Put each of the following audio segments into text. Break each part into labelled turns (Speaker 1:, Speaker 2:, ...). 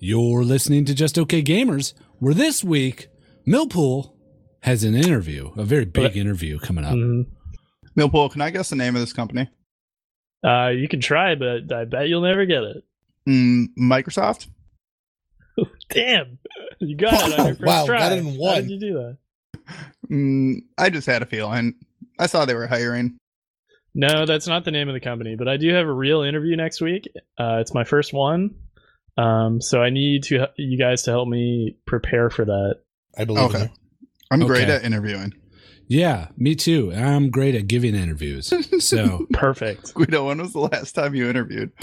Speaker 1: You're listening to Just Okay Gamers, where this week Millpool has an interview, a very big
Speaker 2: But-
Speaker 1: interview coming up.
Speaker 2: Mhm.
Speaker 3: Millpool, can I guess the name of this company?
Speaker 2: Uh, you can try, but I bet you'll never get it.
Speaker 3: Mm, Microsoft?
Speaker 2: Damn, you got it on your first
Speaker 4: Wow,
Speaker 2: try.
Speaker 4: got it in
Speaker 2: How
Speaker 4: one.
Speaker 2: did you do that?
Speaker 3: Mm, I just had a feeling. I saw they were hiring.
Speaker 2: No, that's not the name of the company, but I do have a real interview next week. Uh, it's my first one, um, so I need to you guys to help me prepare for that.
Speaker 4: I believe
Speaker 3: Okay.
Speaker 4: in you.
Speaker 3: I'm great
Speaker 1: Okay.
Speaker 3: at interviewing.
Speaker 1: Yeah, me too. I'm great at giving interviews. So
Speaker 2: Perfect.
Speaker 3: Guido, when was the last time you interviewed?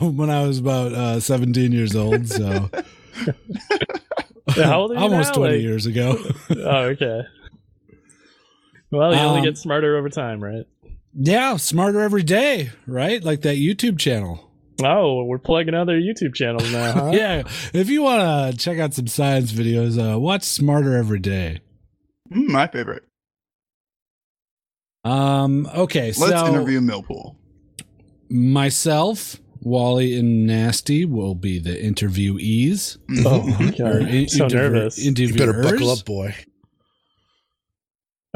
Speaker 1: when I was about uh, 17 years old, so
Speaker 2: How old are you
Speaker 1: almost
Speaker 2: now?
Speaker 1: 20
Speaker 2: Like-
Speaker 1: years ago.
Speaker 2: oh, okay. Well, you only
Speaker 1: Um,
Speaker 2: get smarter over time, right?
Speaker 1: yeah, smarter every day, right? Like that YouTube channel.
Speaker 2: Oh, we're plugging other YouTube channels now, huh?
Speaker 1: Yeah, if you want to check out some science videos, uh, watch Smarter Every Day.
Speaker 3: Mm, my favorite.
Speaker 1: Um, okay, so
Speaker 3: Let's interview Millpool.
Speaker 1: myself, Wally, and Nasty will be the interviewees.
Speaker 3: Mhm.
Speaker 2: Oh my god,
Speaker 1: or
Speaker 2: I'm
Speaker 1: in-
Speaker 2: so
Speaker 1: interview-
Speaker 2: nervous.
Speaker 4: You better buckle
Speaker 1: interviewers.
Speaker 4: up, boy.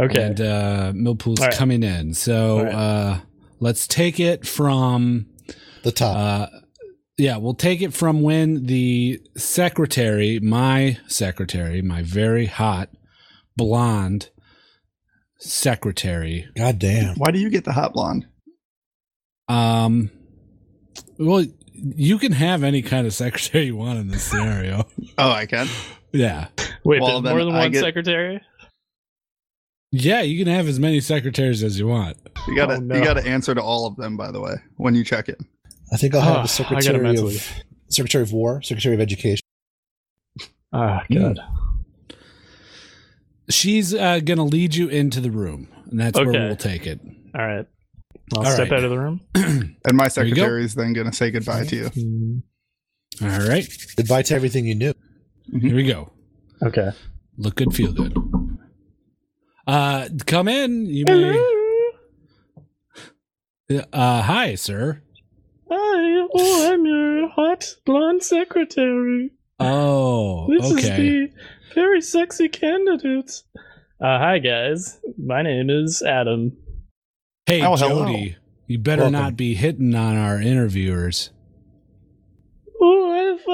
Speaker 2: Okay.
Speaker 1: And uh, Millpool's
Speaker 2: All right.
Speaker 1: coming in. So
Speaker 2: All right.
Speaker 1: uh, let's take it from.
Speaker 4: The top.
Speaker 1: Uh, yeah, we'll take it from when the secretary, my secretary, my very hot blonde secretary,
Speaker 4: God damn.
Speaker 3: Why do you get the hot blonde?
Speaker 1: um, well, you can have any kind of secretary you want in this scenario.
Speaker 3: Oh, I can.
Speaker 1: yeah.
Speaker 2: Wait,
Speaker 3: Well,
Speaker 2: there's more
Speaker 3: then
Speaker 2: than
Speaker 3: I
Speaker 2: one
Speaker 3: get-
Speaker 2: secretary?
Speaker 1: Yeah, you can have as many secretaries as you want.
Speaker 3: You gotta
Speaker 2: Oh, no.
Speaker 3: you gotta answer to all of them, by the way, when you check it.
Speaker 4: I think I'll
Speaker 2: Ah,
Speaker 4: have the
Speaker 2: I gotta
Speaker 4: Secretary
Speaker 2: mentally-
Speaker 4: of Secretary of War, Secretary of Education.
Speaker 2: Ah,
Speaker 1: Mm.
Speaker 2: god.
Speaker 1: She's uh, going to lead you into the room, and that's
Speaker 2: Okay.
Speaker 1: where we'll take it.
Speaker 2: All right. I'll
Speaker 1: All
Speaker 2: step
Speaker 1: right.
Speaker 2: out of the room.
Speaker 3: And my
Speaker 1: There you go.
Speaker 3: secretary is then gonna say goodbye to you.
Speaker 1: Mm. All right,
Speaker 4: Goodbye to everything you knew.
Speaker 1: here we go.
Speaker 2: Okay.
Speaker 1: Look good, feel good. Uh, come in. You may. Uh, hi, sir.
Speaker 2: Hi. Oh, I'm your hot blonde secretary.
Speaker 1: Oh,
Speaker 2: This
Speaker 1: okay.
Speaker 2: is the very sexy candidate. Uh, hi, guys. My name is Adam.
Speaker 1: Hey,
Speaker 3: Oh, hello.
Speaker 1: Jody. You better
Speaker 4: Welcome.
Speaker 1: not be hitting on our interviewers.
Speaker 2: Oh, I've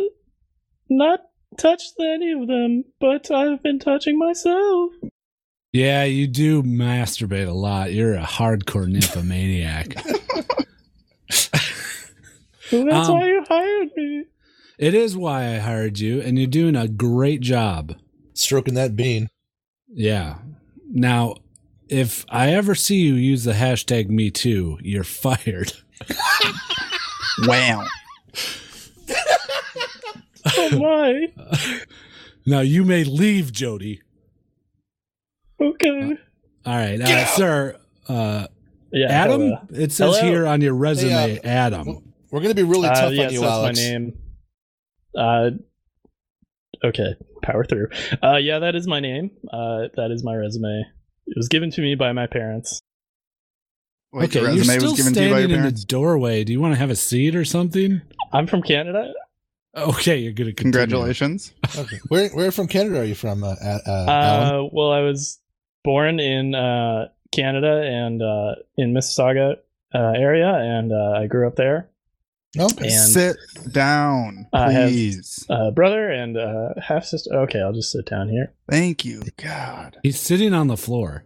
Speaker 2: uh, not touched any of them, but I've been touching myself.
Speaker 1: Yeah, you do masturbate a lot. You're a hardcore nymphomaniac.
Speaker 2: So that's
Speaker 1: Um,
Speaker 2: why you hired me.
Speaker 1: it is why I hired you, and you're doing a great job.
Speaker 4: Stroking that bean.
Speaker 1: Yeah. Now, if I ever see you use the hashtag me too, you're fired.
Speaker 3: Wow.
Speaker 2: Oh my.
Speaker 1: Now, you may leave, Jody.
Speaker 2: Okay.
Speaker 1: All right. Uh, sir, uh,
Speaker 2: Yeah.
Speaker 1: Adam,
Speaker 2: hello.
Speaker 1: it says
Speaker 2: Hello.
Speaker 1: here on your resume,
Speaker 4: Hey,
Speaker 1: Adam.
Speaker 4: We're gonna be really
Speaker 2: Uh,
Speaker 4: tough
Speaker 2: yes,
Speaker 4: on you,
Speaker 2: that's
Speaker 4: Alex.
Speaker 2: my name. Uh, okay, power through. Uh, yeah, that is my name. Uh, that is my resume. It was given to me by my parents.
Speaker 3: Wait,
Speaker 1: okay,
Speaker 3: your
Speaker 1: you're
Speaker 3: resume
Speaker 1: still
Speaker 3: was given to you by your
Speaker 1: standing in the
Speaker 3: parents.
Speaker 1: doorway. Do you want to have a seat or something?
Speaker 2: I'm from Canada.
Speaker 1: Okay, you're gonna continue.
Speaker 3: Congratulations.
Speaker 4: Okay. Where where from Canada are you from, uh, uh, uh, Alan?
Speaker 2: Uh, well, I was born in uh, Canada and uh, in Mississauga uh, area, and uh, I grew up there.
Speaker 4: Okay.
Speaker 2: And
Speaker 3: Sit down,
Speaker 2: I have-
Speaker 3: please.
Speaker 2: uh, brother and uh, half sister. Okay, I'll just sit down here.
Speaker 3: Thank you. God.
Speaker 1: He's sitting on the floor.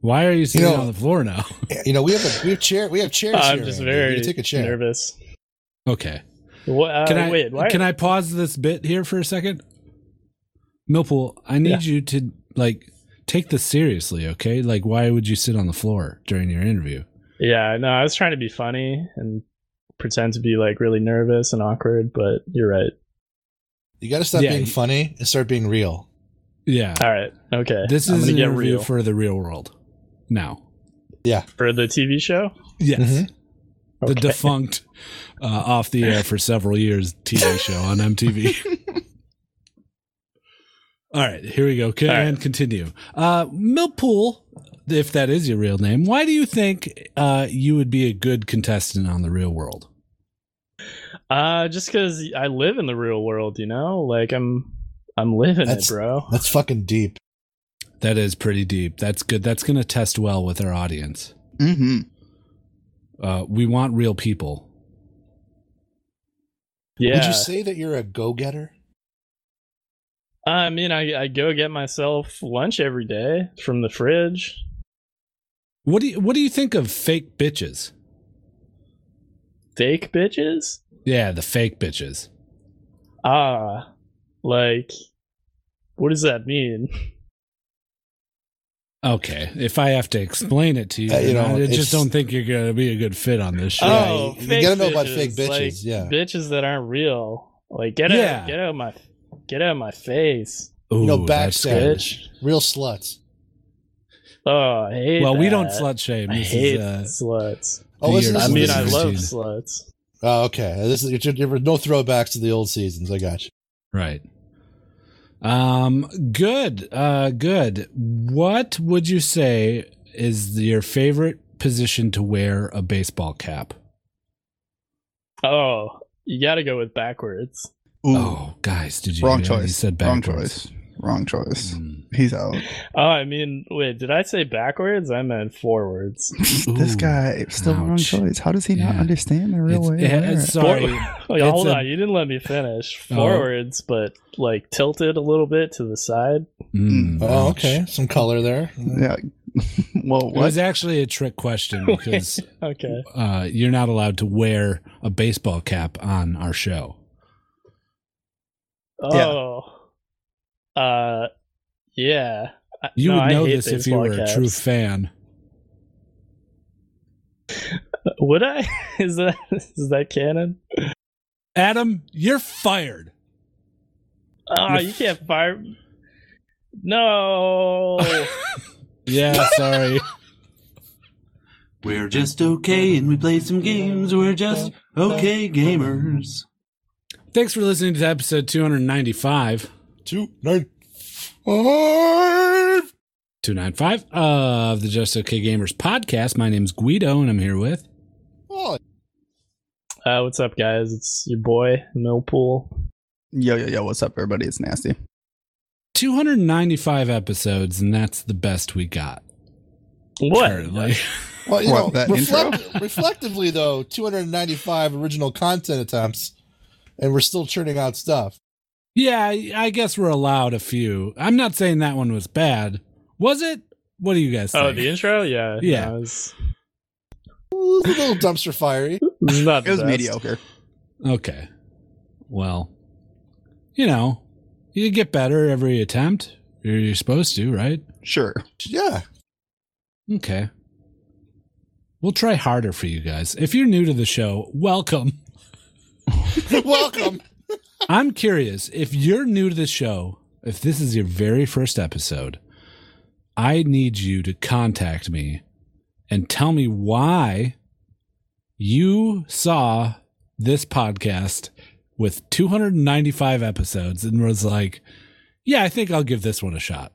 Speaker 1: Why are you sitting
Speaker 4: You know-
Speaker 1: on the floor now?
Speaker 4: You know, we have a we have chair we have chairs
Speaker 2: I'm
Speaker 4: here,
Speaker 2: just
Speaker 4: Andy.
Speaker 2: very
Speaker 4: You take a chair.
Speaker 2: nervous.
Speaker 1: okay.
Speaker 2: What, uh,
Speaker 1: Can I
Speaker 2: wait, why?
Speaker 1: can I pause this bit here for a second? Millpool, I need you to like take this seriously, okay? Like why would you sit on the floor during your interview?
Speaker 2: Yeah, no, I was trying to be funny and pretend to be like really nervous and awkward, but you're right.
Speaker 4: You gotta stop
Speaker 1: Yeah,
Speaker 4: being
Speaker 1: you-
Speaker 4: funny and start being real.
Speaker 1: Yeah.
Speaker 2: All right, okay.
Speaker 1: This
Speaker 2: I'm
Speaker 1: is
Speaker 2: gonna
Speaker 1: an
Speaker 2: get
Speaker 1: interview
Speaker 2: real.
Speaker 1: for the real world. Now.
Speaker 2: for the TV show.
Speaker 1: Yes.
Speaker 4: Mhm.
Speaker 1: The
Speaker 2: Okay.
Speaker 1: defunct uh, off the air for several years TV show on MTV. All right, here we go. Can,
Speaker 2: All right.
Speaker 1: And continue. Uh, Millpool, if that is your real name, why do you think uh, you would be a good contestant on The Real World?
Speaker 2: Uh, just because I live in the real world, you know, like I'm, I'm living
Speaker 4: That's-
Speaker 2: it, bro.
Speaker 4: That's fucking deep.
Speaker 1: That is pretty deep. That's good. That's going to test well with our audience.
Speaker 3: Mm-hmm.
Speaker 1: Uh, we want real people.
Speaker 2: Yeah.
Speaker 4: Would you say that you're a go getter?
Speaker 2: I mean, I, I go get myself lunch every day from the fridge.
Speaker 1: What do you What do you think of fake bitches?
Speaker 2: Fake bitches?
Speaker 1: Yeah, the fake bitches.
Speaker 2: Ah, like, what does that mean?
Speaker 1: Okay, if I have to explain it to you,
Speaker 4: Uh, you know,
Speaker 1: I
Speaker 4: it's-
Speaker 1: just don't think you're going to be a good fit on this show.
Speaker 4: Yeah, Oh,
Speaker 2: oh,
Speaker 4: you- you
Speaker 2: fake
Speaker 4: gotta know
Speaker 2: bitches.
Speaker 4: about fake
Speaker 2: like,
Speaker 4: bitches, yeah.
Speaker 2: bitches that aren't real. Like, get
Speaker 1: Yeah.
Speaker 2: out, get out of my, get out of my face,
Speaker 1: Ooh,
Speaker 4: know,
Speaker 1: that's
Speaker 4: backstab.
Speaker 1: good.
Speaker 2: bitch.
Speaker 4: Real sluts.
Speaker 2: Oh, I hate.
Speaker 1: Well, we
Speaker 2: that.
Speaker 1: don't slut shame.
Speaker 2: I
Speaker 1: This
Speaker 2: hate
Speaker 1: is, uh,
Speaker 2: sluts.
Speaker 4: Oh,
Speaker 1: The
Speaker 4: listen,
Speaker 1: year-
Speaker 2: I
Speaker 4: listen,
Speaker 2: mean,
Speaker 4: listen,
Speaker 2: I
Speaker 4: listen.
Speaker 2: love
Speaker 1: Christine.
Speaker 2: sluts.
Speaker 4: Oh, okay. This is you're, you're- no throwbacks to the old seasons. I got you.
Speaker 1: Right. Um good. Uh good. What would you say is your favorite position to wear a baseball cap?
Speaker 2: Oh, you got to go with backwards.
Speaker 3: Ooh,
Speaker 1: Oh, guys, did you
Speaker 3: wrong
Speaker 1: hear me?
Speaker 3: choice.
Speaker 1: You said
Speaker 3: wrong
Speaker 1: backwards.
Speaker 3: choice. Wrong choice.
Speaker 1: Mm.
Speaker 3: He's out.
Speaker 2: Oh, I mean, wait, did I say backwards? I meant forwards.
Speaker 3: this guy still wrong
Speaker 1: ouch.
Speaker 3: choice. How does he not
Speaker 1: Yeah.
Speaker 3: understand the
Speaker 1: It's-
Speaker 3: real way?
Speaker 1: it-
Speaker 3: to wear
Speaker 1: it's-
Speaker 3: it?
Speaker 1: sorry.
Speaker 2: Like,
Speaker 1: It's
Speaker 2: hold
Speaker 1: a-
Speaker 2: on, you didn't let me finish.
Speaker 1: Oh.
Speaker 2: Forwards, but like tilted a little bit to the side.
Speaker 1: Mm,
Speaker 4: Oh,
Speaker 1: ouch.
Speaker 4: okay. Some color there.
Speaker 3: yeah. well,
Speaker 1: It
Speaker 3: what?
Speaker 1: was actually a trick question because
Speaker 2: Okay.
Speaker 1: uh, you're not allowed to wear a baseball cap on our show.
Speaker 2: Oh. Uh, yeah. I-
Speaker 1: You
Speaker 2: no,
Speaker 1: would
Speaker 2: I
Speaker 1: know
Speaker 2: hate
Speaker 1: this if you
Speaker 2: baseball
Speaker 1: were a true
Speaker 2: caps.
Speaker 1: fan.
Speaker 2: Would I? Is that is that canon?
Speaker 1: Adam, you're fired.
Speaker 2: Oh,
Speaker 1: You're
Speaker 2: you can't fire. No.
Speaker 1: Yeah, sorry.
Speaker 5: We're just okay and we play some games. We're just okay gamers.
Speaker 1: Thanks for listening to episode 295.
Speaker 4: Two nine five.
Speaker 1: 295 of the Just Okay Gamers podcast. My name's Guido, and I'm here with.
Speaker 4: Oh,
Speaker 2: Uh, what's up, guys? It's your boy Millpool.
Speaker 3: yo, yo, yo. What's up, everybody? It's nasty.
Speaker 1: 295 episodes, and that's the best we got.
Speaker 2: What?
Speaker 1: currently.
Speaker 4: well, you
Speaker 3: What,
Speaker 4: know,
Speaker 3: that
Speaker 4: reflect- reflectively though, two hundred ninety-five original content attempts, and we're still churning out stuff.
Speaker 1: yeah, I I guess we're allowed a few. I'm not saying that one was bad. Was it? What do you guys think?
Speaker 2: Oh, the intro? Yeah.
Speaker 1: Yeah.
Speaker 2: No, it was,
Speaker 4: Ooh, it's a little dumpster fiery.
Speaker 2: it was not
Speaker 3: It
Speaker 2: the
Speaker 3: was
Speaker 2: best.
Speaker 3: mediocre.
Speaker 1: Okay. Well, you know, you get better every attempt. You're, you're supposed to, right?
Speaker 3: Sure.
Speaker 4: Yeah.
Speaker 1: Okay. We'll try harder for you guys. If you're new to the show, welcome.
Speaker 4: Welcome.
Speaker 1: I'm curious if you're new to the show, if this is your very first episode, I need you to contact me and tell me why you saw this podcast with 295 episodes and was like, yeah, I think I'll give this one a shot.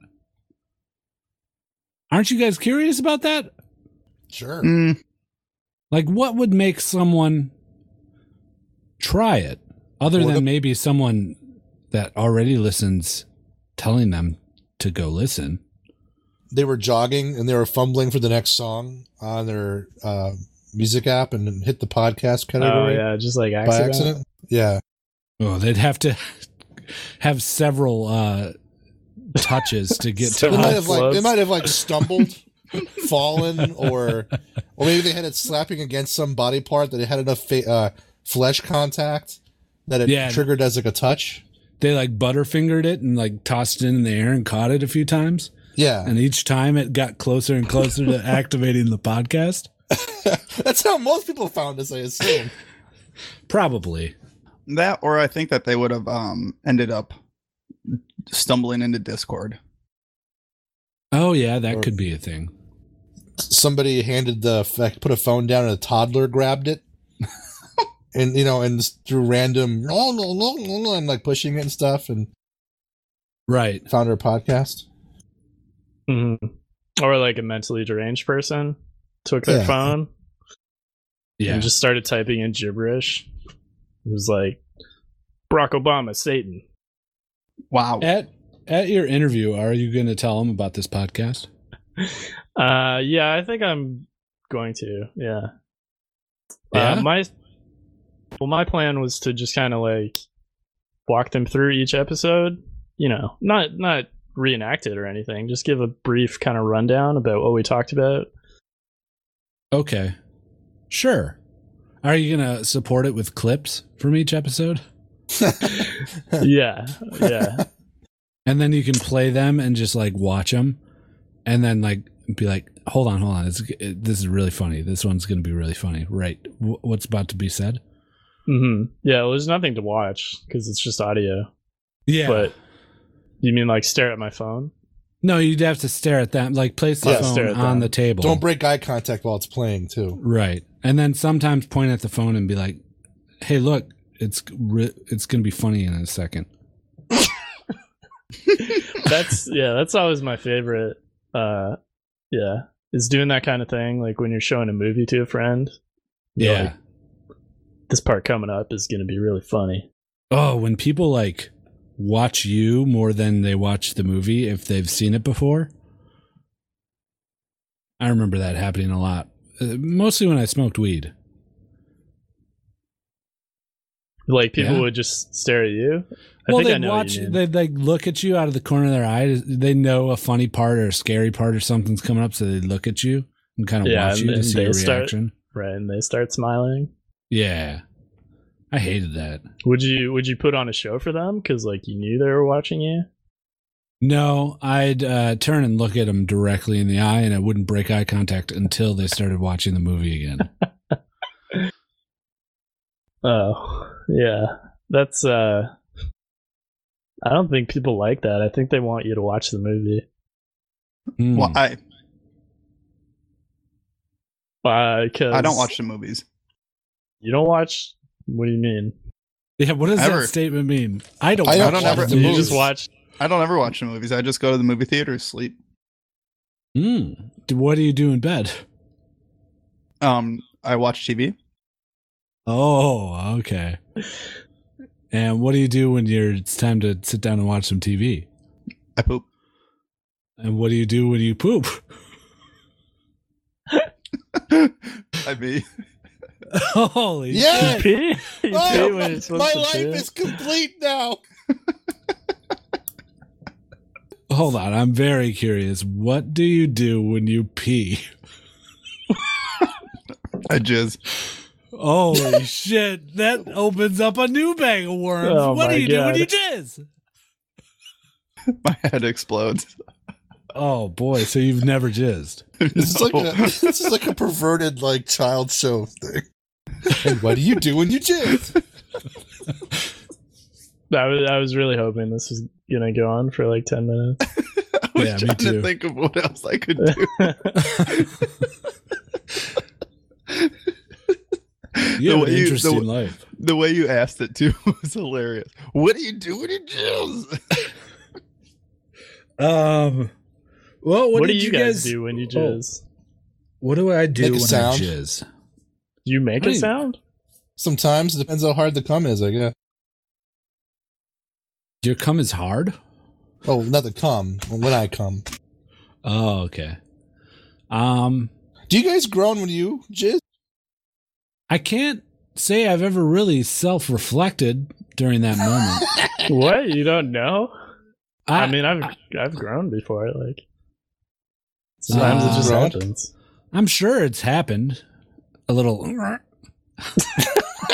Speaker 1: Aren't you guys curious about that?
Speaker 4: Sure.
Speaker 3: Mm,
Speaker 1: Like, what would make someone try it other
Speaker 4: What
Speaker 1: than
Speaker 4: a-
Speaker 1: maybe someone that already listens telling them to go listen?
Speaker 4: They were jogging and they were fumbling for the next song on their uh, music app and then hit the podcast
Speaker 2: Oh,
Speaker 4: category
Speaker 2: yeah. Just like
Speaker 4: by
Speaker 2: accident.
Speaker 4: accident. Yeah.
Speaker 1: Oh, they'd have to have several uh, touches to get to.
Speaker 4: They
Speaker 2: Several.
Speaker 4: might have like they
Speaker 2: Close.
Speaker 4: might have like stumbled, fallen, or or maybe they had it slapping against some body part that it had enough fa- uh, flesh contact that it
Speaker 1: Yeah.
Speaker 4: triggered as like a touch.
Speaker 1: They like butterfingered it and like tossed it in the air and caught it a few times.
Speaker 4: Yeah,
Speaker 1: And each time it got closer and closer to activating the podcast.
Speaker 4: that's how most people found us. I assume.
Speaker 1: Probably.
Speaker 3: that, or I think that they would have um ended up stumbling into Discord.
Speaker 1: Oh, yeah, that
Speaker 4: Or-
Speaker 1: could be a thing.
Speaker 4: Somebody handed the fact put a phone down and a toddler grabbed it, and you know, and just through random no no no no no, and like pushing it and stuff, and
Speaker 1: Right.
Speaker 4: found our podcast.
Speaker 2: hmm Or like a mentally deranged person took their
Speaker 4: Yeah.
Speaker 2: phone
Speaker 1: Yeah.
Speaker 2: and just started typing in gibberish. It was like Barack Obama, Satan.
Speaker 3: Wow.
Speaker 1: At at your interview, are you going to tell them about this podcast?
Speaker 2: Uh, yeah, I think I'm going to. Yeah.
Speaker 1: Yeah?
Speaker 2: Uh, my well, my plan was to just kind of like walk them through each episode. You know, not not reenact it or anything. Just give a brief kind of rundown about what we talked about.
Speaker 1: Okay, sure. Are you going to support it with clips from each episode,
Speaker 2: yeah, yeah,
Speaker 1: and then you can play them and just like watch them, and then like be like, hold on, hold on, it's, it, this is really funny. This one's going to be really funny. Right, w- what's about to be said?
Speaker 2: hmm yeah. Well, there's nothing to watch because it's just audio.
Speaker 1: Yeah,
Speaker 2: But you mean like stare at my phone?
Speaker 1: no, you'd have to stare at them, like place the
Speaker 2: Yeah,
Speaker 1: phone
Speaker 2: stare
Speaker 1: on
Speaker 2: at them.
Speaker 1: the table.
Speaker 4: Don't break eye contact while it's playing too.
Speaker 1: Right. And then sometimes point at the phone and be like, "Hey, look, it's re- it's going to be funny in a second.
Speaker 2: that's yeah that's always my favorite uh yeah is doing that kind of thing like when you're showing a movie to a friend You're like, this part coming up is gonna be really funny
Speaker 1: oh, when people like watch you more than they watch the movie if they've seen it before. I remember that happening a lot. Uh, mostly when I smoked weed.
Speaker 2: like people
Speaker 1: Yeah.
Speaker 2: would just stare at you i
Speaker 1: well,
Speaker 2: think
Speaker 1: they
Speaker 2: i know what
Speaker 1: watch
Speaker 2: you mean.
Speaker 1: they like look at you out of the corner of their eye. They know a funny part or a scary part or something's coming up, so they look at you and kind of
Speaker 2: Yeah,
Speaker 1: watch
Speaker 2: and
Speaker 1: you to
Speaker 2: then
Speaker 1: see your
Speaker 2: they start-
Speaker 1: reaction.
Speaker 2: right and they start smiling
Speaker 1: Yeah. I hated that.
Speaker 2: would you would you put on a show for them because like you knew they were watching you
Speaker 1: No, I'd uh, turn and look at them directly in the eye, and I wouldn't break eye contact until they started watching the movie again.
Speaker 2: oh yeah that's uh i don't think people like that i think they want you to watch the movie
Speaker 1: Hmm.
Speaker 3: Well, I
Speaker 2: uh,
Speaker 3: I don't watch the movies.
Speaker 2: you don't watch what do you mean
Speaker 1: yeah, what does
Speaker 3: Ever.
Speaker 1: that statement mean? I don't.
Speaker 4: I
Speaker 3: don't
Speaker 1: watch
Speaker 3: ever-
Speaker 1: the
Speaker 4: you
Speaker 2: You
Speaker 1: movies.
Speaker 2: just watch.
Speaker 3: I don't ever watch the movies. I just go to the movie theater, sleep.
Speaker 1: Hmm. D- What do you do in bed?
Speaker 3: Um, I watch TV.
Speaker 1: Oh, okay. And what do you do when you're? It's time to sit down and watch some TV.
Speaker 3: I poop.
Speaker 1: And what do you do when you poop?
Speaker 3: I be.
Speaker 1: Holy
Speaker 4: Yeah.
Speaker 1: shit.
Speaker 2: pee. You
Speaker 4: Oh,
Speaker 2: pee when you're supposed
Speaker 4: my
Speaker 2: to
Speaker 4: life
Speaker 2: pee.
Speaker 4: is complete now.
Speaker 1: Hold on, I'm very curious. What do you do when you pee?
Speaker 3: I jizz.
Speaker 1: Holy shit! That opens up a new bag of worms.
Speaker 2: Oh
Speaker 1: what do
Speaker 2: my
Speaker 1: you do when
Speaker 2: God.
Speaker 1: you jizz?
Speaker 3: My head explodes.
Speaker 1: Oh boy! So you've never jizzed?
Speaker 4: This is like
Speaker 3: No.
Speaker 4: a, this is like a perverted like child show thing. And what do you do when you jizz?
Speaker 2: I was, I was really hoping this was gonna go on for like ten minutes.
Speaker 3: I was
Speaker 1: Yeah, me
Speaker 3: trying
Speaker 1: too.
Speaker 3: to think of what else I could do.
Speaker 1: You
Speaker 3: The
Speaker 1: have
Speaker 3: way
Speaker 1: an
Speaker 3: you- the
Speaker 1: interesting
Speaker 3: w-
Speaker 1: life.
Speaker 3: The way you asked it too was hilarious. What do you do when you jizz?
Speaker 1: Um. Well,
Speaker 2: what do you guys, do when you
Speaker 1: Oh.
Speaker 2: jizz?
Speaker 1: What do I do
Speaker 4: Make a
Speaker 1: when
Speaker 4: sound.
Speaker 1: I jizz?
Speaker 2: Do you make
Speaker 1: I
Speaker 2: a
Speaker 1: mean-
Speaker 2: sound?
Speaker 4: Sometimes it depends how hard the cum is, I guess.
Speaker 1: Your cum is hard.
Speaker 4: Oh, not the cum. When I come.
Speaker 1: Oh, okay. Um,
Speaker 4: Do you guys groan when you jizz?
Speaker 1: I can't say I've ever really self-reflected during that moment.
Speaker 2: what you don't know? I,
Speaker 1: I
Speaker 2: mean, I've
Speaker 1: I-
Speaker 2: I've grown before. Like sometimes
Speaker 1: Uh,
Speaker 2: it just
Speaker 4: Grown?
Speaker 2: happens.
Speaker 1: I'm sure it's happened a little,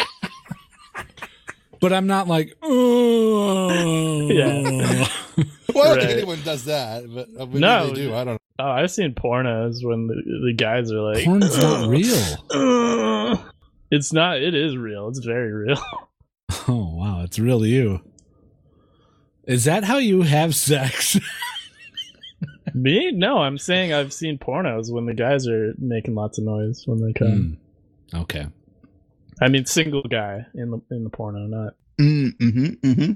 Speaker 1: but I'm not like, oh,
Speaker 2: Yeah.
Speaker 4: Well, I don't
Speaker 2: Right.
Speaker 4: think anyone does that, but uh, maybe
Speaker 2: No.
Speaker 4: they do. I don't
Speaker 2: Oh, I've seen pornos when the, the guys are like,
Speaker 1: Porn's not real.
Speaker 2: real. It's not. It is real. It's very real.
Speaker 1: Oh wow, it's real you. Is that how you have sex?
Speaker 2: Me? No, I'm saying I've seen pornos when the guys are making lots of noise when they come.
Speaker 1: Hmm. Okay.
Speaker 2: I mean, single guy in the in the porno, not
Speaker 3: Mm, mm-hmm, mm-hmm.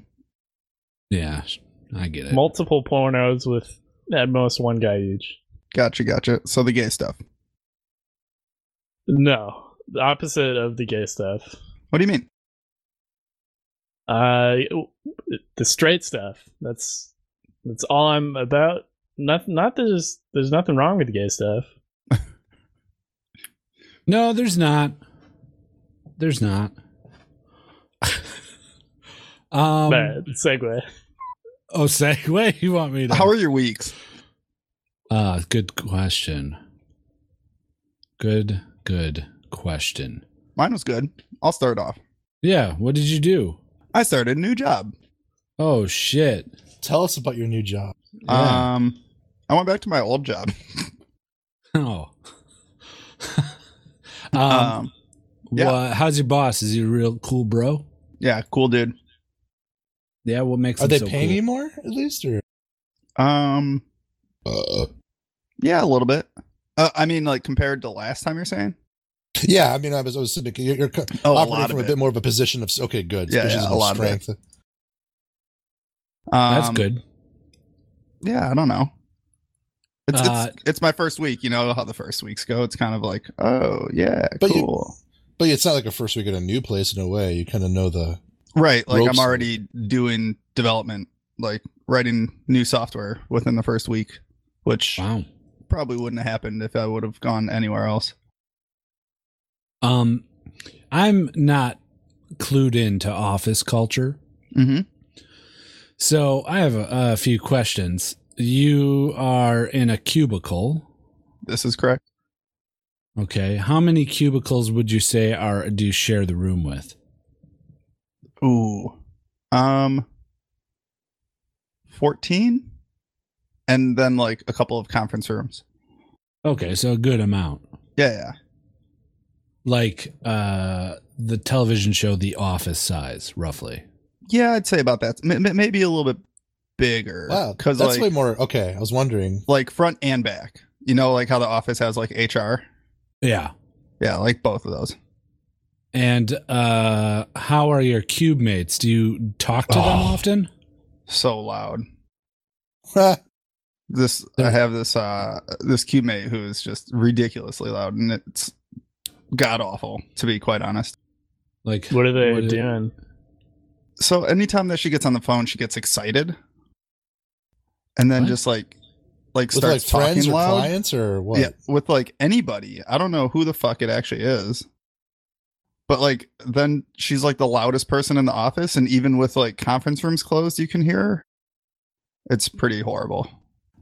Speaker 1: Yeah, sh- I get it.
Speaker 2: multiple pornos with at most one guy each.
Speaker 3: Gotcha, gotcha. So the gay stuff.
Speaker 2: No, the opposite of the gay stuff.
Speaker 3: What do you mean?
Speaker 2: Uh, the straight stuff. That's that's all I'm about. Not not that there's there's nothing wrong with the gay stuff.
Speaker 1: No, there's not. There's not. um,
Speaker 2: but segue.
Speaker 1: Oh, segue. You want me to?
Speaker 3: How are your weeks?
Speaker 1: Ah, good question. Good, good question.
Speaker 3: Mine was good. I'll start off.
Speaker 1: Yeah, what did you do?
Speaker 3: I started a new job.
Speaker 1: Oh shit.
Speaker 4: Tell us about your new job.
Speaker 1: Yeah.
Speaker 3: Um, I went back to my old job.
Speaker 1: oh. um,
Speaker 3: um yeah.
Speaker 1: wha- how's your boss? Is he a real cool bro?
Speaker 3: yeah, cool dude.
Speaker 1: Yeah, what makes
Speaker 4: Are
Speaker 1: him
Speaker 4: they
Speaker 1: so
Speaker 4: paying
Speaker 1: cool?
Speaker 4: you more at least, or
Speaker 3: Um,
Speaker 4: uh,
Speaker 3: yeah, a little bit. Uh, I mean, like compared to last time, you're saying?
Speaker 4: yeah? I mean, I was, I was thinking you're, you're co-
Speaker 3: Oh, a
Speaker 4: operating
Speaker 3: lot
Speaker 4: from
Speaker 3: of
Speaker 4: a
Speaker 3: it.
Speaker 4: bit more of a position of okay, good,
Speaker 3: Yeah,
Speaker 4: position
Speaker 3: yeah,
Speaker 4: of
Speaker 3: a lot of it.
Speaker 4: strength.
Speaker 3: Um,
Speaker 1: That's good.
Speaker 3: Yeah, I don't know. It's,
Speaker 1: Uh,
Speaker 3: it's it's my first week. You know how the first weeks go. It's kind of like, oh yeah,
Speaker 4: But you-
Speaker 3: cool.
Speaker 4: But it's not like a first week at a new place in a way. You kind of know the
Speaker 3: right, like
Speaker 4: ropes.
Speaker 3: I'm already doing development, like writing new software within the first week, which
Speaker 1: Wow.
Speaker 3: probably wouldn't have happened if I would have gone anywhere else.
Speaker 1: Um I'm not clued into office culture.
Speaker 3: Mm-hmm.
Speaker 1: So I have a, a few questions. You are in a cubicle.
Speaker 3: This is correct.
Speaker 1: Okay. How many cubicles would you say are do you share the room with?
Speaker 3: Ooh. Um 14 and then like a couple of conference rooms.
Speaker 1: Okay, so a good amount.
Speaker 3: Yeah, yeah.
Speaker 1: Like uh the television show The Office size, roughly.
Speaker 3: Yeah, I'd say about that. M- m- maybe a little bit bigger
Speaker 4: wow.
Speaker 3: cuz
Speaker 4: That's
Speaker 3: like
Speaker 4: way more. Okay, I was wondering.
Speaker 3: like front and back. You know like how the office has like HR?
Speaker 1: Yeah.
Speaker 3: Yeah, like both of those.
Speaker 1: And uh how are your cube mates? Do you talk to them
Speaker 4: Oh.
Speaker 1: often?
Speaker 3: So loud.
Speaker 4: Huh.
Speaker 3: This I have this uh this cube mate who is just ridiculously loud and it's god awful to be quite honest.
Speaker 1: Like
Speaker 2: What are they
Speaker 1: What is-
Speaker 2: doing?
Speaker 3: so anytime that she gets on the phone, she gets excited, and then
Speaker 1: What?
Speaker 3: just like, like
Speaker 4: with like
Speaker 3: starts
Speaker 4: friends
Speaker 3: talking
Speaker 4: or
Speaker 3: loud.
Speaker 4: clients or what?
Speaker 3: Yeah, with like anybody. I don't know who the fuck it actually is, but like then she's like the loudest person in the office, and even with like conference rooms closed, you can hear her. It's pretty horrible.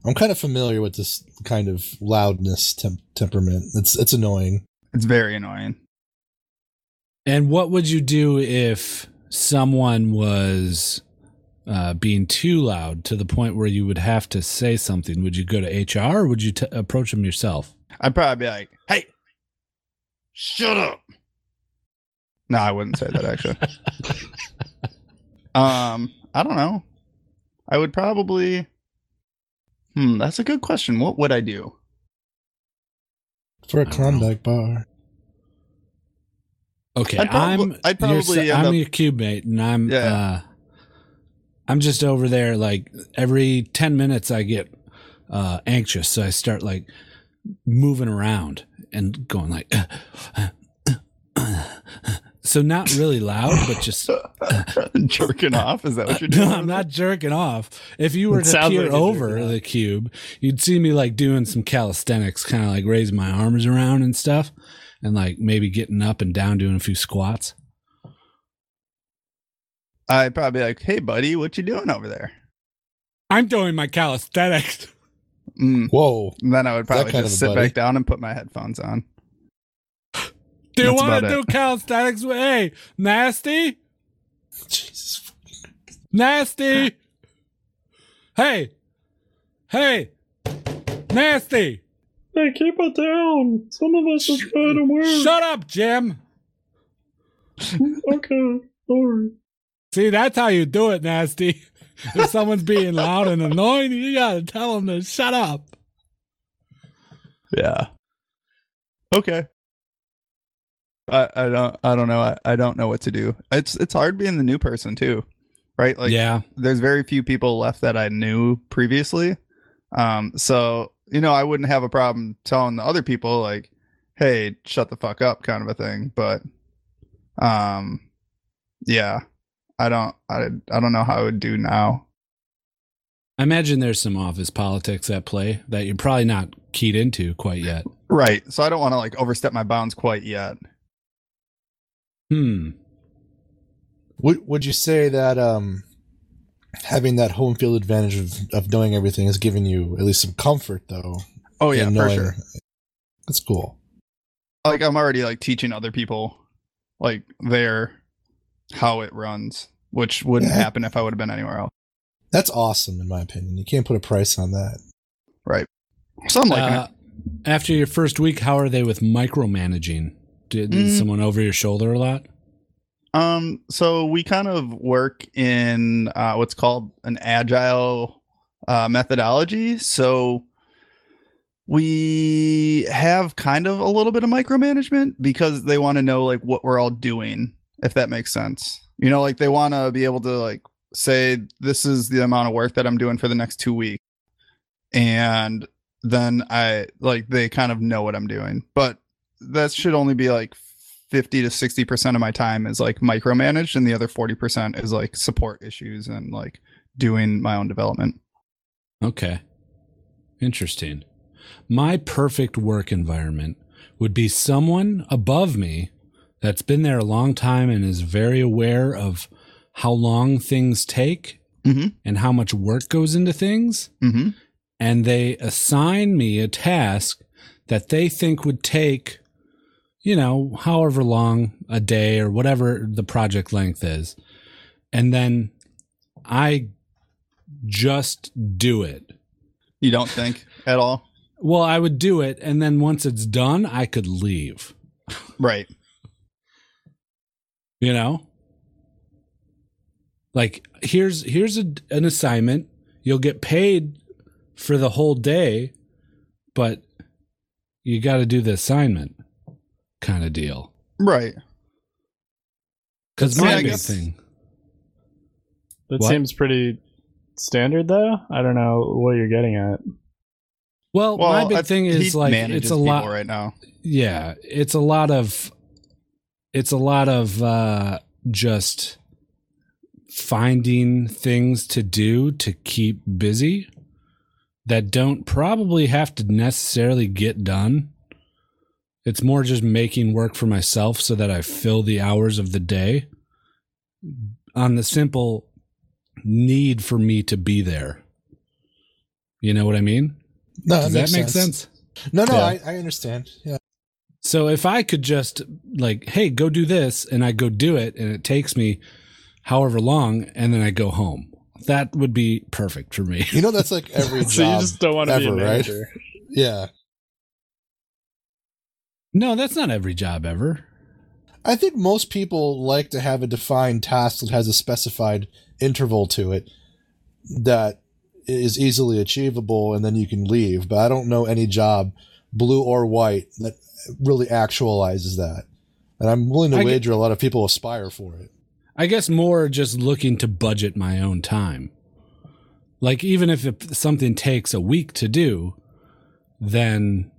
Speaker 4: I'm kind of familiar with this kind of loudness temp- temperament. It's it's annoying.
Speaker 3: It's very annoying.
Speaker 1: And what would you do if someone was uh, being too loud to the point where you would have to say something? Would you go to HR or would you t- approach them yourself?
Speaker 3: I'd probably be like, "Hey, shut up." No, I wouldn't say that actually. um, I don't know. I would probably. Hmm, that's a good question. What would I do?
Speaker 4: For a
Speaker 1: I don't know.
Speaker 4: Klondike bar.
Speaker 1: Okay,
Speaker 3: I'd probab-
Speaker 1: I'm.
Speaker 3: I'd
Speaker 1: your
Speaker 3: probably
Speaker 1: se-
Speaker 3: end
Speaker 1: I'm
Speaker 3: up-
Speaker 1: your cube mate, and I'm.
Speaker 3: Yeah.
Speaker 1: Uh, I'm just over there. Like every ten minutes, I get uh, anxious, so I start like moving around and going like. so not really loud, but just
Speaker 3: Jerking off? Is that what you're doing?
Speaker 1: No, I'm not jerking off. If you were
Speaker 2: It
Speaker 1: to
Speaker 2: sounds
Speaker 1: peer
Speaker 2: like you're
Speaker 1: over
Speaker 2: jerking off.
Speaker 1: the cube, you'd see me like doing some calisthenics, kind of like raising my arms around and stuff, and like maybe getting up and down doing a few squats.
Speaker 3: I'd probably be like, "Hey, buddy, what you doing over there?"
Speaker 1: I'm doing my calisthenics.
Speaker 3: Mm.
Speaker 4: Whoa.
Speaker 3: And then I would probably
Speaker 4: kind
Speaker 3: just
Speaker 4: of a
Speaker 3: sit
Speaker 4: buddy.
Speaker 3: back down and put my headphones on.
Speaker 1: Do you
Speaker 3: That's
Speaker 1: want to
Speaker 3: about
Speaker 1: do
Speaker 3: it.
Speaker 1: calisthenics? with- Hey, nasty,
Speaker 4: Jesus.
Speaker 1: nasty. Hey, hey, nasty.
Speaker 2: Hey, keep it down. Some of us are trying to work.
Speaker 1: Shut up, Jim.
Speaker 2: Okay, sorry.
Speaker 1: See, that's how you do it, nasty. If someone's being loud and annoying, you gotta tell them to shut up.
Speaker 3: Yeah. Okay. I, I don't I don't know I, I don't know what to do. It's it's hard being the new person too, right? Like
Speaker 1: yeah,
Speaker 3: there's very few people left that I knew previously, um. So you know I wouldn't have a problem telling the other people like, hey, shut the fuck up, kind of a thing. But, um, yeah, I don't I, I don't know how I would do now.
Speaker 1: I imagine there's some office politics at play that you're probably not keyed into quite yet.
Speaker 3: Right. So I don't want to like overstep my bounds quite yet.
Speaker 1: Hmm.
Speaker 4: Would Would you say that um, having that home field advantage of, of knowing everything has given you at least some comfort, though?
Speaker 3: Oh yeah,
Speaker 4: in
Speaker 3: for
Speaker 4: knowing-
Speaker 3: sure.
Speaker 4: That's cool.
Speaker 3: Like I'm already like teaching other people like their how it runs, which wouldn't
Speaker 4: Yeah.
Speaker 3: happen if I would have been anywhere else.
Speaker 4: That's awesome, in my opinion. You can't put a price on that.
Speaker 3: So I'm liking
Speaker 1: Uh, after your first week, how are they with micromanaging? Did
Speaker 3: Mm.
Speaker 1: is someone over your shoulder a lot?
Speaker 3: it. Um so we kind of work in uh what's called an agile uh methodology. So we have kind of a little bit of micromanagement because they want to know like what we're all doing if that makes sense you know like they want to be able to like say this is the amount of work that i'm doing for the next two weeks and then i like they kind of know what i'm doing but that should only be like 50 to 60 percent of my time is like micromanaged and the other 40 percent is like support issues and like doing my own development
Speaker 1: Okay. Interesting. My perfect work environment would be someone above me that's been there a long time and is very aware of how long things take
Speaker 3: Mhm.
Speaker 1: and how much work goes into things.
Speaker 3: mm-hmm.
Speaker 1: and they assign me a task that they think would take, you know, however long a day or whatever the project length is. And then I just do it.
Speaker 3: you don't think at all
Speaker 1: Well, I would do it. And then once it's done, I could leave,
Speaker 3: right
Speaker 1: you know? Like here's here's a, an assignment. You'll get paid for the whole day, but you got to do the assignment kind of deal.
Speaker 3: right
Speaker 1: Because
Speaker 3: Yeah,
Speaker 1: my
Speaker 3: I
Speaker 1: big
Speaker 3: guess-
Speaker 1: thing,
Speaker 2: That
Speaker 1: What?
Speaker 2: seems pretty standard, though. I don't know what you're getting at.
Speaker 1: well, my big
Speaker 3: I-
Speaker 1: thing
Speaker 3: he
Speaker 1: is like
Speaker 3: manages
Speaker 1: it's a
Speaker 3: people
Speaker 1: lot.
Speaker 3: right now.
Speaker 1: Yeah, it's a lot of, it's a lot of uh, just finding things to do to keep busy that don't probably have to necessarily get done. It's more just making work for myself so that I fill the hours of the day on the simple need for me to be there. You know what I mean?
Speaker 4: No,
Speaker 1: Does that make sense?
Speaker 4: No, no,
Speaker 2: Yeah.
Speaker 4: I, I understand. Yeah,
Speaker 1: So if I could just like, hey, go do this, and I go do it, and it takes me however long, and then I go home. That would be perfect for me.
Speaker 4: you know that's like every
Speaker 2: So you
Speaker 4: job.
Speaker 2: just don't want to be a
Speaker 4: ever, right?
Speaker 2: manager.
Speaker 4: yeah,
Speaker 1: No, that's not every job ever.
Speaker 4: I think most people like to have a defined task that has a specified interval to it that is easily achievable, and then you can leave. But I don't know any job, blue or white, that really actualizes that. And I'm willing to
Speaker 1: I get-
Speaker 4: wager a lot of people aspire for it.
Speaker 1: I guess more just looking to budget my own time. Like even if it, something takes a week to do, then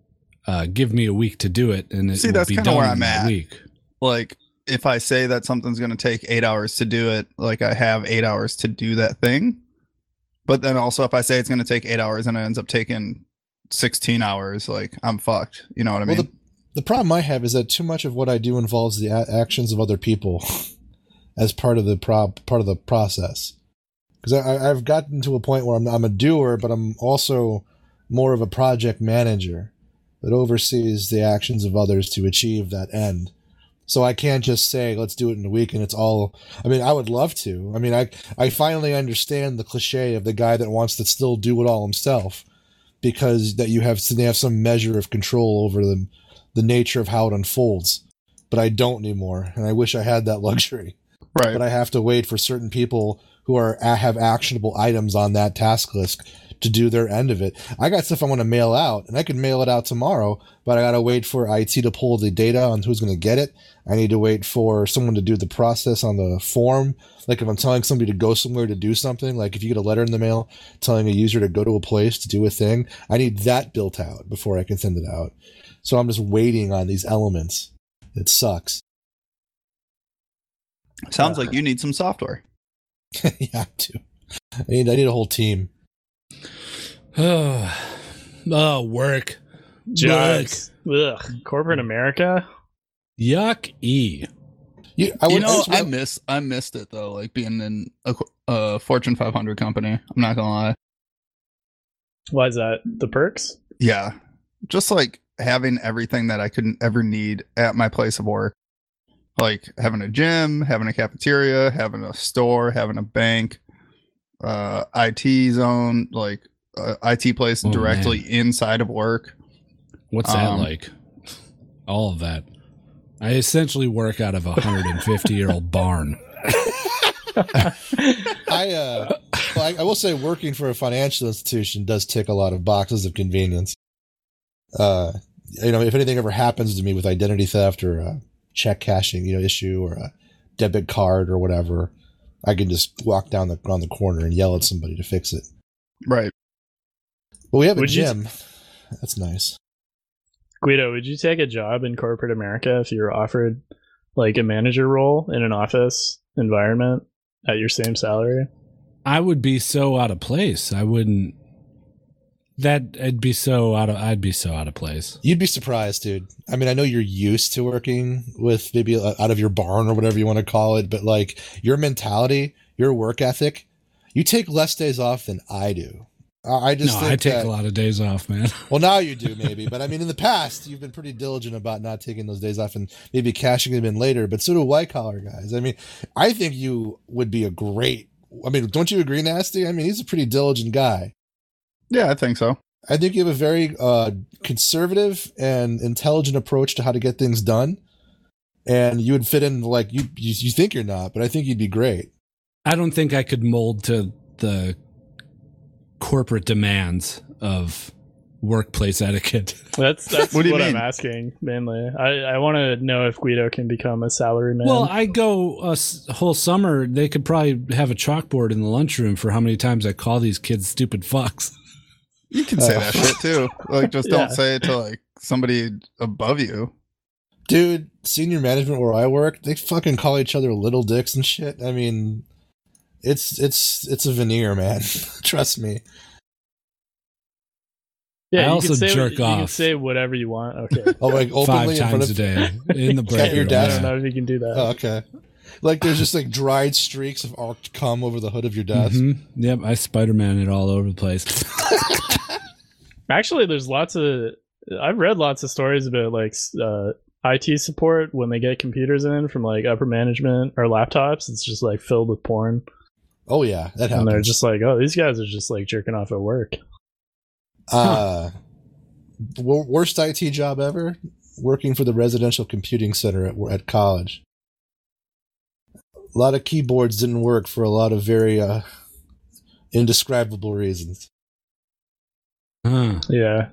Speaker 1: uh, give me a week to do it, and it
Speaker 3: See,
Speaker 1: will
Speaker 3: that's
Speaker 1: be
Speaker 3: kinda
Speaker 1: done
Speaker 3: where
Speaker 1: in
Speaker 3: I'm
Speaker 1: that
Speaker 3: at.
Speaker 1: week.
Speaker 3: Like if I say that something's going to take 8 hours to do it, like I have 8 hours to do that thing. But then also if I say it's going to take 8 hours and it ends up taking 16 hours, like I'm fucked. You know what I mean?
Speaker 4: the, the problem I have is that too much of what I do involves the a- actions of other people as part of the prob- part of the process. Because I, I- I've gotten to a point where I'm, I'm a doer, but I'm also more of a project manager that oversees the actions of others to achieve that end. So I can't just say let's do it in a week and it's all. I mean, I would love to. I mean, I I finally understand the cliche of the guy that wants to still do it all himself because that you have they have some measure of control over the the nature of how it unfolds. But I don't anymore, and I wish I had that luxury.
Speaker 3: right.
Speaker 4: But I have to wait for certain people who are have actionable items on that task list to do their end of it. I got stuff I want to mail out, and I could mail it out tomorrow, but I got to wait for IT to pull the data on who's going to get it. I need to wait for someone to do the process on the form. Like if I'm telling somebody to go somewhere to do something, like if you get a letter in the mail telling a user to go to a place to do a thing, I need that built out before I can send it out. So I'm just waiting on these elements. It sucks.
Speaker 3: Sounds like you need some software.
Speaker 4: yeah, I do. I need I need a whole team.
Speaker 1: oh, work.
Speaker 2: Jokes. Ugh. Corporate America.
Speaker 1: Yuck e.
Speaker 4: You, I
Speaker 3: you
Speaker 4: would
Speaker 3: know,
Speaker 4: that's
Speaker 3: I
Speaker 4: what-
Speaker 3: miss I missed it though, like being in a co- a Fortune 500 company. I'm not gonna lie.
Speaker 2: Why is that? The perks?
Speaker 3: Yeah, just like having everything that I couldn't ever need at my place of work, like having a gym, having a cafeteria, having a store, having a bank, uh, IT zone, like uh, IT place
Speaker 1: Oh,
Speaker 3: directly inside of work.
Speaker 1: What's that
Speaker 3: Um,
Speaker 1: like? All of that. I essentially work out of a 150 year old barn.
Speaker 4: I uh, well, I, I will say working for a financial institution does tick a lot of boxes of convenience. Uh, you know, if anything ever happens to me with identity theft or a check cashing, you know, issue or a debit card or whatever, I can just walk down the on the corner and yell at somebody to fix it.
Speaker 3: Right.
Speaker 4: But we have a
Speaker 2: Would you-
Speaker 4: gym. That's nice.
Speaker 2: Guido, would you take a job in corporate America if you were offered like a manager role in an office environment at your same salary?
Speaker 1: I would be so out of place. I wouldn't. That I'd be so out of. I'd be so out of place.
Speaker 4: You'd be surprised, dude. I mean, I know you're used to working with maybe uh, out of your barn or whatever you want to call it, but like your mentality, your work ethic, you take less days off than I do. I I just
Speaker 1: No,
Speaker 4: think
Speaker 1: I take
Speaker 4: that-
Speaker 1: a lot of days off, man.
Speaker 4: Well, now you do maybe, but I mean, in the past, you've been pretty diligent about not taking those days off and maybe cashing them in later. But so do white collar guys. I mean, I think you would be a great. I mean, don't you agree, Nasty? I mean, he's a pretty diligent guy.
Speaker 3: Yeah, I think so.
Speaker 4: I think you have a very uh, conservative and intelligent approach to how to get things done, and you would fit in like you, you you think you're not, but I think you'd be great.
Speaker 1: I don't think I could mold to the corporate demands of workplace etiquette.
Speaker 2: That's that's
Speaker 3: What
Speaker 2: what,
Speaker 3: do you
Speaker 2: I'm
Speaker 3: mean?
Speaker 2: asking mainly. I, I want to know if Guido can become a salary man.
Speaker 1: Well, I go a s- whole summer. They could probably have a chalkboard in the lunchroom for how many times I call these kids stupid fucks.
Speaker 3: You can say
Speaker 4: Uh.
Speaker 3: that shit too. Like, just
Speaker 2: Yeah.
Speaker 3: don't say it to like somebody above you.
Speaker 4: Dude, senior management where I work, they fucking call each other little dicks and shit. I mean, it's it's it's a veneer, man. Trust me.
Speaker 2: yeah,
Speaker 1: I
Speaker 2: you
Speaker 1: also
Speaker 2: can say,
Speaker 1: jerk
Speaker 2: you can
Speaker 1: off.
Speaker 2: say whatever you want. Okay.
Speaker 4: Oh, like openly
Speaker 1: Five
Speaker 4: in front
Speaker 1: times a
Speaker 4: of
Speaker 1: day in the break
Speaker 4: At your
Speaker 1: room.
Speaker 2: I
Speaker 4: desk?
Speaker 1: Yeah.
Speaker 2: don't know if you can do that.
Speaker 4: Oh, okay. Like there's just like dried streaks of arced cum over the hood of your desk.
Speaker 1: Mhm. Yep, I Spider Man it all over the place.
Speaker 2: Actually, there's lots of I've read lots of stories about like s- uh, IT support when they get computers in from like upper management or laptops. It's just like filled with porn,
Speaker 4: Oh yeah, that
Speaker 2: and they're
Speaker 4: happens.
Speaker 2: just like, "Oh, these guys are just like jerking off at work."
Speaker 4: Uh, wor- worst IT job ever? Working for the residential computing center at, at college. A lot of keyboards didn't work for a lot of very uh, indescribable reasons.
Speaker 1: Huh.
Speaker 2: Yeah,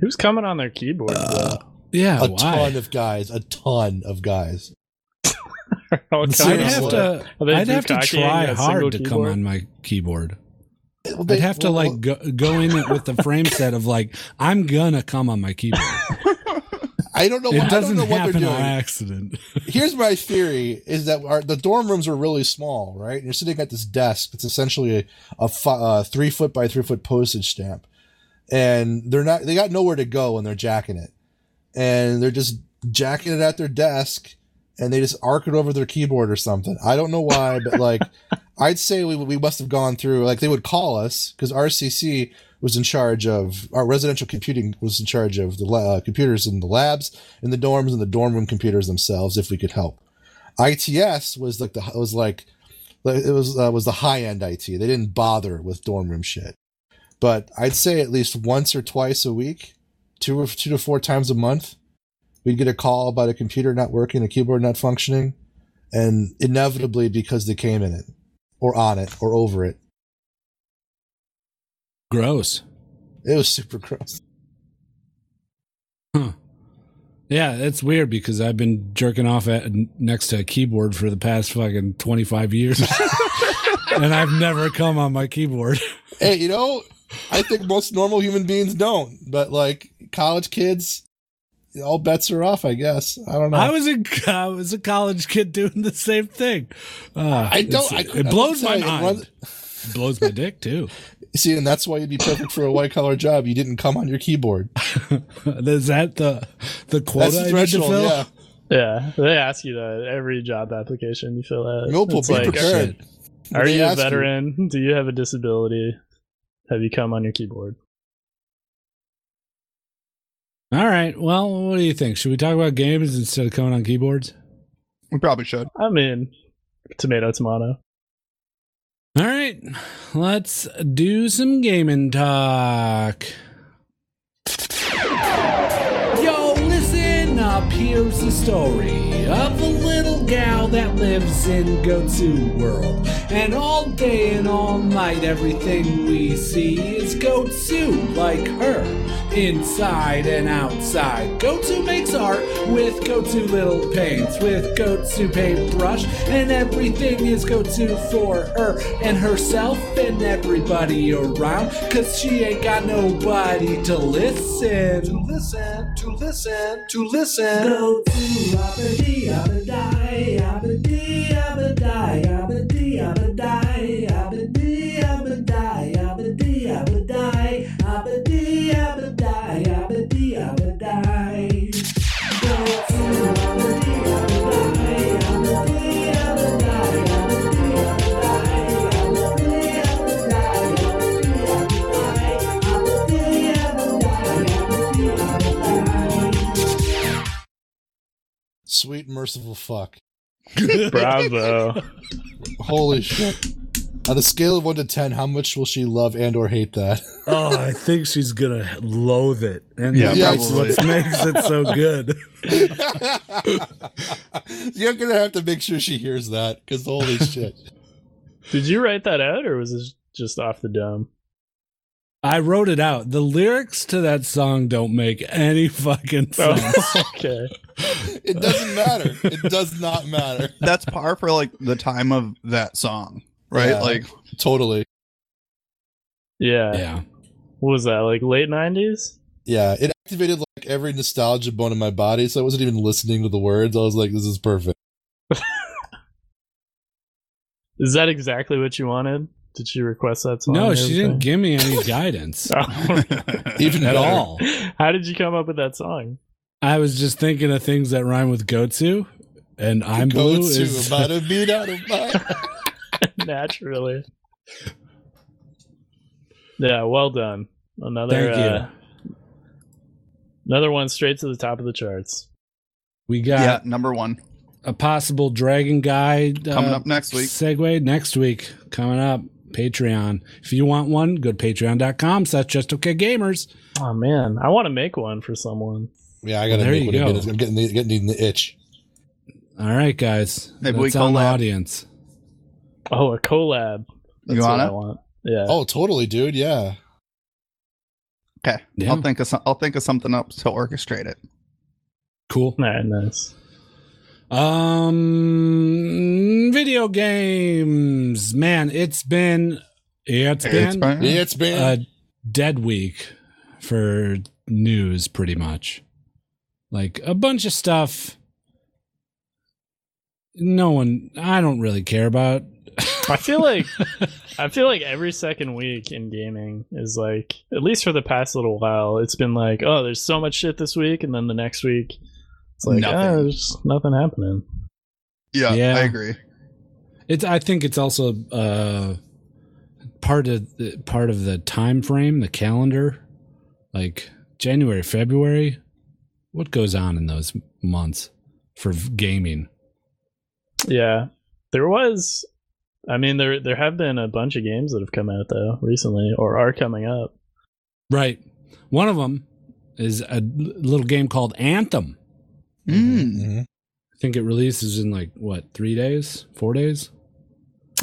Speaker 2: who's coming on their keyboard?
Speaker 1: Uh, Yeah,
Speaker 4: a
Speaker 1: Oh, why?
Speaker 4: ton of guys, a ton of guys.
Speaker 1: I'd
Speaker 4: Seriously.
Speaker 1: have to. I'd have to try hard to come on my keyboard. I'd have to like go, go in it with the frame set of like I'm gonna come on my keyboard.
Speaker 4: I don't know.
Speaker 1: It
Speaker 4: What, I don't
Speaker 1: doesn't
Speaker 4: know what they're
Speaker 1: happen by
Speaker 4: doing.
Speaker 1: accident.
Speaker 4: Here's my theory: is that our, the dorm rooms are really small, right? And you're sitting at this desk. It's essentially a, a fi- uh, three foot by three foot postage stamp, and they're not. They got nowhere to go when they're jacking it, and they're just jacking it at their desk, and they just arc it over their keyboard or something. I don't know why, but like, I'd say we we must have gone through. Like they would call us because RCC was in charge of our residential computing was in charge of the la- uh, computers in the labs in the dorms and the dorm room computers themselves if we could help. ITS was like the was like like, it was uh, was the high end IT. They didn't bother with dorm room shit. But I'd say at least once or twice a week, two or two to four times a month, we'd get a call about a computer not working, a keyboard not functioning, and inevitably because they came in it or on it or over it,
Speaker 1: Gross.
Speaker 4: it was super gross.
Speaker 1: Huh. Yeah, it's weird because I've been jerking off at next to a keyboard for the past fucking 25 years. and I've never come on my keyboard.
Speaker 4: Hey, you know, I think most normal human beings don't, but like college kids, all bets are off. I guess I don't know.
Speaker 1: I was a I was a college kid doing the same thing. Uh,
Speaker 4: I don't-
Speaker 1: it's-
Speaker 4: I
Speaker 1: it
Speaker 4: couldn't-
Speaker 1: blows my
Speaker 4: I'm telling
Speaker 1: mind.
Speaker 4: you, it
Speaker 1: It blows my dick too.
Speaker 4: See, and that's why you'd be perfect for a white collar job. You didn't come on your keyboard.
Speaker 1: Is that the the quota
Speaker 4: That's the
Speaker 1: I need to
Speaker 4: threshold.
Speaker 1: fill?
Speaker 4: Yeah,
Speaker 2: Yeah, they ask you that at every job application you fill out.
Speaker 4: Millpool,
Speaker 2: It's
Speaker 4: be
Speaker 2: like,
Speaker 4: prepared.
Speaker 2: are
Speaker 4: They
Speaker 2: you a
Speaker 4: ask
Speaker 2: veteran? Do you have a disability? Have you come on your keyboard?
Speaker 1: All right. Well, what do you think? Should we talk about games instead of coming on keyboards?
Speaker 3: We probably should.
Speaker 2: I mean, tomato, tomato.
Speaker 1: All right. Let's do some gaming talk. Yo, listen up. Here's the story of a little gal that lives in Goatsu World. And all day and all night, everything we see is Goatsu, like her, inside and outside. Goatsu makes art with Goatsu little paints, with Goatsu paintbrush, and everything is Goatsu for her and herself and everybody around, cause she ain't got nobody to listen. To listen, to listen, to listen. Goatsu, abadi, abadai, abadi, abadai, abadi, abadai, abadi, abadai, abadi, abadai, abadi, abadai, abadi, abadai.
Speaker 4: Sweet merciful fuck.
Speaker 2: Bravo.
Speaker 4: Holy shit. On a scale of one to ten, how much will she love and or hate that?
Speaker 1: Oh, I think she's gonna loathe it, and
Speaker 3: Yeah,
Speaker 1: that's
Speaker 3: probably.
Speaker 1: what makes it so good.
Speaker 4: You're gonna have to make sure she hears that, because holy shit.
Speaker 2: Did you write that out, or was this just off the dome?
Speaker 1: I wrote it out. The lyrics to that song don't make any fucking sense.
Speaker 2: Oh, okay.
Speaker 4: It doesn't matter. It does not matter.
Speaker 3: That's par for like the time of that song, right?
Speaker 4: Yeah.
Speaker 3: Like
Speaker 4: Totally.
Speaker 2: Yeah.
Speaker 1: yeah,
Speaker 2: What was that? Like late nineties?
Speaker 4: Yeah, it activated like every nostalgia bone in my body, so I wasn't even listening to the words. I was like, this is perfect.
Speaker 2: Is that exactly what you wanted? Did she request that song?
Speaker 1: no,
Speaker 2: and
Speaker 1: she didn't
Speaker 2: everything?
Speaker 1: give me any guidance
Speaker 2: Oh.
Speaker 4: Even
Speaker 1: at
Speaker 4: better.
Speaker 1: all.
Speaker 2: How did you come up with that song?
Speaker 1: I was just thinking of things that rhyme with Gotsu, and I'm
Speaker 4: Go
Speaker 1: blue
Speaker 4: to
Speaker 1: is
Speaker 4: about a beat out of my
Speaker 2: Naturally. Yeah, well done. Another
Speaker 1: Thank you.
Speaker 2: uh, another one straight to the top of the charts.
Speaker 1: we got
Speaker 3: yeah, number one
Speaker 1: a possible Dragon Guy uh,
Speaker 3: coming up next week.
Speaker 1: Segue next week coming up. Patreon. If you want one, go to patreon.com slash just okay gamers.
Speaker 2: Oh man, I want to make one for someone.
Speaker 4: Yeah, I gotta
Speaker 1: There
Speaker 4: make
Speaker 1: you
Speaker 4: one again.
Speaker 1: go.
Speaker 4: It's- I'm getting the, getting the itch.
Speaker 1: All right, guys.
Speaker 3: Maybe
Speaker 1: That's
Speaker 3: we
Speaker 1: on the
Speaker 3: collab.
Speaker 1: audience.
Speaker 2: Oh, a collab. That's
Speaker 3: you
Speaker 2: what I
Speaker 3: on
Speaker 2: want. Yeah.
Speaker 4: Oh, totally, dude. Yeah.
Speaker 3: it? Okay,
Speaker 1: Yeah.
Speaker 3: I'll think of some, I'll think of something up to orchestrate it.
Speaker 1: Cool.
Speaker 2: All right, nice.
Speaker 1: Um, video games, man. It's been it's
Speaker 3: It's
Speaker 1: been
Speaker 3: fine.
Speaker 4: Yeah, it's been.
Speaker 1: a dead week for news, pretty much. Like a bunch of stuff. No one, I don't really care about.
Speaker 2: I feel like I feel like every second week in gaming is like at least for the past little while, it's been like, oh, there's so much shit this week, and then the next week it's like
Speaker 3: Nothing.
Speaker 2: "Ah, there's nothing happening.
Speaker 3: Yeah,
Speaker 1: Yeah.
Speaker 3: I agree.
Speaker 1: It's. I think it's also uh part of the, part of the time frame, the calendar, like January, February. What goes on in those months for v- gaming?
Speaker 2: Yeah. There was I mean there there have been a bunch of games that have come out though recently or are coming up.
Speaker 1: Right. One of them is a l- little game called Anthem.
Speaker 3: Mm.
Speaker 4: Mhm.
Speaker 1: I think it releases in like what three days, four days.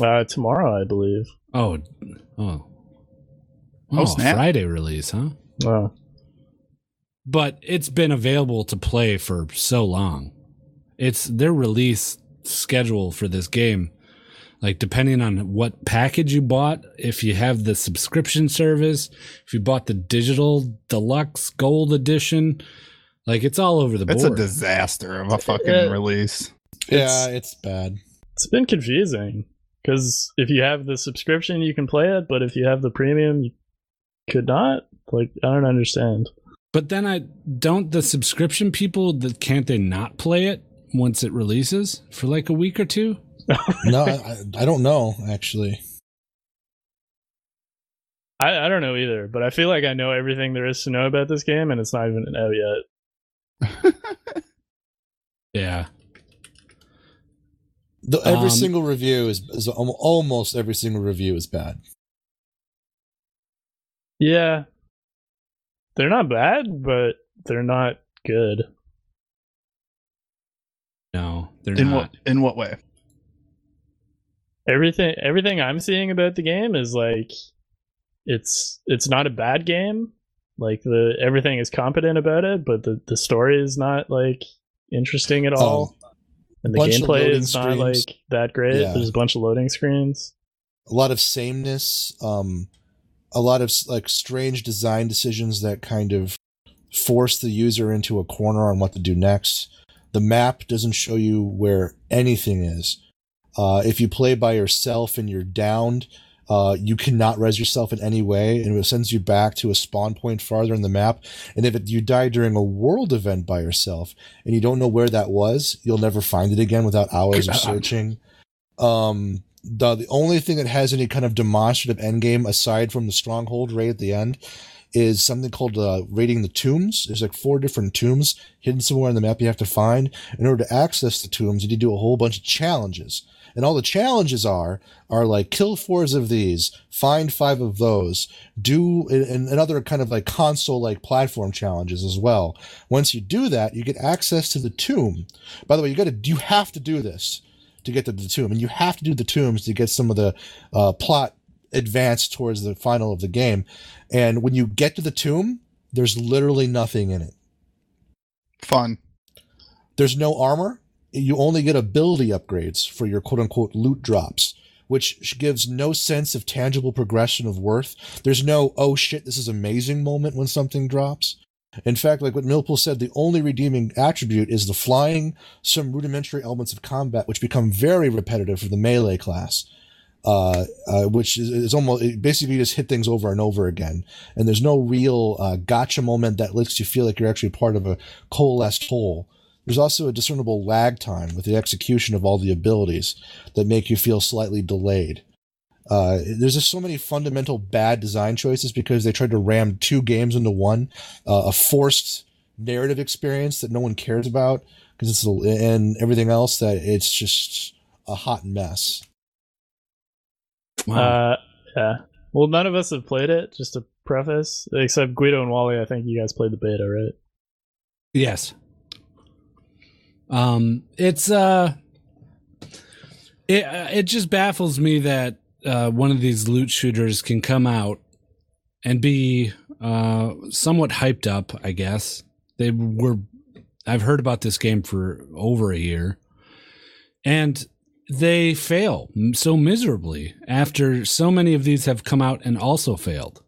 Speaker 2: Uh tomorrow, I believe.
Speaker 1: Oh, oh,
Speaker 3: Oh, snap.
Speaker 1: Friday release, huh?
Speaker 2: Wow.
Speaker 1: But it's been available to play for so long. It's their release schedule for this game. Like depending on what package you bought, if you have the subscription service, if you bought the digital deluxe gold edition, Like it's all over the
Speaker 3: It's a
Speaker 1: board.
Speaker 3: disaster of a fucking
Speaker 2: Yeah.
Speaker 3: release.
Speaker 4: yeah, it's bad.
Speaker 2: It's been confusing because if you have the subscription, you can play it, but if you have the premium, you could not. Like, I don't understand.
Speaker 1: but then I don't the subscription people that can't they not play it once it releases for like a week or two?
Speaker 4: No, I, I- I don't know actually.
Speaker 2: I, I don't know either, but I feel like I know everything there is to know about this game, and it's not even out yet.
Speaker 1: Yeah.
Speaker 4: The,
Speaker 1: Um,
Speaker 4: every single review is, is al- almost every single review is bad.
Speaker 2: Yeah. They're not bad, but they're not good.
Speaker 1: No, they're
Speaker 3: In
Speaker 1: not.
Speaker 3: what in what way?
Speaker 2: Everything everything I'm seeing about the game is like it's it's not a bad game. Like the everything is competent about it, but the, the story is not like interesting at all.
Speaker 4: Um,
Speaker 2: and the
Speaker 4: bunch of
Speaker 2: gameplay
Speaker 4: loading
Speaker 2: is not
Speaker 4: screens.
Speaker 2: like that great.
Speaker 4: Yeah.
Speaker 2: There's a bunch of loading screens.
Speaker 4: a lot of sameness, um, a lot of like strange design decisions that kind of force the user into a corner on what to do next. The map doesn't show you where anything is. Uh, if you play by yourself and you're downed, uh, you cannot res yourself in any way, and it sends you back to a spawn point farther in the map. And if it, you die during a world event by yourself and you don't know where that was, you'll never find it again without hours of
Speaker 1: God.
Speaker 4: searching. Um, the the only thing that has any kind of demonstrative end game aside from the stronghold raid at the end is something called uh, raiding the tombs. There's like four different tombs hidden somewhere on the map you have to find. In order to access the tombs, you need to do a whole bunch of challenges. And all the challenges are are like kill fours of these, find five of those, do and- and, and other kind of like console like platform challenges as well. Once you do that, you get access to the tomb. By the way, you got to you have to do this to get to the tomb, and you have to do the tombs to get some of the uh, plot advance towards the final of the game. And when you get to the tomb, there's literally nothing in it.
Speaker 3: Fun.
Speaker 4: There's no armor. You only get ability upgrades for your quote unquote loot drops, which gives no sense of tangible progression of worth. There's no, oh shit, this is amazing moment when something drops. In fact, like what Millpool said, the only redeeming attribute is the flying, some rudimentary elements of combat, which become very repetitive for the melee class, uh, uh, which is, is almost it basically you just hit things over and over again. And there's no real uh, gotcha moment that lets you feel like you're actually part of a coalesced whole. There's also a discernible lag time with the execution of all the abilities that make you feel slightly delayed. Uh, there's just so many fundamental bad design choices because they tried to ram two games into one, uh, a forced narrative experience that no one cares about because it's a, and everything else that it's just a hot mess.
Speaker 1: Wow.
Speaker 2: Uh, yeah. Well, none of us have played it. Just to preface, except Guido and Wally. I think you guys played the beta, right?
Speaker 1: Yes. Um, it's uh, it uh, it just baffles me that uh, one of these loot shooters can come out and be uh somewhat hyped up. I guess they were. I've heard about this game for over a year, and they fail m- so miserably after so many of these have come out and also failed.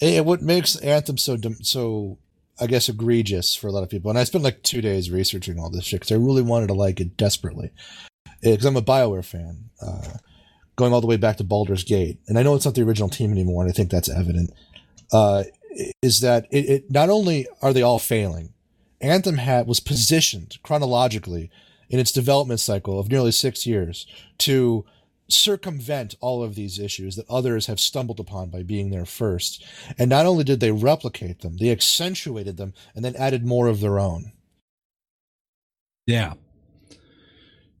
Speaker 4: And and what makes Anthem so dem- so I guess egregious for a lot of people, and I spent like two days researching all this shit because I really wanted to like it desperately, because I'm a Bioware fan, uh, going all the way back to Baldur's Gate, and I know it's not the original team anymore, and I think that's evident. Uh, i- is that it, it? Not only are they all failing, Anthem had was positioned chronologically in its development cycle of nearly six years to circumvent all of these issues that others have stumbled upon by being there first. And not only did they replicate them, they accentuated them and then added more of their own.
Speaker 1: Yeah.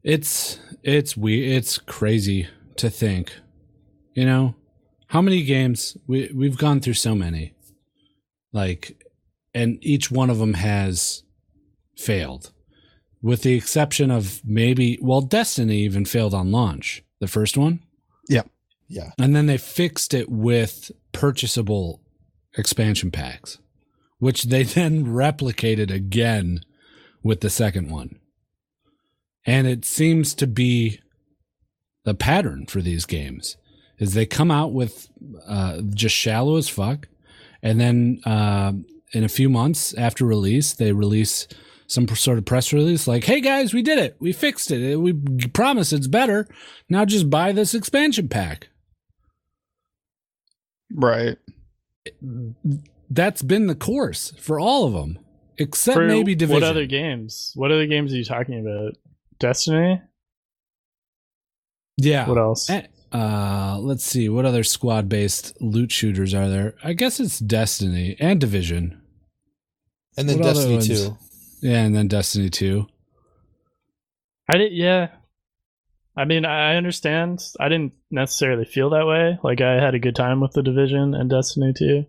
Speaker 1: It's it's we it's crazy to think. You know, how many games we we've gone through so many. Like and each one of them has failed. With the exception of maybe well Destiny even failed on launch, the first one.
Speaker 4: Yeah.
Speaker 1: And then they fixed it with purchasable expansion packs, which they then replicated again with the second one. And it seems to be the pattern for these games is they come out with uh, just shallow as fuck and then uh, in a few months after release, they release some sort of press release like, "Hey guys, we did it. We fixed it. We promise it's better. Now just buy this expansion pack."
Speaker 3: Right.
Speaker 1: That's been the course for all of them, except
Speaker 2: For
Speaker 1: maybe Division.
Speaker 2: What other games? What other games are you talking about? Destiny?
Speaker 1: yeah.
Speaker 2: What else?
Speaker 1: Eh, Uh, let's see what other squad-based loot shooters are there. I guess it's Destiny and Division.
Speaker 4: And then
Speaker 1: What other
Speaker 4: Destiny
Speaker 1: ones?
Speaker 4: Two.
Speaker 1: Yeah, and then Destiny 2.
Speaker 2: I did. Yeah. I mean, I I understand. I didn't necessarily feel that way. Like I had a good time with the Division and Destiny too.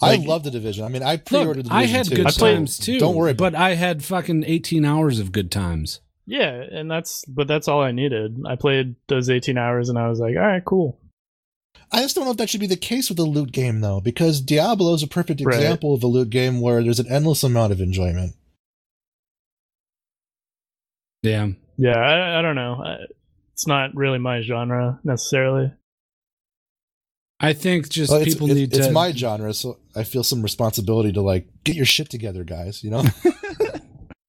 Speaker 4: I
Speaker 2: Like-
Speaker 4: love the division. I mean, I
Speaker 1: Look,
Speaker 4: pre-ordered the division.
Speaker 1: I had
Speaker 4: too,
Speaker 1: good
Speaker 2: I played-
Speaker 1: times too.
Speaker 4: Don't worry, about
Speaker 1: but I had fucking 18 hours of good times.
Speaker 2: Yeah, and that's but that's all I needed. I played those 18 hours and I was like, all right, cool.
Speaker 4: I just don't know if that should be the case with a loot game though, because Diablo is a perfect
Speaker 2: Right.
Speaker 4: example of a loot game where there's an endless amount of enjoyment.
Speaker 1: Yeah.
Speaker 2: Yeah, I, I don't know. I, it's not really my genre necessarily.
Speaker 1: I think just
Speaker 4: Well, it's,
Speaker 1: people
Speaker 4: it's-
Speaker 1: need
Speaker 4: it's
Speaker 1: to
Speaker 4: my genre, so I feel some responsibility to like get your shit together, guys. You know,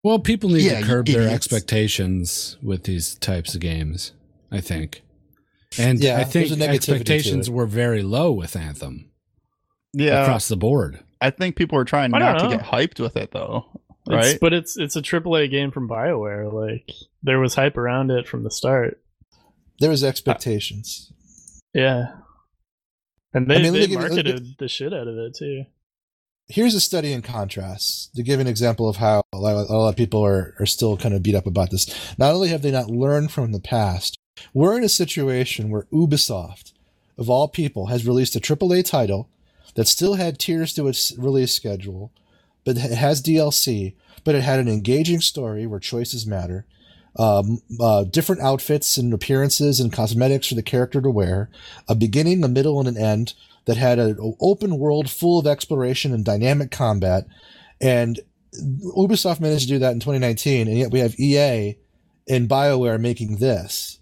Speaker 1: Well, people need
Speaker 3: Yeah,
Speaker 1: to
Speaker 3: you
Speaker 1: curb their
Speaker 3: idiots.
Speaker 1: expectations with these types of games, I think. And
Speaker 4: Yeah,
Speaker 1: I think
Speaker 4: there's a negativity to
Speaker 1: expectations
Speaker 4: it.
Speaker 1: were very low with Anthem
Speaker 3: Yeah.
Speaker 1: across the board.
Speaker 3: I think people are trying
Speaker 2: I don't
Speaker 3: not to
Speaker 2: know.
Speaker 3: get hyped with it though.
Speaker 2: It's,
Speaker 3: Right?
Speaker 2: But it's it's a AAA game from BioWare. Like there was hype around it from the start.
Speaker 4: there was expectations.
Speaker 2: Yeah. And they,
Speaker 4: I mean, let me
Speaker 2: they
Speaker 4: give you- let me-
Speaker 2: marketed the shit out of it too.
Speaker 4: Here's a study in contrast to give an example of how a lot, a lot of people are, are still kind of beat up about this. Not only have they not learned from the past, we're in a situation where Ubisoft, of all people, has released a AAA title that still had tiers to its release schedule, but it has DLC, but it had an engaging story where choices matter, um, uh, different outfits and appearances and cosmetics for the character to wear, a beginning, a middle, and an end that had an open world full of exploration and dynamic combat. And Ubisoft managed to do that in 2019, and yet we have EA and BioWare making this.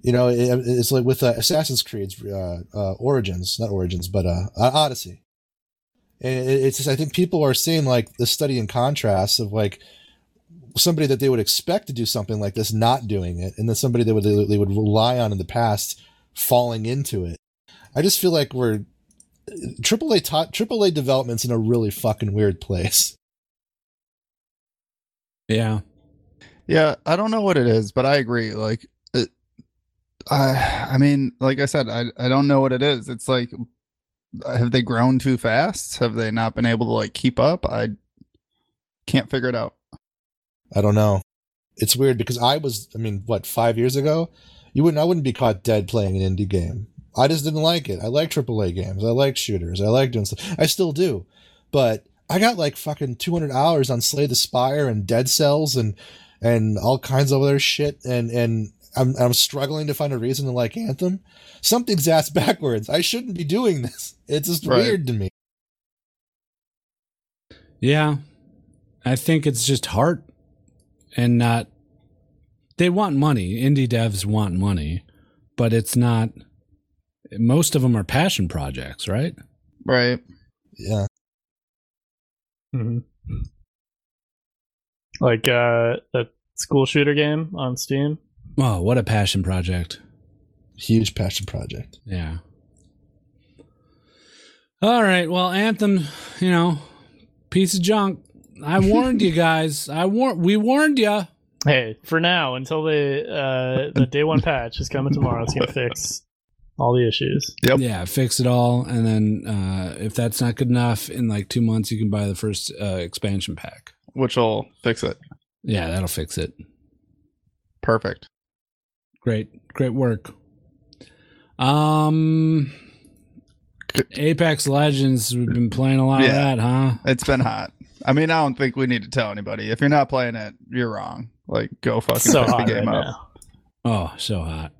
Speaker 4: You know, it, it's like with uh, Assassin's Creed's uh, uh, Origins, not Origins, but uh, O- Odyssey. And it- it's just, I think people are seeing like the study in contrast of like somebody that they would expect to do something like this not doing it, and then somebody that would they would rely on in the past falling into it. I just feel like we're AAA ta- AAA developments in a really fucking weird place.
Speaker 1: Yeah.
Speaker 3: Yeah, I don't know what it is, but I agree. Like, it, I, I mean, like I said, I, I don't know what it is. It's like, have they grown too fast? Have they not been able to like keep up? I can't figure it out.
Speaker 4: I don't know. It's weird because I was, I mean, what five years ago, you wouldn't, I wouldn't be caught dead playing an indie game. I just didn't like it. I like AAA games. I like shooters. I like doing stuff. I still do, but I got like fucking 200 hours on Slay the Spire and Dead Cells and and all kinds of other shit. And and I'm I'm struggling to find a reason to like Anthem. Something's ass backwards. I shouldn't be doing this. It's just
Speaker 3: Right.
Speaker 4: weird to me.
Speaker 1: Yeah. I think it's just heart and not they want money. Indie devs want money, but it's not most of them are passion projects, right?
Speaker 3: Right.
Speaker 4: Yeah.
Speaker 3: Mm-hmm.
Speaker 2: Like uh, that school shooter game on Steam.
Speaker 1: Oh, what a passion project.
Speaker 4: Huge passion project.
Speaker 1: Yeah. All right. Well, Anthem, you know, piece of junk. I warned you guys. I war- we warned you.
Speaker 2: Hey, for now, until they uh, the day one patch is coming tomorrow, it's gonna fix all the issues.
Speaker 3: Yep.
Speaker 1: Yeah, fix it all and then uh if that's not good enough in like 2 months you can buy the first uh, expansion pack.
Speaker 3: Which will fix it.
Speaker 1: Yeah, that'll fix it.
Speaker 3: Perfect.
Speaker 1: Great, great work. Um, Apex Legends, we've been playing a lot
Speaker 3: Yeah.
Speaker 1: of that, huh?
Speaker 3: It's been hot. I mean, I don't think we need to tell anybody. If you're not playing it, you're wrong. Like, go fucking
Speaker 2: It's so
Speaker 3: pick the
Speaker 2: hot right
Speaker 3: game up.
Speaker 2: now.
Speaker 1: Oh, so hot.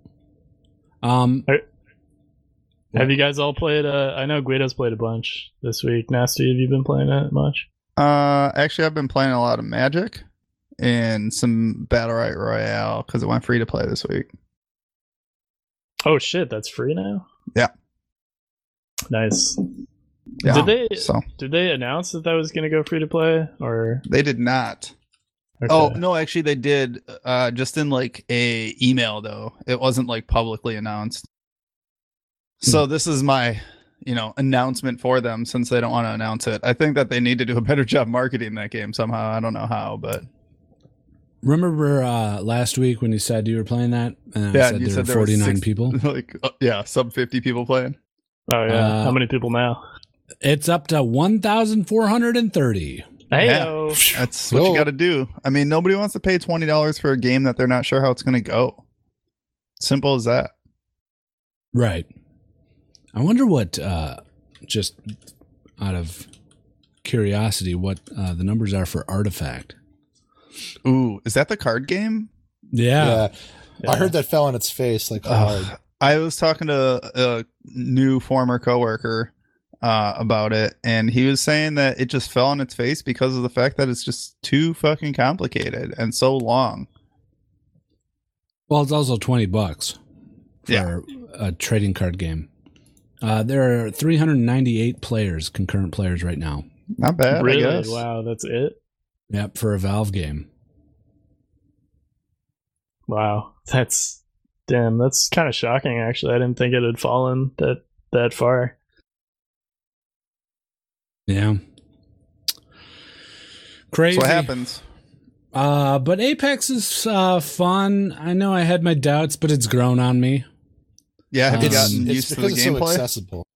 Speaker 1: Um,
Speaker 2: Have you guys all played? Uh, I know Guido's played a bunch this week. Nasty, have you been playing it much?
Speaker 3: Uh, actually, I've been playing a lot of Magic and some Battle Right Royale because it went free to play this week.
Speaker 2: Oh shit, that's free now.
Speaker 3: Yeah.
Speaker 2: Nice.
Speaker 3: Yeah.
Speaker 2: Did they-
Speaker 3: So
Speaker 2: Did they announce that that was going to go free to play or?
Speaker 3: they did not.
Speaker 2: okay.
Speaker 3: Oh no, actually they did. Uh, just in like a email though. It wasn't like publicly announced. So
Speaker 1: Hmm.
Speaker 3: this is my, you know, announcement for them since they don't want to announce it. I think that they need to do a better job marketing that game somehow. I don't know how, but
Speaker 1: Remember uh, last week when you said you were playing that? And
Speaker 3: Yeah,
Speaker 1: I said
Speaker 3: you
Speaker 1: there were
Speaker 3: said there were
Speaker 1: 49
Speaker 3: six-
Speaker 1: people.
Speaker 3: like uh, yeah, sub fifty people playing.
Speaker 2: Oh yeah.
Speaker 1: Uh,
Speaker 2: How many people now?
Speaker 1: It's up to 1,430.
Speaker 2: Hey,
Speaker 3: That's what you
Speaker 4: Cool.
Speaker 3: got to do. I mean, nobody wants to pay twenty dollars for a game that they're not sure how it's going to go. Simple as that.
Speaker 1: Right. I wonder what, uh, just out of curiosity, what uh, the numbers are for Artifact.
Speaker 3: Ooh, is that the card game?
Speaker 1: Yeah.
Speaker 4: I heard that fell on its face like hard.
Speaker 3: Ugh. I was talking to a new former coworker uh, about it, and he was saying that it just fell on its face because of the fact that it's just too fucking complicated and so long.
Speaker 1: Well, it's also 20 bucks for
Speaker 3: Yeah.
Speaker 1: a trading card game. Uh, there are 398 players, concurrent players right now.
Speaker 3: Not bad, I guess.
Speaker 2: really? Wow, that's it.
Speaker 1: Yep, for a Valve game.
Speaker 2: Wow, that's damn. That's kind of shocking. Actually, I didn't think it had fallen that that far.
Speaker 1: Yeah. Crazy.
Speaker 3: That's what happens.
Speaker 1: Uh, but Apex is uh, fun. I know I had my doubts, but it's grown on me.
Speaker 3: Yeah, have you
Speaker 1: Um,
Speaker 3: gotten
Speaker 4: it's
Speaker 3: used to the
Speaker 4: because it's so
Speaker 3: gameplay?
Speaker 4: accessible.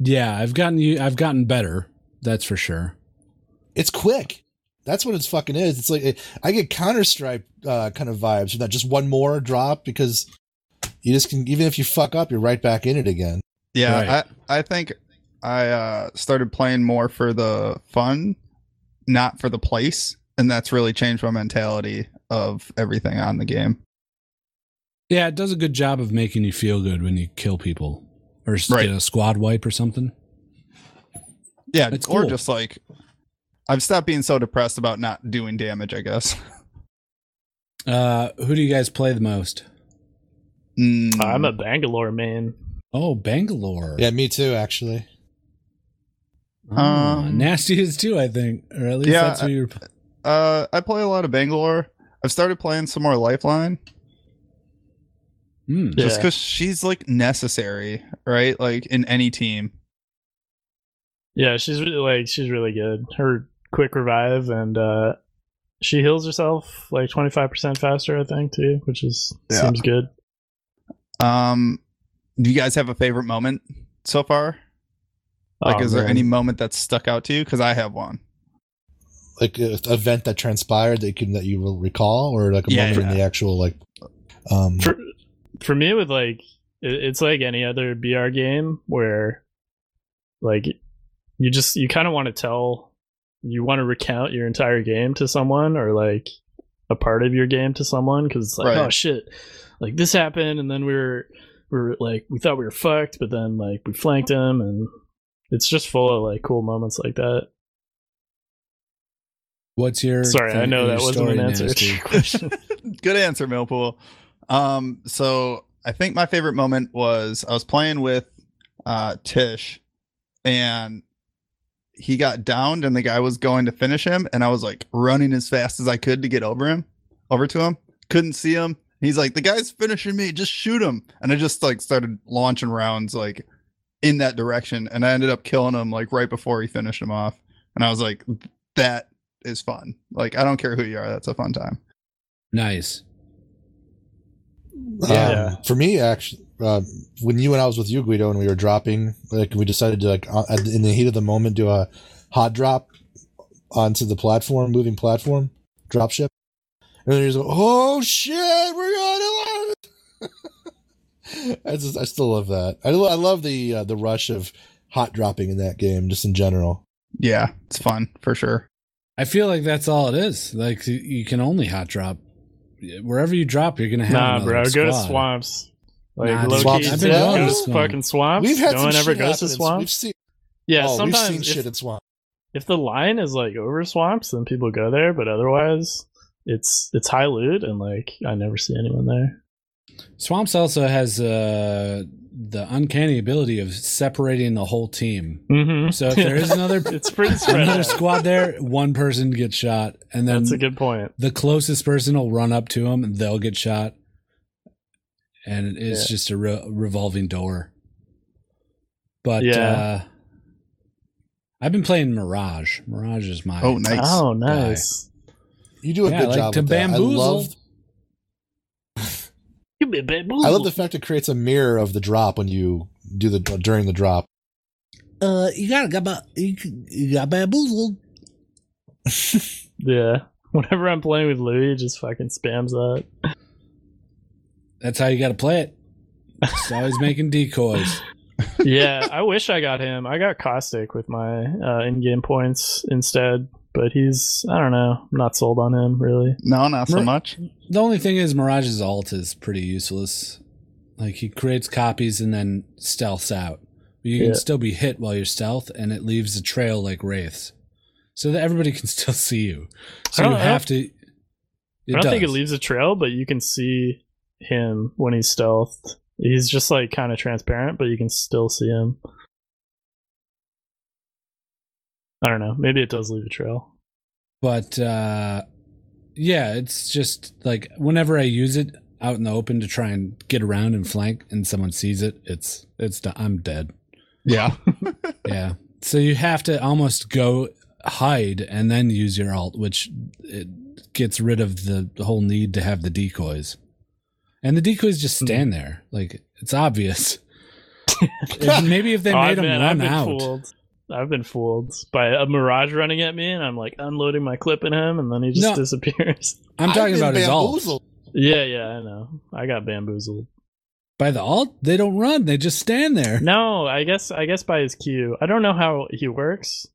Speaker 1: Yeah, I've gotten you. I've gotten better. That's for sure.
Speaker 4: It's quick. That's what it's fucking is. It's like I get Counter Strike uh, kind of vibes from that. Just one more drop because you just can. Even if you fuck up, you're right back in it again.
Speaker 3: Yeah,
Speaker 1: Right.
Speaker 3: I, I think I uh, started playing more for the fun, not for the place, and that's really changed my mentality of everything on the game.
Speaker 1: Yeah, it does a good job of making you feel good when you kill people or s-
Speaker 3: Right.
Speaker 1: get a squad wipe or something.
Speaker 3: Yeah,
Speaker 1: That's
Speaker 3: or
Speaker 1: cool.
Speaker 3: just like I've stopped being so depressed about not doing damage. I guess.
Speaker 1: Uh, who do you guys play the most?
Speaker 3: Mm,
Speaker 2: I'm a Bangalore man.
Speaker 1: Oh, Bangalore.
Speaker 4: Yeah, me too. Actually,
Speaker 1: Oh,
Speaker 3: Um,
Speaker 1: nasty is too. I think, or at least
Speaker 3: Yeah,
Speaker 1: that's who you're.
Speaker 3: Uh, I play a lot of Bangalore. I've started playing some more Lifeline
Speaker 1: Hmm.
Speaker 2: Yeah.
Speaker 3: just because she's like necessary, right? Like in any team.
Speaker 2: Yeah, she's really, like she's really good. Her quick revive and uh she heals herself like 25% faster, I think, too, which is
Speaker 3: Yeah.
Speaker 2: seems good.
Speaker 3: Um, do you guys have a favorite moment so far? Like,
Speaker 2: Oh,
Speaker 3: is there
Speaker 2: man.
Speaker 3: any moment that stuck out to you? Because I have one.
Speaker 4: like an event that transpired that you can that you will recall, or like a
Speaker 3: Yeah,
Speaker 4: moment
Speaker 3: yeah.
Speaker 4: in the actual like. Um,
Speaker 2: for, for me with like it, it's like any other br game where like you just you kind of want to tell you want to recount your entire game to someone or like a part of your game to someone because it's like
Speaker 3: Right.
Speaker 2: oh shit like this happened and then we were we were like we thought we were fucked but then like we flanked him and it's just full of like cool moments like that
Speaker 1: What's your?
Speaker 2: sorry i
Speaker 1: thing-
Speaker 2: know
Speaker 1: your
Speaker 2: that wasn't
Speaker 1: story,
Speaker 2: an answer to
Speaker 1: Nasty?
Speaker 2: your question
Speaker 3: Good answer, Millpool. Um, so I think my favorite moment was I was playing with uh Tish and he got downed and the guy was going to finish him and I was like running as fast as I could to get over him, over to him. Couldn't see him. He's like, the guy's finishing me, just shoot him. And I just like started launching rounds like in that direction and I ended up killing him like right before he finished him off. And I was like, that is fun. Like I don't care who you are, that's a fun time.
Speaker 1: Nice.
Speaker 2: Yeah.
Speaker 4: Um, for me, actually, uh, when you and I was with you, Guido, and we were dropping, like we decided to like uh, at- in the heat of the moment do a hot drop onto the platform, moving platform, drop ship, and then he was like, "Oh shit, we're going to land!" I just, I still love that. I, lo- I love the uh, the rush of hot dropping in that game, just in general.
Speaker 3: Yeah, it's fun for sure.
Speaker 1: I feel like that's all it is. Like you- you can only hot drop wherever you drop, you're gonna have.
Speaker 2: Nah,
Speaker 1: another
Speaker 2: bro, go to
Speaker 1: squad.
Speaker 2: swamps. Like
Speaker 1: Nah,
Speaker 2: low
Speaker 4: swamps
Speaker 2: key,
Speaker 4: is
Speaker 2: go
Speaker 4: bad.
Speaker 2: to
Speaker 4: I've
Speaker 2: s-
Speaker 1: been
Speaker 2: fucking swamps.
Speaker 4: We've had
Speaker 2: no
Speaker 4: some
Speaker 2: one ever
Speaker 4: shit
Speaker 2: goes to
Speaker 4: happen. We've
Speaker 2: swamps.
Speaker 4: seen,
Speaker 2: Yeah,
Speaker 4: oh, we've
Speaker 2: sometimes
Speaker 4: seen
Speaker 2: if,
Speaker 4: shit at swamp.
Speaker 2: if the line is like over swamps, then people go there. But otherwise, it's it's high loot, and like I never see anyone there.
Speaker 1: Swamps also has uh the uncanny ability of separating the whole team.
Speaker 2: Mm-hmm.
Speaker 1: So if there is another
Speaker 2: it's pretty spread.
Speaker 1: another
Speaker 2: out.
Speaker 1: squad there, one person gets shot, and then
Speaker 2: That's a good point.
Speaker 1: the closest person will run up to him and they'll get shot. And it's
Speaker 2: Yeah.
Speaker 1: just a re- revolving door. But uh,
Speaker 2: Yeah.
Speaker 1: I've been playing Mirage. Mirage is my
Speaker 3: Oh, nice.
Speaker 2: Oh, nice.
Speaker 4: You do a
Speaker 1: Yeah,
Speaker 4: good
Speaker 1: like
Speaker 4: job
Speaker 1: to
Speaker 4: with that. I
Speaker 1: bamboozle.
Speaker 4: love
Speaker 2: You be bamboozled.
Speaker 4: I love the fact it creates a mirror of the drop when you do the during the drop.
Speaker 1: Uh, you gotta got ba- you, you got bamboozled.
Speaker 2: Yeah. Whenever I'm playing with Louis, he just fucking spams that.
Speaker 1: That's how you gotta play it. It's always making decoys.
Speaker 2: yeah, I wish I got him. I got Caustic with my uh, in-game points instead, but he's I don't know, I'm not sold on him really.
Speaker 3: No, not so
Speaker 1: Mer-
Speaker 3: much.
Speaker 1: The only thing is Mirage's alt is pretty useless. Like he creates copies and then stealths out. But you
Speaker 2: Yeah.
Speaker 1: can still be hit while you're stealth, and it leaves a trail like wraiths, so that everybody can still see you. So
Speaker 2: I
Speaker 1: you
Speaker 2: don't- I don't-
Speaker 1: have to. It
Speaker 2: I don't think it
Speaker 1: does.
Speaker 2: leaves a trail, but you can see him when he's stealthed. He's just like kind of transparent, but you can still see him. I don't know. Maybe it does leave a trail.
Speaker 1: but uh yeah it's just like whenever i use it out in the open to try and get around and flank and someone sees it it's it's do- i'm dead
Speaker 3: Yeah.
Speaker 1: yeah so you have to almost go hide and then use your alt which it gets rid of the whole need to have the decoys and the decoys just
Speaker 2: Hmm.
Speaker 1: stand there like it's obvious If- maybe if they
Speaker 2: Oh,
Speaker 1: made them
Speaker 2: man,
Speaker 1: run out
Speaker 2: fooled. I've been fooled by a mirage running at me, and I'm like unloading my clip at him, and then he just
Speaker 1: No.
Speaker 2: disappears.
Speaker 1: i'm talking
Speaker 4: I've been
Speaker 1: about his alt
Speaker 4: bamboozled.
Speaker 2: Yeah, yeah, I know. I got bamboozled.
Speaker 1: by the alt they don't run they just stand there
Speaker 2: No, I guess I guess by his Q. I don't know how he works.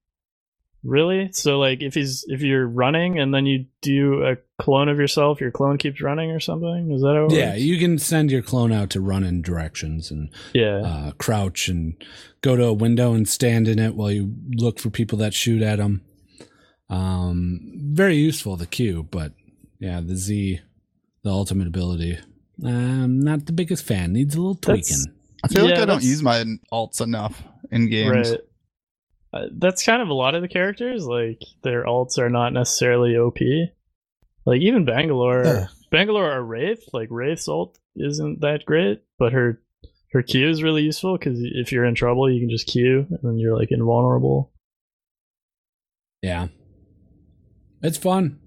Speaker 2: Really? So like if he's if you're running and then you do a clone of yourself, your clone keeps running or something? Is that how it
Speaker 1: Yeah,
Speaker 2: works?
Speaker 1: you can send your clone out to run in directions and
Speaker 2: Yeah.
Speaker 1: uh, crouch and go to a window and stand in it while you look for people that shoot at them. Um, very useful the Q, but yeah, the Z, the ultimate ability. I'm not the biggest fan. Needs a little tweaking.
Speaker 2: That's-
Speaker 3: I feel
Speaker 2: Yeah,
Speaker 3: like I don't
Speaker 2: that's-
Speaker 3: use my alts enough in games.
Speaker 2: Right. Uh, that's kind of a lot of the characters. Like their alts are not necessarily OP. Like even Bangalore,
Speaker 4: Yeah.
Speaker 2: Bangalore or Wraith. Like Wraith's ult isn't that great, but her her Q is really useful because if you're in trouble, you can just Q and then you're like invulnerable.
Speaker 1: Yeah, it's fun.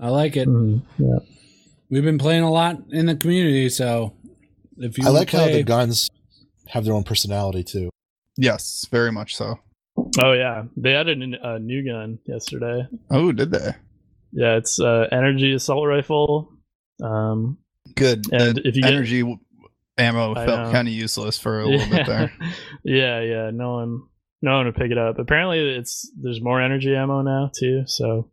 Speaker 1: I like it.
Speaker 2: Mhm. Yeah.
Speaker 1: We've been playing a lot in the community, so if you
Speaker 4: I like how
Speaker 1: play-
Speaker 4: the guns have their own personality too.
Speaker 3: Yes, very much so.
Speaker 2: Oh yeah, they added an- a new gun yesterday.
Speaker 3: Oh, did they?
Speaker 2: Yeah, it's uh, energy assault rifle. Um,
Speaker 3: Good.
Speaker 2: And
Speaker 3: The
Speaker 2: if you get-
Speaker 3: energy w- ammo
Speaker 2: I know.
Speaker 3: felt kind of useless for a little bit there.
Speaker 2: yeah, yeah. No one, no one would pick it up. Apparently, it's there's more energy ammo now too. So,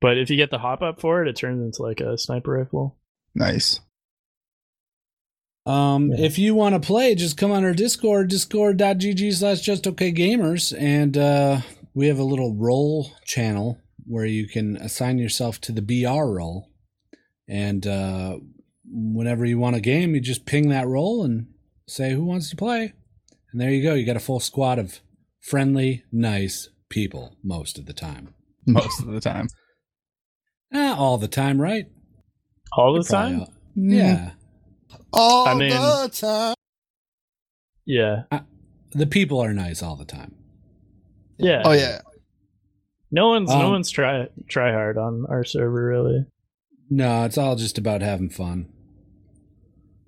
Speaker 2: but if you get the hop up for it, it turns into like a sniper rifle.
Speaker 3: Nice.
Speaker 1: Um,
Speaker 2: Yeah.
Speaker 1: If you want to play, just come on our Discord, discord.gg slash just okay gamers. And uh, we have a little role channel where you can assign yourself to the BR role. And uh, whenever you want a game, you just ping that role and say who wants to play. And there you go. You got a full squad of friendly, nice people most of the time.
Speaker 3: Most of the time.
Speaker 1: Not all the time, right?
Speaker 2: All the
Speaker 1: Probably
Speaker 2: time. Mm-hmm.
Speaker 1: all- Yeah.
Speaker 4: All
Speaker 2: I mean-
Speaker 4: the time.
Speaker 2: Yeah,
Speaker 1: The people are nice all the time.
Speaker 2: yeah.
Speaker 3: Oh yeah.
Speaker 2: No one's no
Speaker 1: Um,
Speaker 2: one's try try hard on our server really.
Speaker 1: No, it's all just about having fun.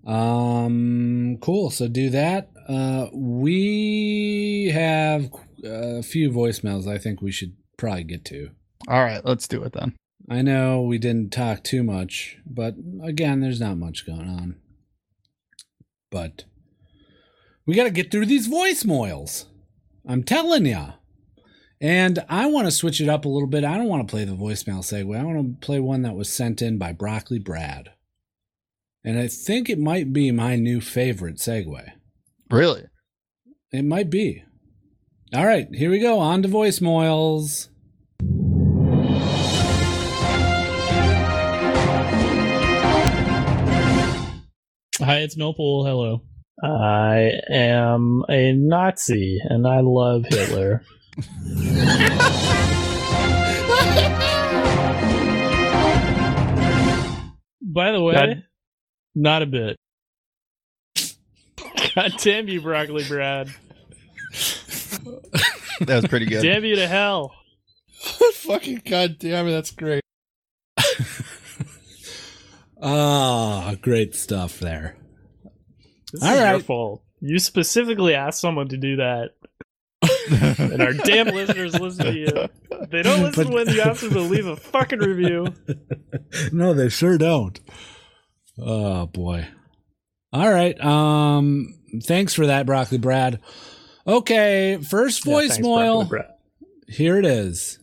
Speaker 1: Um, cool. So do that. Uh, we have uh, a few voicemails I think we should probably get to.
Speaker 3: All right, let's do it then.
Speaker 1: I know we didn't talk too much, but again, there's not much going on. But we got to get through these voicemails. I'm telling ya. And I want to switch it up a little bit. I don't want to play the voicemail segue. I want to play one that was sent in by Broccoli Brad. And I think it might be my new favorite segue.
Speaker 3: Really?
Speaker 1: It might be. All right, here we go. On to voicemails.
Speaker 2: Hi, it's Millpool. Hello. I am a Nazi and I love Hitler. By the way,
Speaker 6: God-
Speaker 2: not a bit. God damn you, Broccoli Brad.
Speaker 3: That was pretty good.
Speaker 2: Damn you to hell.
Speaker 4: Fucking goddamn it, that's great.
Speaker 1: Ah, great stuff there.
Speaker 2: This
Speaker 1: All
Speaker 2: is your
Speaker 1: right.
Speaker 2: fault. You specifically asked someone to do that, and our damn listeners listen to you. They don't listen
Speaker 1: But-
Speaker 2: when you ask them to leave a fucking review.
Speaker 1: no, they sure don't. Oh boy. All right. Um thanks for that, Broccoli Brad. Okay, first
Speaker 2: Yeah, thanks,
Speaker 1: voicemail.
Speaker 2: Broccoli Brad.
Speaker 1: Here it is.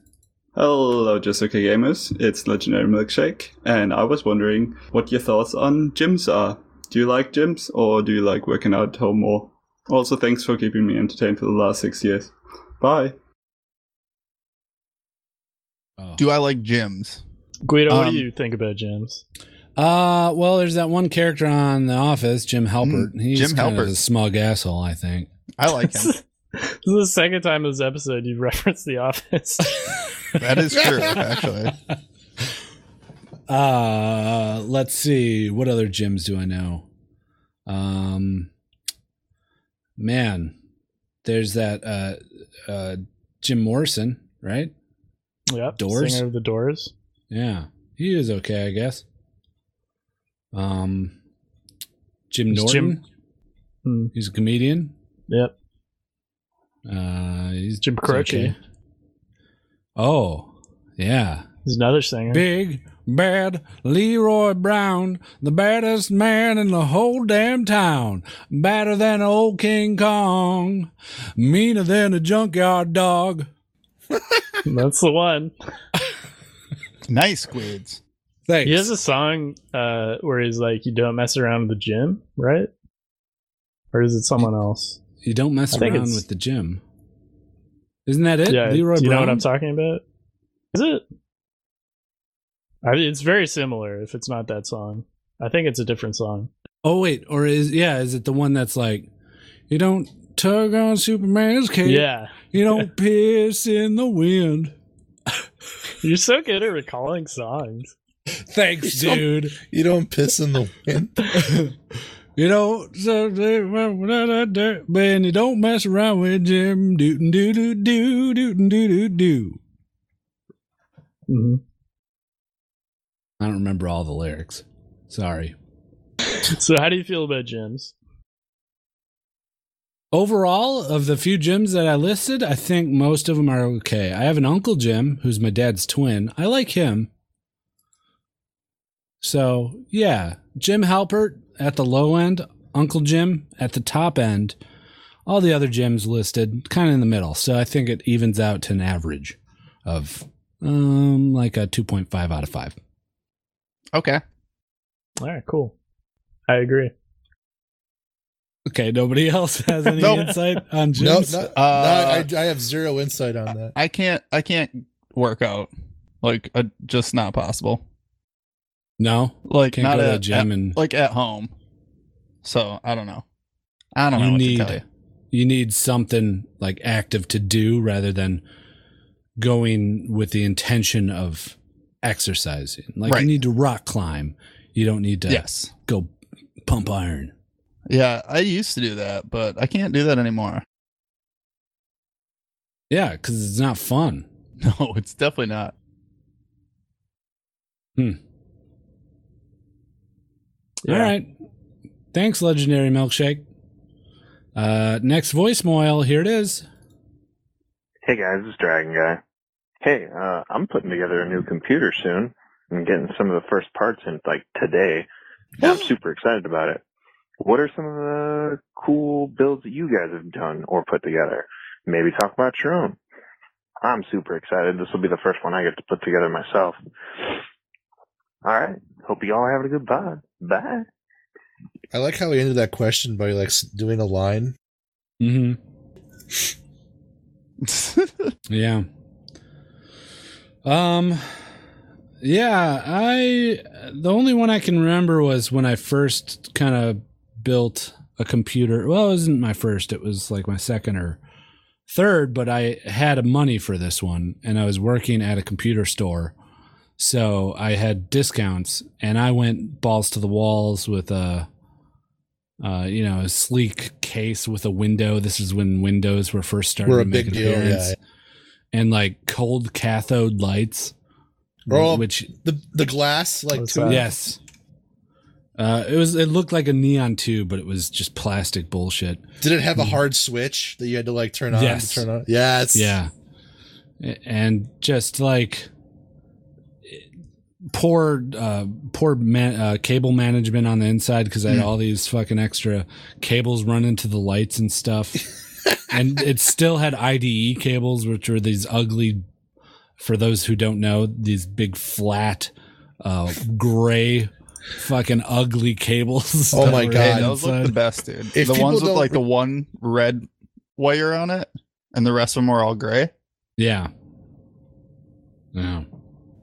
Speaker 6: Hello, Just Okay Gamers. It's Legendary Milkshake, and I was wondering what your thoughts on gyms are. Do you like gyms, or do you like working out at home more? Also, thanks for keeping me entertained for the last six years. Bye.
Speaker 1: Oh.
Speaker 3: Do I like gyms?
Speaker 2: Guido, what
Speaker 3: Um,
Speaker 2: do you think about gyms?
Speaker 1: Uh, well, there's that one character on The Office, Jim Halpert.
Speaker 3: Mm,
Speaker 1: He's
Speaker 3: Jim
Speaker 1: kind of
Speaker 3: Halpert.
Speaker 1: a smug asshole, I think.
Speaker 3: I like
Speaker 2: this
Speaker 3: him.
Speaker 2: is the second time in this episode you've referenced The Office.
Speaker 3: that is true, actually.
Speaker 1: Uh, let's see. What other gyms do I know? Um, man, there's that uh, uh, Jim Morrison, right?
Speaker 2: yep.
Speaker 1: Doors?
Speaker 2: Singer of the Doors.
Speaker 1: Yeah, he is okay, I guess. Um, Jim
Speaker 2: Is Jim-
Speaker 1: Norton.
Speaker 2: Hmm.
Speaker 1: He's a comedian.
Speaker 2: Yep.
Speaker 1: Uh, he's
Speaker 2: Jim
Speaker 1: he's
Speaker 2: Croce.
Speaker 1: okay. Oh, yeah.
Speaker 2: He's another singer.
Speaker 1: Big, bad Leroy Brown, the baddest man in the whole damn town. Badder than old King Kong, meaner than a junkyard dog.
Speaker 2: That's the one.
Speaker 3: Nice squids.
Speaker 1: Thanks.
Speaker 2: He has a song uh, where he's like, "You don't mess around with the gym," right? Or is it someone else?
Speaker 1: You don't mess
Speaker 2: I think
Speaker 1: around
Speaker 2: it's-
Speaker 1: with the gym. Isn't that it? Leroy
Speaker 2: do you
Speaker 1: Brown.
Speaker 2: know what I'm talking about? Is it? I mean, it's very similar. If it's not that song, I think it's a different song.
Speaker 1: oh wait, or is yeah, is it the one that's like you don't tug on Superman's cape.
Speaker 2: Yeah,
Speaker 1: You don't piss in the wind.
Speaker 2: you're so good at recalling songs.
Speaker 1: Thanks,
Speaker 4: You don't-
Speaker 1: dude.
Speaker 4: You don't piss in the wind.
Speaker 1: You know, so man, you don't mess around with Jim. Dootin' doo doo doo dootin' doo doo doo. Mm-hmm.
Speaker 2: hmm
Speaker 1: I don't remember all the lyrics. Sorry.
Speaker 2: So, how do you feel about gyms?
Speaker 1: Overall, of the few gyms that I listed, I think most of them are okay. I have an uncle Jim who's my dad's twin. I like him. So yeah, Jim Halpert at the low end, Uncle Jim at the top end. All the other gyms listed kind of in the middle. So I think it evens out to an average of um like a 2.5 out of 5.
Speaker 3: Okay.
Speaker 2: All right, cool. I agree.
Speaker 1: Okay, nobody else has any
Speaker 3: Nope.
Speaker 1: insight on
Speaker 4: No,
Speaker 1: gyms?
Speaker 4: not,
Speaker 3: Uh,
Speaker 4: not- I, I have zero insight on that.
Speaker 3: I can't. I can't work out. Like, uh, just not possible.
Speaker 1: No?
Speaker 3: Like,
Speaker 1: Can't
Speaker 3: not
Speaker 1: go to
Speaker 3: at,
Speaker 1: the gym
Speaker 3: at-
Speaker 1: and
Speaker 3: like at home. So I don't know. I don't know
Speaker 1: You
Speaker 3: what
Speaker 1: need-
Speaker 3: to tell you.
Speaker 1: you need something like active to do rather than going with the intention of exercising. Like
Speaker 3: Right.
Speaker 1: you need to rock climb. You don't need to
Speaker 3: Yes.
Speaker 1: go pump iron.
Speaker 3: Yeah, I used to do that, but I can't do that anymore.
Speaker 1: Yeah, because it's not fun.
Speaker 3: No, it's definitely not.
Speaker 1: All
Speaker 2: Yeah.
Speaker 1: right. Thanks, legendary milkshake. Uh, next voicemail. Here it is.
Speaker 7: Hey guys, it's Dragon Guy. Hey, uh, I'm putting together a new computer soon. I'm getting some of the first parts in like today. And I'm super excited about it. What are some of the cool builds that you guys have done or put together? Maybe talk about your own. I'm super excited. This will be the first one I get to put together myself. All right. Hope you all have a good vibe. Bye.
Speaker 4: I like how he ended that question by like s- doing a line.
Speaker 1: Mm-hmm. Yeah. Um yeah, I the only one I can remember was when I first kind of built a computer. Well, it wasn't my first, it was like my second or third, but I had money for this one and I was working at a computer store. So I had discounts and I went balls to the walls with a uh, you know, a sleek case with a window. This is when windows were first starting
Speaker 4: Were a
Speaker 1: to make
Speaker 4: big
Speaker 1: an
Speaker 4: deal, yeah,
Speaker 1: appearance. And like cold cathode lights.
Speaker 4: Oh,
Speaker 1: which
Speaker 4: the the glass like
Speaker 2: What's
Speaker 4: tube.
Speaker 2: that?
Speaker 1: Yes. Uh, it was. It looked like a neon tube, but it was just plastic bullshit.
Speaker 4: Did it have a hard switch that you had to like turn on?
Speaker 1: Yes.
Speaker 4: To turn on. Yes.
Speaker 1: Yeah, A- and just like poor, uh, poor man, uh, cable management on the inside because I
Speaker 4: Hmm.
Speaker 1: had all these fucking extra cables running to the lights and stuff, and it still had IDE cables, which were these ugly. For those who don't know, these big flat, uh, gray, fucking ugly cables.
Speaker 4: Oh
Speaker 1: that
Speaker 4: my
Speaker 1: were
Speaker 4: God.
Speaker 3: Hey, those look the
Speaker 1: inside.
Speaker 3: best, dude.
Speaker 4: If
Speaker 3: the
Speaker 4: people
Speaker 3: ones with
Speaker 4: don't-
Speaker 3: like the one red wire on it, and the rest of them are all gray.
Speaker 1: Yeah. Yeah.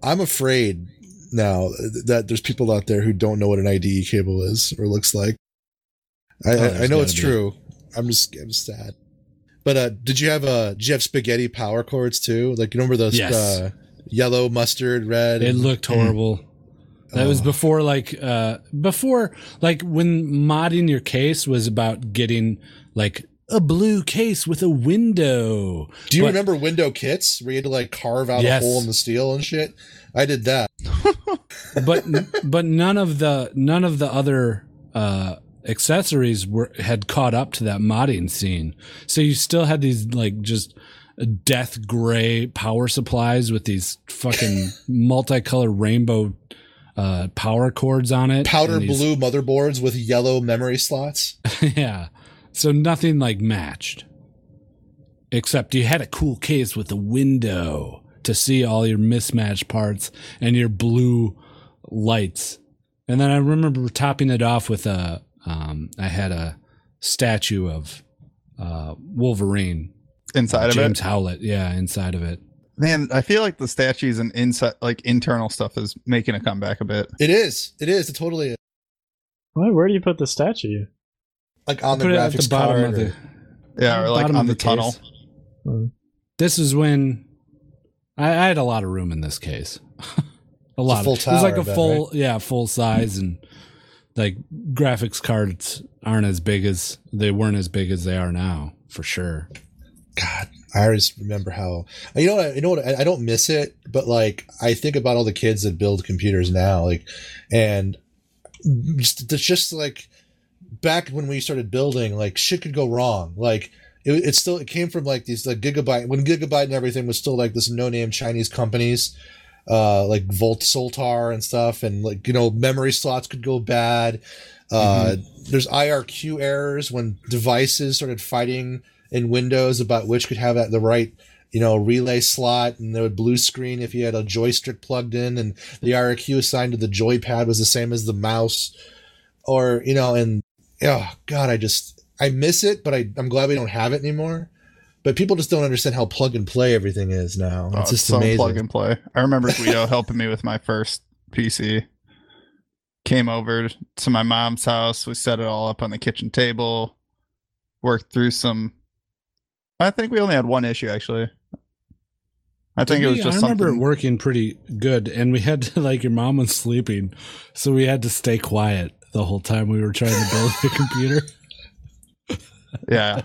Speaker 4: I'm afraid now that there's people out there who don't know what an IDE cable is or looks like. I,
Speaker 1: Oh,
Speaker 4: I, I know
Speaker 1: there's
Speaker 4: it's
Speaker 1: gotta be.
Speaker 4: true. I'm just I'm just sad. But uh, did you have uh, did you have spaghetti power cords too? Like you remember those
Speaker 1: Yes.
Speaker 4: uh, yellow, mustard, red?
Speaker 1: It
Speaker 4: and-
Speaker 1: looked horrible. That was
Speaker 4: Oh.
Speaker 1: before like uh before like when modding your case was about getting like a blue case with a window.
Speaker 4: Do you
Speaker 1: but-
Speaker 4: remember window kits where you had to like carve out
Speaker 1: Yes.
Speaker 4: a hole in the steel and shit? I did that.
Speaker 1: But but none of the none of the other uh accessories were had caught up to that modding scene. So you still had these like just death gray power supplies with these fucking multicolored rainbow uh power cords on it.
Speaker 4: Powder
Speaker 1: and these-
Speaker 4: blue motherboards with yellow memory slots.
Speaker 1: yeah. So nothing like matched. Except you had a cool case with a window to see all your mismatched parts and your blue lights. And then I remember topping it off with a um I had a statue of uh Wolverine.
Speaker 3: Inside of
Speaker 1: James
Speaker 3: it,
Speaker 1: Howlett, yeah, inside of it.
Speaker 3: man, I feel like the statues and inside, like internal stuff, is making a comeback a bit.
Speaker 4: It is. It is. It totally is.
Speaker 2: Why? Where do you put the statue?
Speaker 4: Like on the
Speaker 1: Put it at
Speaker 4: graphics
Speaker 1: the bottom
Speaker 4: card
Speaker 1: of the
Speaker 4: or-
Speaker 3: Yeah, or like
Speaker 1: bottom
Speaker 3: on
Speaker 1: of
Speaker 3: the,
Speaker 1: case.
Speaker 3: tunnel.
Speaker 2: Hmm.
Speaker 1: This is when I, I had a lot of room in this case. a lot.
Speaker 4: full
Speaker 1: of, it was like
Speaker 4: tower,
Speaker 1: a
Speaker 4: I bet,
Speaker 1: full, yeah, full size, and like graphics cards aren't as big as they weren't as big as they are now for sure.
Speaker 4: God, I always remember how. You know what? You know what? I, I don't miss it, but like I think about all the kids that build computers now, like, and just it's just like back when we started building, like shit could go wrong. Like it, it still it came from like these like gigabyte when gigabyte and everything was still like this no name Chinese companies. Uh, like Volt Soltar and stuff, and like you know, memory slots could go bad. Uh,
Speaker 3: Mm-hmm.
Speaker 4: There's IRQ errors when devices started fighting in Windows about which could have at the right, you know, relay slot, and there would blue screen if you had a joystick plugged in, and the RQ assigned to the joypad was the same as the mouse, or you know, and oh god, I just I miss it, but I I'm glad we don't have it anymore. But people just don't understand how plug and play everything is now.
Speaker 3: Oh,
Speaker 4: it's just
Speaker 3: so
Speaker 4: amazing.
Speaker 3: plug and play. I remember Guido helping me with my first PC. Came over to my mom's house. We set it all up on the kitchen table. Worked through some. I think we only had one issue actually. I think
Speaker 1: Did
Speaker 3: it was
Speaker 1: we-
Speaker 3: just
Speaker 1: I remember
Speaker 3: something.
Speaker 1: it working pretty good, and we had to like your mom was sleeping, so we had to stay quiet the whole time we were trying to build the computer.
Speaker 3: Yeah,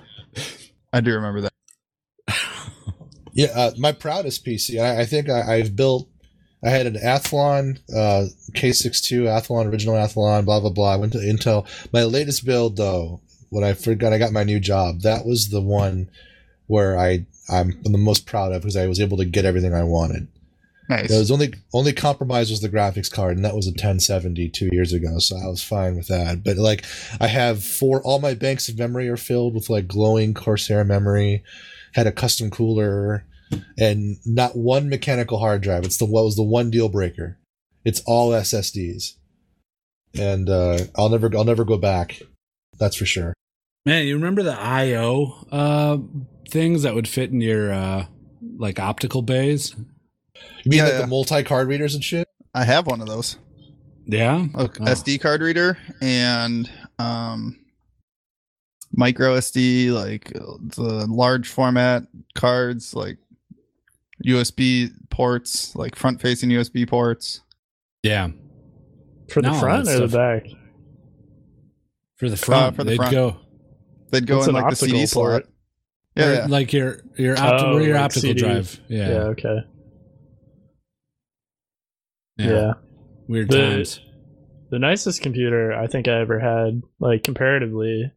Speaker 3: I do remember that.
Speaker 4: Yeah, uh, my proudest PC. I, I think I, I've built. I had an Athlon uh, K62 Athlon, original Athlon, blah blah blah. I went to Intel. My latest build, though, when I forgot I got my new job, that was the one where I I'm the most proud of because I was able to get everything I wanted.
Speaker 3: Nice.
Speaker 4: It was only only compromise was the graphics card, and that was a 1070 two years ago, so I was fine with that. But like, I have four all my banks of memory are filled with like glowing Corsair memory. Had a custom cooler, and not one mechanical hard drive. It's the what was the one deal breaker. It's all SSDs, and uh, I'll never I'll never go back. That's for sure.
Speaker 1: Man, you remember the I/O uh, things that would fit in your uh, like optical bays?
Speaker 4: You mean
Speaker 3: Yeah,
Speaker 4: like
Speaker 3: yeah.
Speaker 4: the multi card readers and shit?
Speaker 3: I have one of those.
Speaker 1: Yeah, Uh,
Speaker 3: Look,
Speaker 1: Oh.
Speaker 3: SD card reader and um, micro SD, like uh, the large format cards, like USB ports, like front facing USB ports.
Speaker 1: Yeah.
Speaker 2: For the
Speaker 1: No,
Speaker 2: front
Speaker 1: that's
Speaker 2: or the
Speaker 1: stuff-
Speaker 2: back?
Speaker 1: For the front,
Speaker 3: Uh, for the
Speaker 1: they'd
Speaker 3: front.
Speaker 1: go
Speaker 3: They'd go
Speaker 2: That's
Speaker 3: in
Speaker 2: an
Speaker 3: like the CD
Speaker 2: optical port.
Speaker 3: slot. Yeah,
Speaker 1: or,
Speaker 3: yeah.
Speaker 1: like your your, opti-
Speaker 2: Oh,
Speaker 1: or your
Speaker 2: like
Speaker 1: optical
Speaker 2: CD.
Speaker 1: drive.
Speaker 2: Yeah.
Speaker 1: Yeah.
Speaker 2: okay. Yeah.
Speaker 1: Weird
Speaker 2: The-
Speaker 1: times.
Speaker 2: The nicest computer I think I ever had, like comparatively,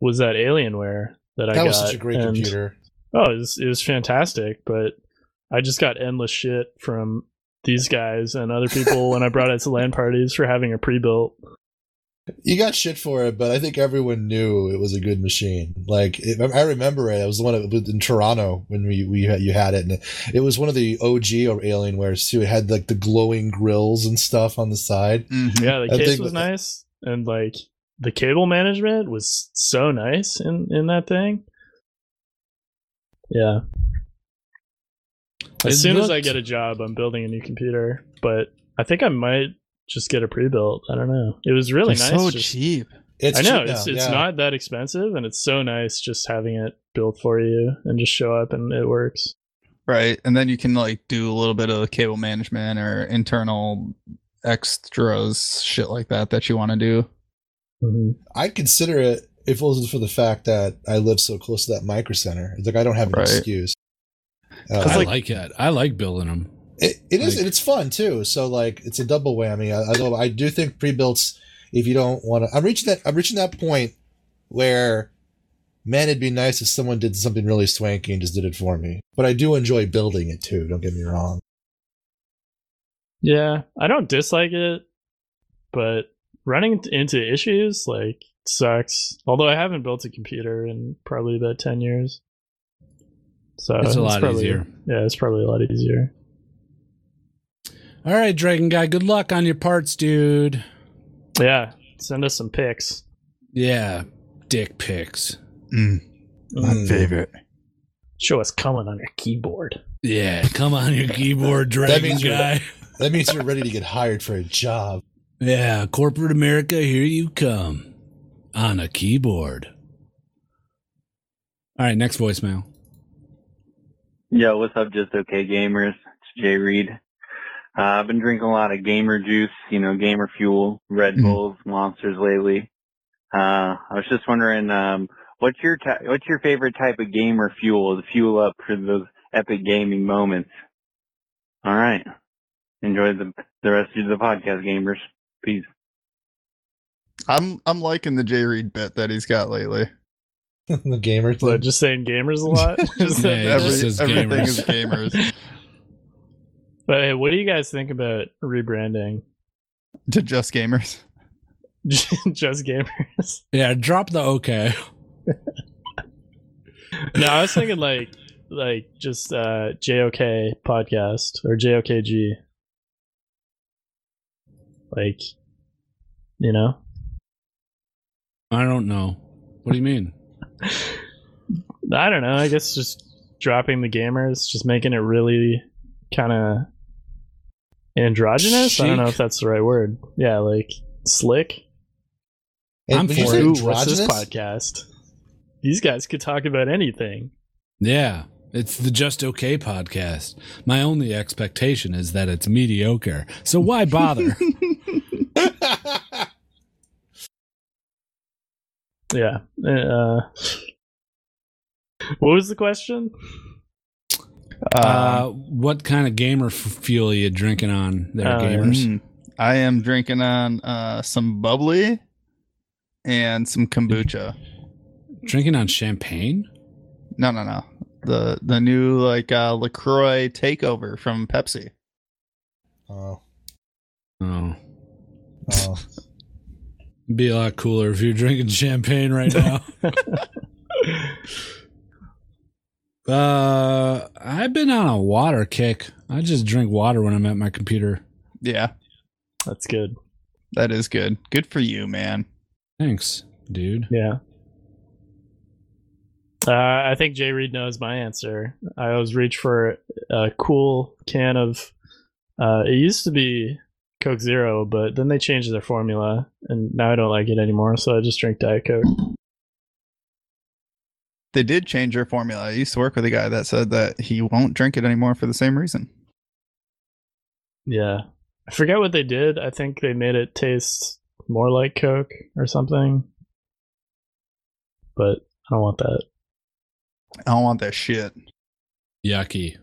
Speaker 2: was that Alienware that I
Speaker 4: That
Speaker 2: got.
Speaker 4: was such a great
Speaker 2: and-
Speaker 4: computer.
Speaker 2: Oh, it was, it was fantastic, but I just got endless shit from these guys and other people when I brought it to LAN parties for having a pre-built.
Speaker 4: You got shit for it, but I think everyone knew it was a good machine. Like it, I remember it. It was the one that was in Toronto when we, we had, you had it, and it was one of the OG or Alienwares too. It had like the glowing grills and stuff on the side.
Speaker 3: Mhm.
Speaker 2: Yeah, the
Speaker 4: I
Speaker 2: case
Speaker 4: think-
Speaker 2: was nice, and like the cable management was so nice in in that thing. Yeah. As
Speaker 1: It
Speaker 2: soon as I
Speaker 1: looked-
Speaker 2: get a job, I'm building a new computer, but I think I might just get a pre-built. I don't know. It was really
Speaker 3: They're
Speaker 2: nice.
Speaker 3: so
Speaker 2: just-
Speaker 3: cheap.
Speaker 4: It's
Speaker 2: I know
Speaker 4: cheap
Speaker 2: it's
Speaker 4: now,
Speaker 2: it's
Speaker 4: yeah.
Speaker 2: not that expensive, and it's so nice just having it built for you and just show up and it works.
Speaker 3: Right. And then you can like do a little bit of cable management or internal extras, shit like that, that you want to do.
Speaker 4: I consider it if it wasn't for the fact that I live so close to that micro center. It's like I don't have an
Speaker 3: Right.
Speaker 4: excuse. Uh,
Speaker 1: I
Speaker 3: like-
Speaker 1: like, it. I like building them.
Speaker 4: It, it is,
Speaker 1: Like-
Speaker 4: and it's fun too. So like, it's a double whammy. I, I, do, I do think pre-builts. If you don't want to, I'm reaching that. I'm reaching that point where, man, it'd be nice if someone did something really swanky and just did it for me. But I do enjoy building it too. Don't get me wrong.
Speaker 2: Yeah, I don't dislike it, but running int- into issues like sucks. Although I haven't built a computer in probably about ten years, so
Speaker 1: It's a lot
Speaker 2: Uh, probably-
Speaker 1: easier.
Speaker 2: Yeah, it's probably a lot easier.
Speaker 1: All right, Dragon Guy. Good luck on your parts, dude.
Speaker 2: Yeah, send us some pics.
Speaker 1: Yeah. Dick pics.
Speaker 4: Mm.
Speaker 3: favorite.
Speaker 2: Show us coming on your keyboard.
Speaker 1: Yeah. Come on, your keyboard, Dragon
Speaker 4: means you're-
Speaker 1: Guy.
Speaker 4: That means you're ready to get hired for a job.
Speaker 1: Yeah, corporate America, here you come on a keyboard. All right, next voicemail.
Speaker 7: Yo, what's up, just okay gamers? It's Jay Reed. Uh, I've been drinking a lot of gamer juice, you know, gamer fuel, Red
Speaker 3: Mhm.
Speaker 7: Bulls, monsters lately. Uh, I was just wondering, um, what's your ty- what's your favorite type of gamer fuel to fuel up for those epic gaming moments? All right, enjoy the the rest of the podcast, gamers. Peace.
Speaker 3: I'm I'm liking the J Reed bit that he's got lately.
Speaker 4: the gamer
Speaker 2: But
Speaker 4: thing.
Speaker 2: just saying gamers a lot. Just
Speaker 1: Yeah,
Speaker 2: that-
Speaker 1: it just says
Speaker 3: everything
Speaker 1: gamers.
Speaker 3: is gamers.
Speaker 2: But hey, what do you guys think about rebranding?
Speaker 3: to just gamers.
Speaker 2: just gamers.
Speaker 1: Yeah, drop the okay.
Speaker 2: No, I was thinking like like just uh JOK podcast or JOKG. Like you know,
Speaker 1: I don't know. What do you mean?
Speaker 2: I don't know. I guess just dropping the gamers, just making it really kind of androgynous. I don't know
Speaker 1: Chic?
Speaker 2: if that's the right word. Yeah, like slick.
Speaker 4: And
Speaker 1: I'm
Speaker 4: did you
Speaker 1: for
Speaker 4: say
Speaker 1: it.
Speaker 2: Ooh, what's this
Speaker 4: androgynous?
Speaker 2: podcast? These guys could talk about anything.
Speaker 1: Yeah, it's the Just Okay podcast. My only expectation is that it's mediocre. So why bother?
Speaker 2: Yeah. Uh, what was the question?
Speaker 1: uh,
Speaker 2: Um,
Speaker 1: what kind of gamer f- fuel are you drinking on there,
Speaker 2: Oh, yeah.
Speaker 1: gamers?
Speaker 3: Mm. I am drinking on uh, some bubbly and some kombucha.
Speaker 1: Drinking on champagne?
Speaker 3: No, no, no. The the new like uh, Lacroix takeover from Pepsi.
Speaker 4: oh,
Speaker 1: Oh,
Speaker 4: oh.
Speaker 1: be a lot cooler if you're drinking champagne right now. Uh, I've been on a water kick. I just drink water when I'm at my computer.
Speaker 3: Yeah,
Speaker 2: That's good.
Speaker 3: that is good. Good for you, man.
Speaker 1: Thanks, dude.
Speaker 2: Yeah. Uh, I think Jay Reed knows my answer. I always reach for a cool can of. Uh, it used to be Coke Zero, but then they changed their formula, and now I don't like it anymore. So I just drink Diet Coke.
Speaker 3: They did change their formula. I used to work with a guy that said that he won't drink it anymore for the same reason.
Speaker 2: Yeah. I forget what they did. I think they made it taste more like Coke or something. But I don't want that.
Speaker 3: I don't want that shit.
Speaker 1: Yucky.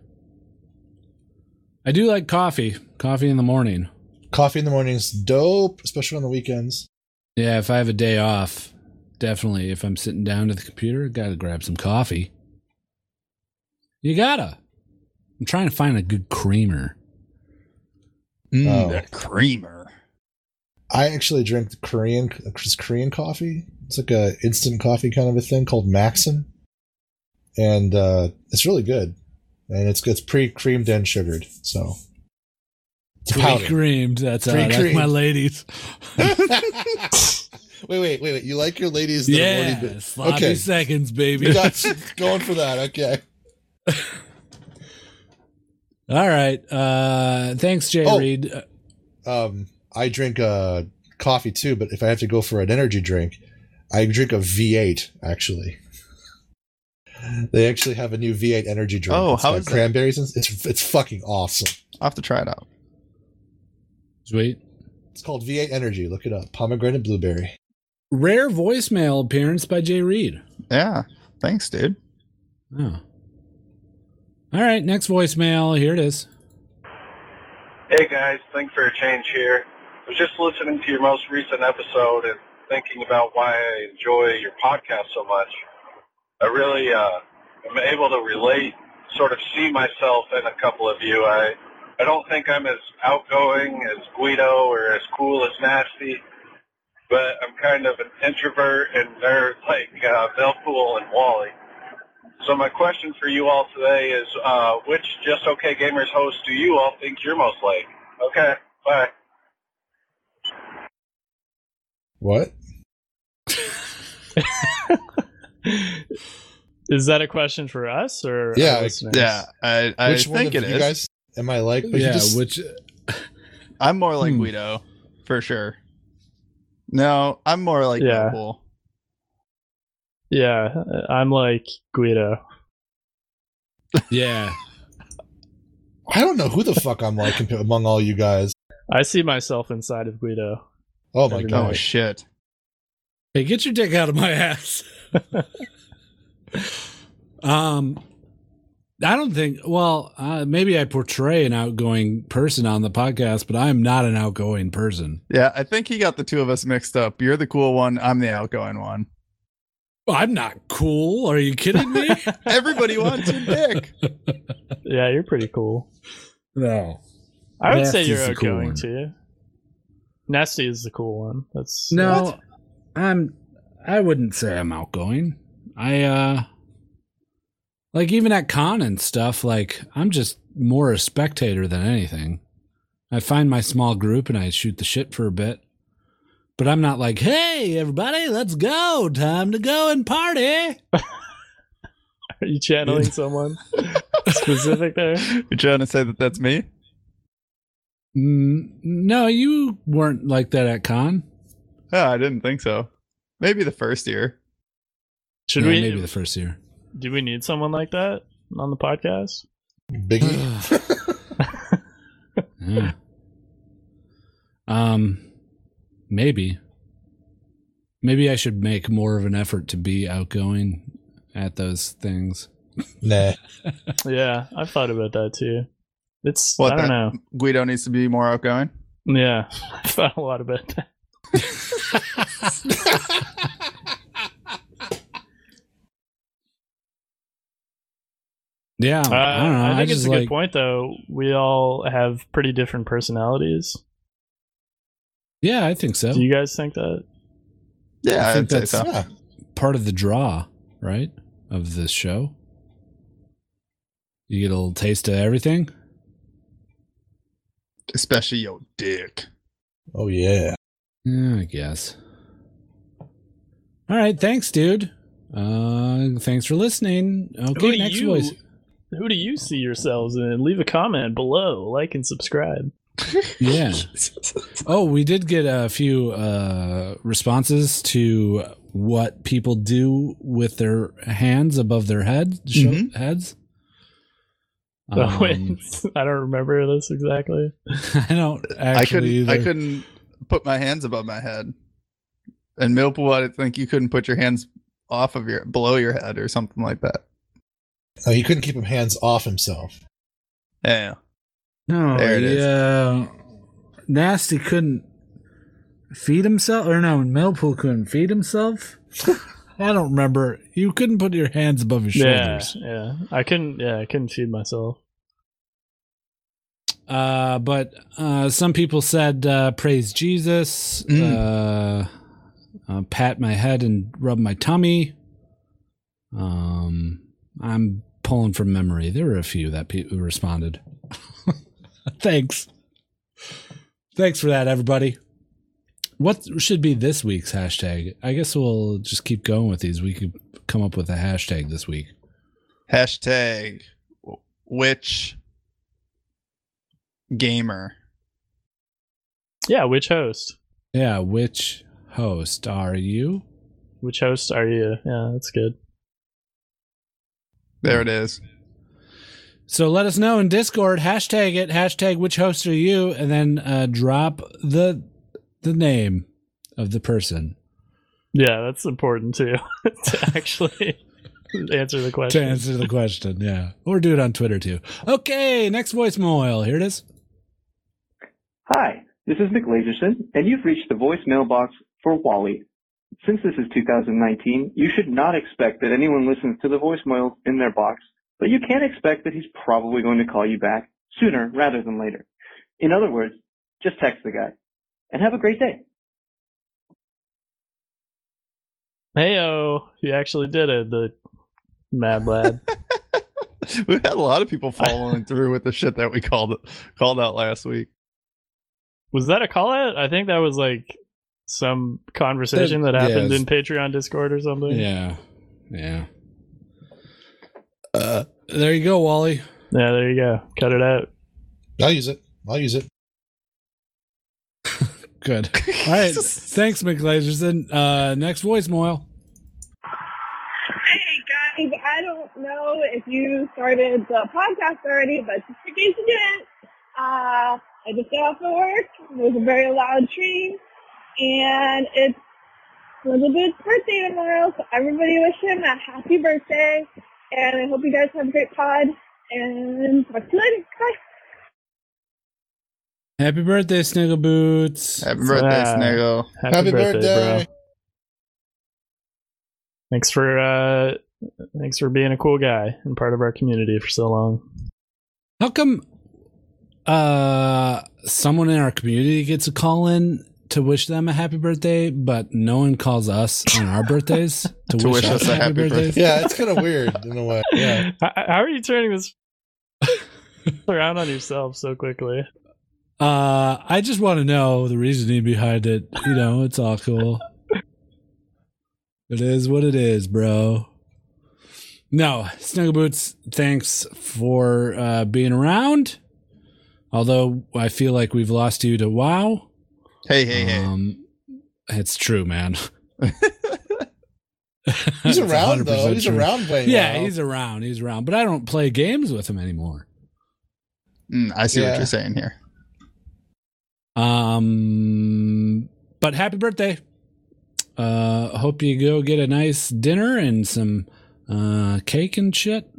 Speaker 1: I do like coffee. Coffee in the morning.
Speaker 4: Coffee in the mornings, dope, especially on the weekends.
Speaker 1: Yeah, if I have a day off, definitely. If I'm sitting down to the computer, gotta grab some coffee. You gotta. I'm trying to find a good creamer.
Speaker 3: Mm,
Speaker 4: Oh.
Speaker 3: That creamer.
Speaker 4: I actually drink the Korean it's Korean coffee. It's like a instant coffee kind of a thing called Maxim, and uh, it's really good. And it's it's pre creamed and sugared, so it's a powder.
Speaker 1: Pre-creamed. That's, uh, that's
Speaker 4: Pre-creamed.
Speaker 1: my ladies.
Speaker 4: wait, wait, wait, wait! You like your ladies? That have already
Speaker 1: Yeah,
Speaker 4: been-
Speaker 1: sloppy
Speaker 4: Okay.
Speaker 1: seconds, baby.
Speaker 4: you got you going for that. Okay.
Speaker 1: All right. Uh, thanks, Jay
Speaker 4: Oh.
Speaker 1: Reed. Uh,
Speaker 4: Um, I drink uh coffee too, but if I have to go for an energy drink, I drink a V8 actually. They actually have a new V8 energy drink.
Speaker 3: Oh,
Speaker 4: It's
Speaker 3: how
Speaker 4: got
Speaker 3: is that?
Speaker 4: cranberries? and It's it's fucking awesome.
Speaker 3: I'll have to try it out.
Speaker 1: Sweet.
Speaker 4: It's called V8 Energy. Look it up. Pomegranate blueberry.
Speaker 1: Rare voicemail appearance by Jay Reed.
Speaker 3: Yeah. Thanks, dude.
Speaker 1: Oh. All right. Next voicemail. Here it is.
Speaker 8: Hey guys, thanks for a change here. I was just listening to your most recent episode and thinking about why I enjoy your podcast so much. I really uh, am able to relate, sort of see myself in a couple of you. I I don't think I'm as outgoing as Guido or as cool as Nasty, but I'm kind of an introvert and nerd like uh, Velpool and Wally. So my question for you all today is, uh, which Just Okay Gamers host do you all think you're most like? Okay, bye.
Speaker 4: What?
Speaker 2: Is that a question for us or our
Speaker 4: Yeah,
Speaker 2: listeners?
Speaker 3: Yeah. I, I
Speaker 4: Which one
Speaker 3: think
Speaker 4: of
Speaker 3: it
Speaker 4: you
Speaker 3: is.
Speaker 4: guys am I like? But
Speaker 1: yeah,
Speaker 4: you just,
Speaker 1: which
Speaker 3: I'm more like
Speaker 1: Hmm.
Speaker 3: Guido, for sure. No, I'm more like
Speaker 2: Yeah.
Speaker 3: Deadpool. Oh,
Speaker 2: Yeah, I'm like Guido.
Speaker 1: yeah.
Speaker 4: I don't know who the fuck I'm like compa- among all you guys.
Speaker 2: I see myself inside of Guido.
Speaker 4: Oh my
Speaker 2: Oh,
Speaker 3: Oh
Speaker 4: god.
Speaker 3: shit.
Speaker 1: Hey, get your dick out of my ass. um, I don't think. Well, uh, maybe I portray an outgoing person on the podcast, but I'm not an outgoing person.
Speaker 3: Yeah, I think he got the two of us mixed up. You're the cool one. I'm the outgoing one.
Speaker 1: I'm not cool. Are you kidding me?
Speaker 3: Everybody wants your dick.
Speaker 2: Yeah, you're pretty cool.
Speaker 1: no.
Speaker 2: I would say
Speaker 1: Nasty's
Speaker 2: you're
Speaker 1: the cool
Speaker 2: outgoing
Speaker 1: one.
Speaker 2: too. Nasty is the cool one. That's uh,
Speaker 1: No, I'm. I wouldn't say I'm outgoing. I uh, like even at con and stuff. Like I'm just more a spectator than anything. I find my small group and I shoot the shit for a bit. But I'm not like, hey, everybody, let's go. Time to go and party.
Speaker 2: Are you channeling someone specific there?
Speaker 3: You're trying to say that that's me?
Speaker 1: Mm, no, you weren't like that at con.
Speaker 3: Oh, I didn't think so. Maybe the first year.
Speaker 2: Should
Speaker 1: Yeah,
Speaker 2: we?
Speaker 1: Maybe the first year.
Speaker 2: do we need someone like that on the podcast?
Speaker 4: Biggie.
Speaker 1: Yeah. Um, maybe. Maybe I should make more of an effort to be outgoing at those things.
Speaker 4: Nah.
Speaker 2: Yeah, I've thought about that too. It's
Speaker 3: What,
Speaker 2: I don't
Speaker 3: that- Guido needs to be more outgoing.
Speaker 2: know. Yeah, I have thought a lot about that.
Speaker 1: Yeah,
Speaker 2: Uh,
Speaker 1: I don't know. I,
Speaker 2: think
Speaker 1: just
Speaker 2: it's a
Speaker 1: like
Speaker 2: good point though. We all have pretty different personalities.
Speaker 1: yeah, I think so.
Speaker 2: Do you guys think that?
Speaker 3: Yeah,
Speaker 1: I
Speaker 3: I
Speaker 1: think
Speaker 3: would say
Speaker 1: that's-
Speaker 3: so.
Speaker 4: Yeah.
Speaker 1: Part of the draw, right, of this show. You get a little taste of everything.
Speaker 3: Especially your dick.
Speaker 4: Oh yeah.
Speaker 1: Yeah, I guess. All right, thanks, dude. Uh, thanks for listening.
Speaker 2: Who
Speaker 1: Okay,
Speaker 2: do
Speaker 1: next
Speaker 2: you-
Speaker 1: voice.
Speaker 2: Who do you see yourselves in? Leave a comment below, like and subscribe.
Speaker 1: Yeah. Oh, we did get a few uh, responses to what people do with their hands above their head sho-
Speaker 3: Mhm.
Speaker 1: heads.
Speaker 2: So
Speaker 1: Um,
Speaker 2: it's- I don't remember this exactly.
Speaker 1: I don't actually.
Speaker 3: I couldn't. I
Speaker 1: either.
Speaker 3: couldn't put my hands above my head. And Millpool, I think you couldn't put your hands off of your below your head or something like that.
Speaker 4: Oh, he couldn't keep him hands off himself.
Speaker 3: Yeah.
Speaker 1: No,
Speaker 3: There it is.
Speaker 1: yeah. Nasty couldn't feed himself, or no, Millpool couldn't feed himself. I don't remember. You couldn't put your hands above your
Speaker 2: Yeah,
Speaker 1: shoulders.
Speaker 2: yeah. I couldn't. Yeah, I couldn't feed myself.
Speaker 1: Uh, but uh, some people said, uh, "Praise Jesus." Uh, uh, pat my head and rub my tummy. Um, I'm pulling from memory. There were a few that pe- who responded. Thanks. Thanks for that, everybody. What should be this week's hashtag? I guess we'll just keep going with these. We could come up with a hashtag this week.
Speaker 3: Hashtag which gamer.
Speaker 2: Yeah, which host?
Speaker 1: Yeah, which host are you?
Speaker 2: Which host are you? Yeah, that's good.
Speaker 3: There it is.
Speaker 1: So let us know in Discord, hashtag it, hashtag which host are you, and then uh, drop the the name of the person
Speaker 2: Yeah, that's important too to actually answer the
Speaker 1: to
Speaker 2: question.
Speaker 1: answer the question. Yeah, or do it on Twitter too. Okay, next voicemail. Here it is.
Speaker 9: Hi, this is Nick Lagerson, and you've reached the voicemail box for Wally. Since this is 2019, you should not expect that anyone listens to the voicemail in their box, but you can expect that he's probably going to call you back sooner rather than later. In other words, just text the guy. And have a great day.
Speaker 2: Heyo, you actually did it, the mad lad.
Speaker 3: We had a lot of people following through with the shit that we called called out last week.
Speaker 2: was that a call out? I think that was like some conversation that,
Speaker 1: That-
Speaker 2: happened
Speaker 1: yes.
Speaker 2: in Patreon Discord or something.
Speaker 1: Yeah, yeah. Uh, there you go, Wally.
Speaker 2: Yeah, there you go. Cut it out.
Speaker 4: I'll use it. I'll use it.
Speaker 1: Good. All right. Thanks, McLaserson. Uh, next voicemail.
Speaker 10: Hey guys, I don't know if you started the podcast already, but just in case you didn't, uh, I just got off of work. There's a very loud tree, and it's Little Boo's birthday tomorrow, so everybody wish him a happy birthday, and I hope you guys have a great pod, and talk to you later. Bye.
Speaker 1: Happy birthday, Sniggle Boots.
Speaker 3: Happy birthday,
Speaker 2: Ah.
Speaker 3: Snaggle.
Speaker 2: Happy,
Speaker 4: Happy
Speaker 2: birthday,
Speaker 4: birthday.
Speaker 2: bro. Thanks for uh thanks for being a cool guy and part of our community for so long.
Speaker 1: How come uh someone in our community gets a call in to wish them a happy birthday, but no one calls us on our birthdays to, wish, us a happy
Speaker 3: birthday.
Speaker 1: birthday?
Speaker 4: Yeah, it's kind of weird in a way. Yeah.
Speaker 2: How, how are you turning this around on yourself so quickly?
Speaker 1: Uh I just want to know the reasoning behind it. You know, it's all cool. it is what it is, bro. No, Snuggle Boots, thanks for uh being around. Although I feel like we've lost you to WoW.
Speaker 3: Hey, hey, hey.
Speaker 2: Uh-huh.
Speaker 1: Um, it's true, man.
Speaker 4: He's
Speaker 1: It's
Speaker 4: around though.
Speaker 1: 100%
Speaker 4: He's
Speaker 1: true.
Speaker 4: around playing.
Speaker 1: Yeah,
Speaker 4: now.
Speaker 1: he's around. He's around, but I don't play games with him anymore.
Speaker 3: Mm, I see what
Speaker 4: Yeah.
Speaker 3: you're saying here.
Speaker 1: Um, but happy birthday. Uh, hope you go get a nice dinner and some uh cake and shit.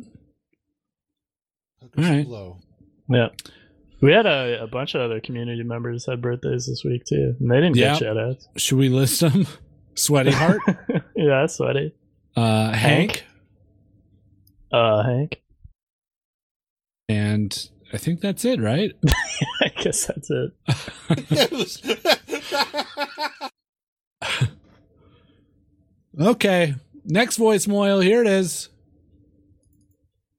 Speaker 4: Look at
Speaker 1: All
Speaker 4: you
Speaker 1: right.
Speaker 4: blow.
Speaker 2: Yeah. We had a, a bunch of other community members had birthdays this week too. And they didn't
Speaker 1: Yeah.
Speaker 2: get shout outs.
Speaker 1: Should we list them? Sweaty Heart,
Speaker 2: yeah, sweaty.
Speaker 1: uh, Hank,
Speaker 2: Uh Hank.
Speaker 1: and I think that's it, right?
Speaker 2: I guess that's it.
Speaker 1: Okay. Next voicemail. Here it is.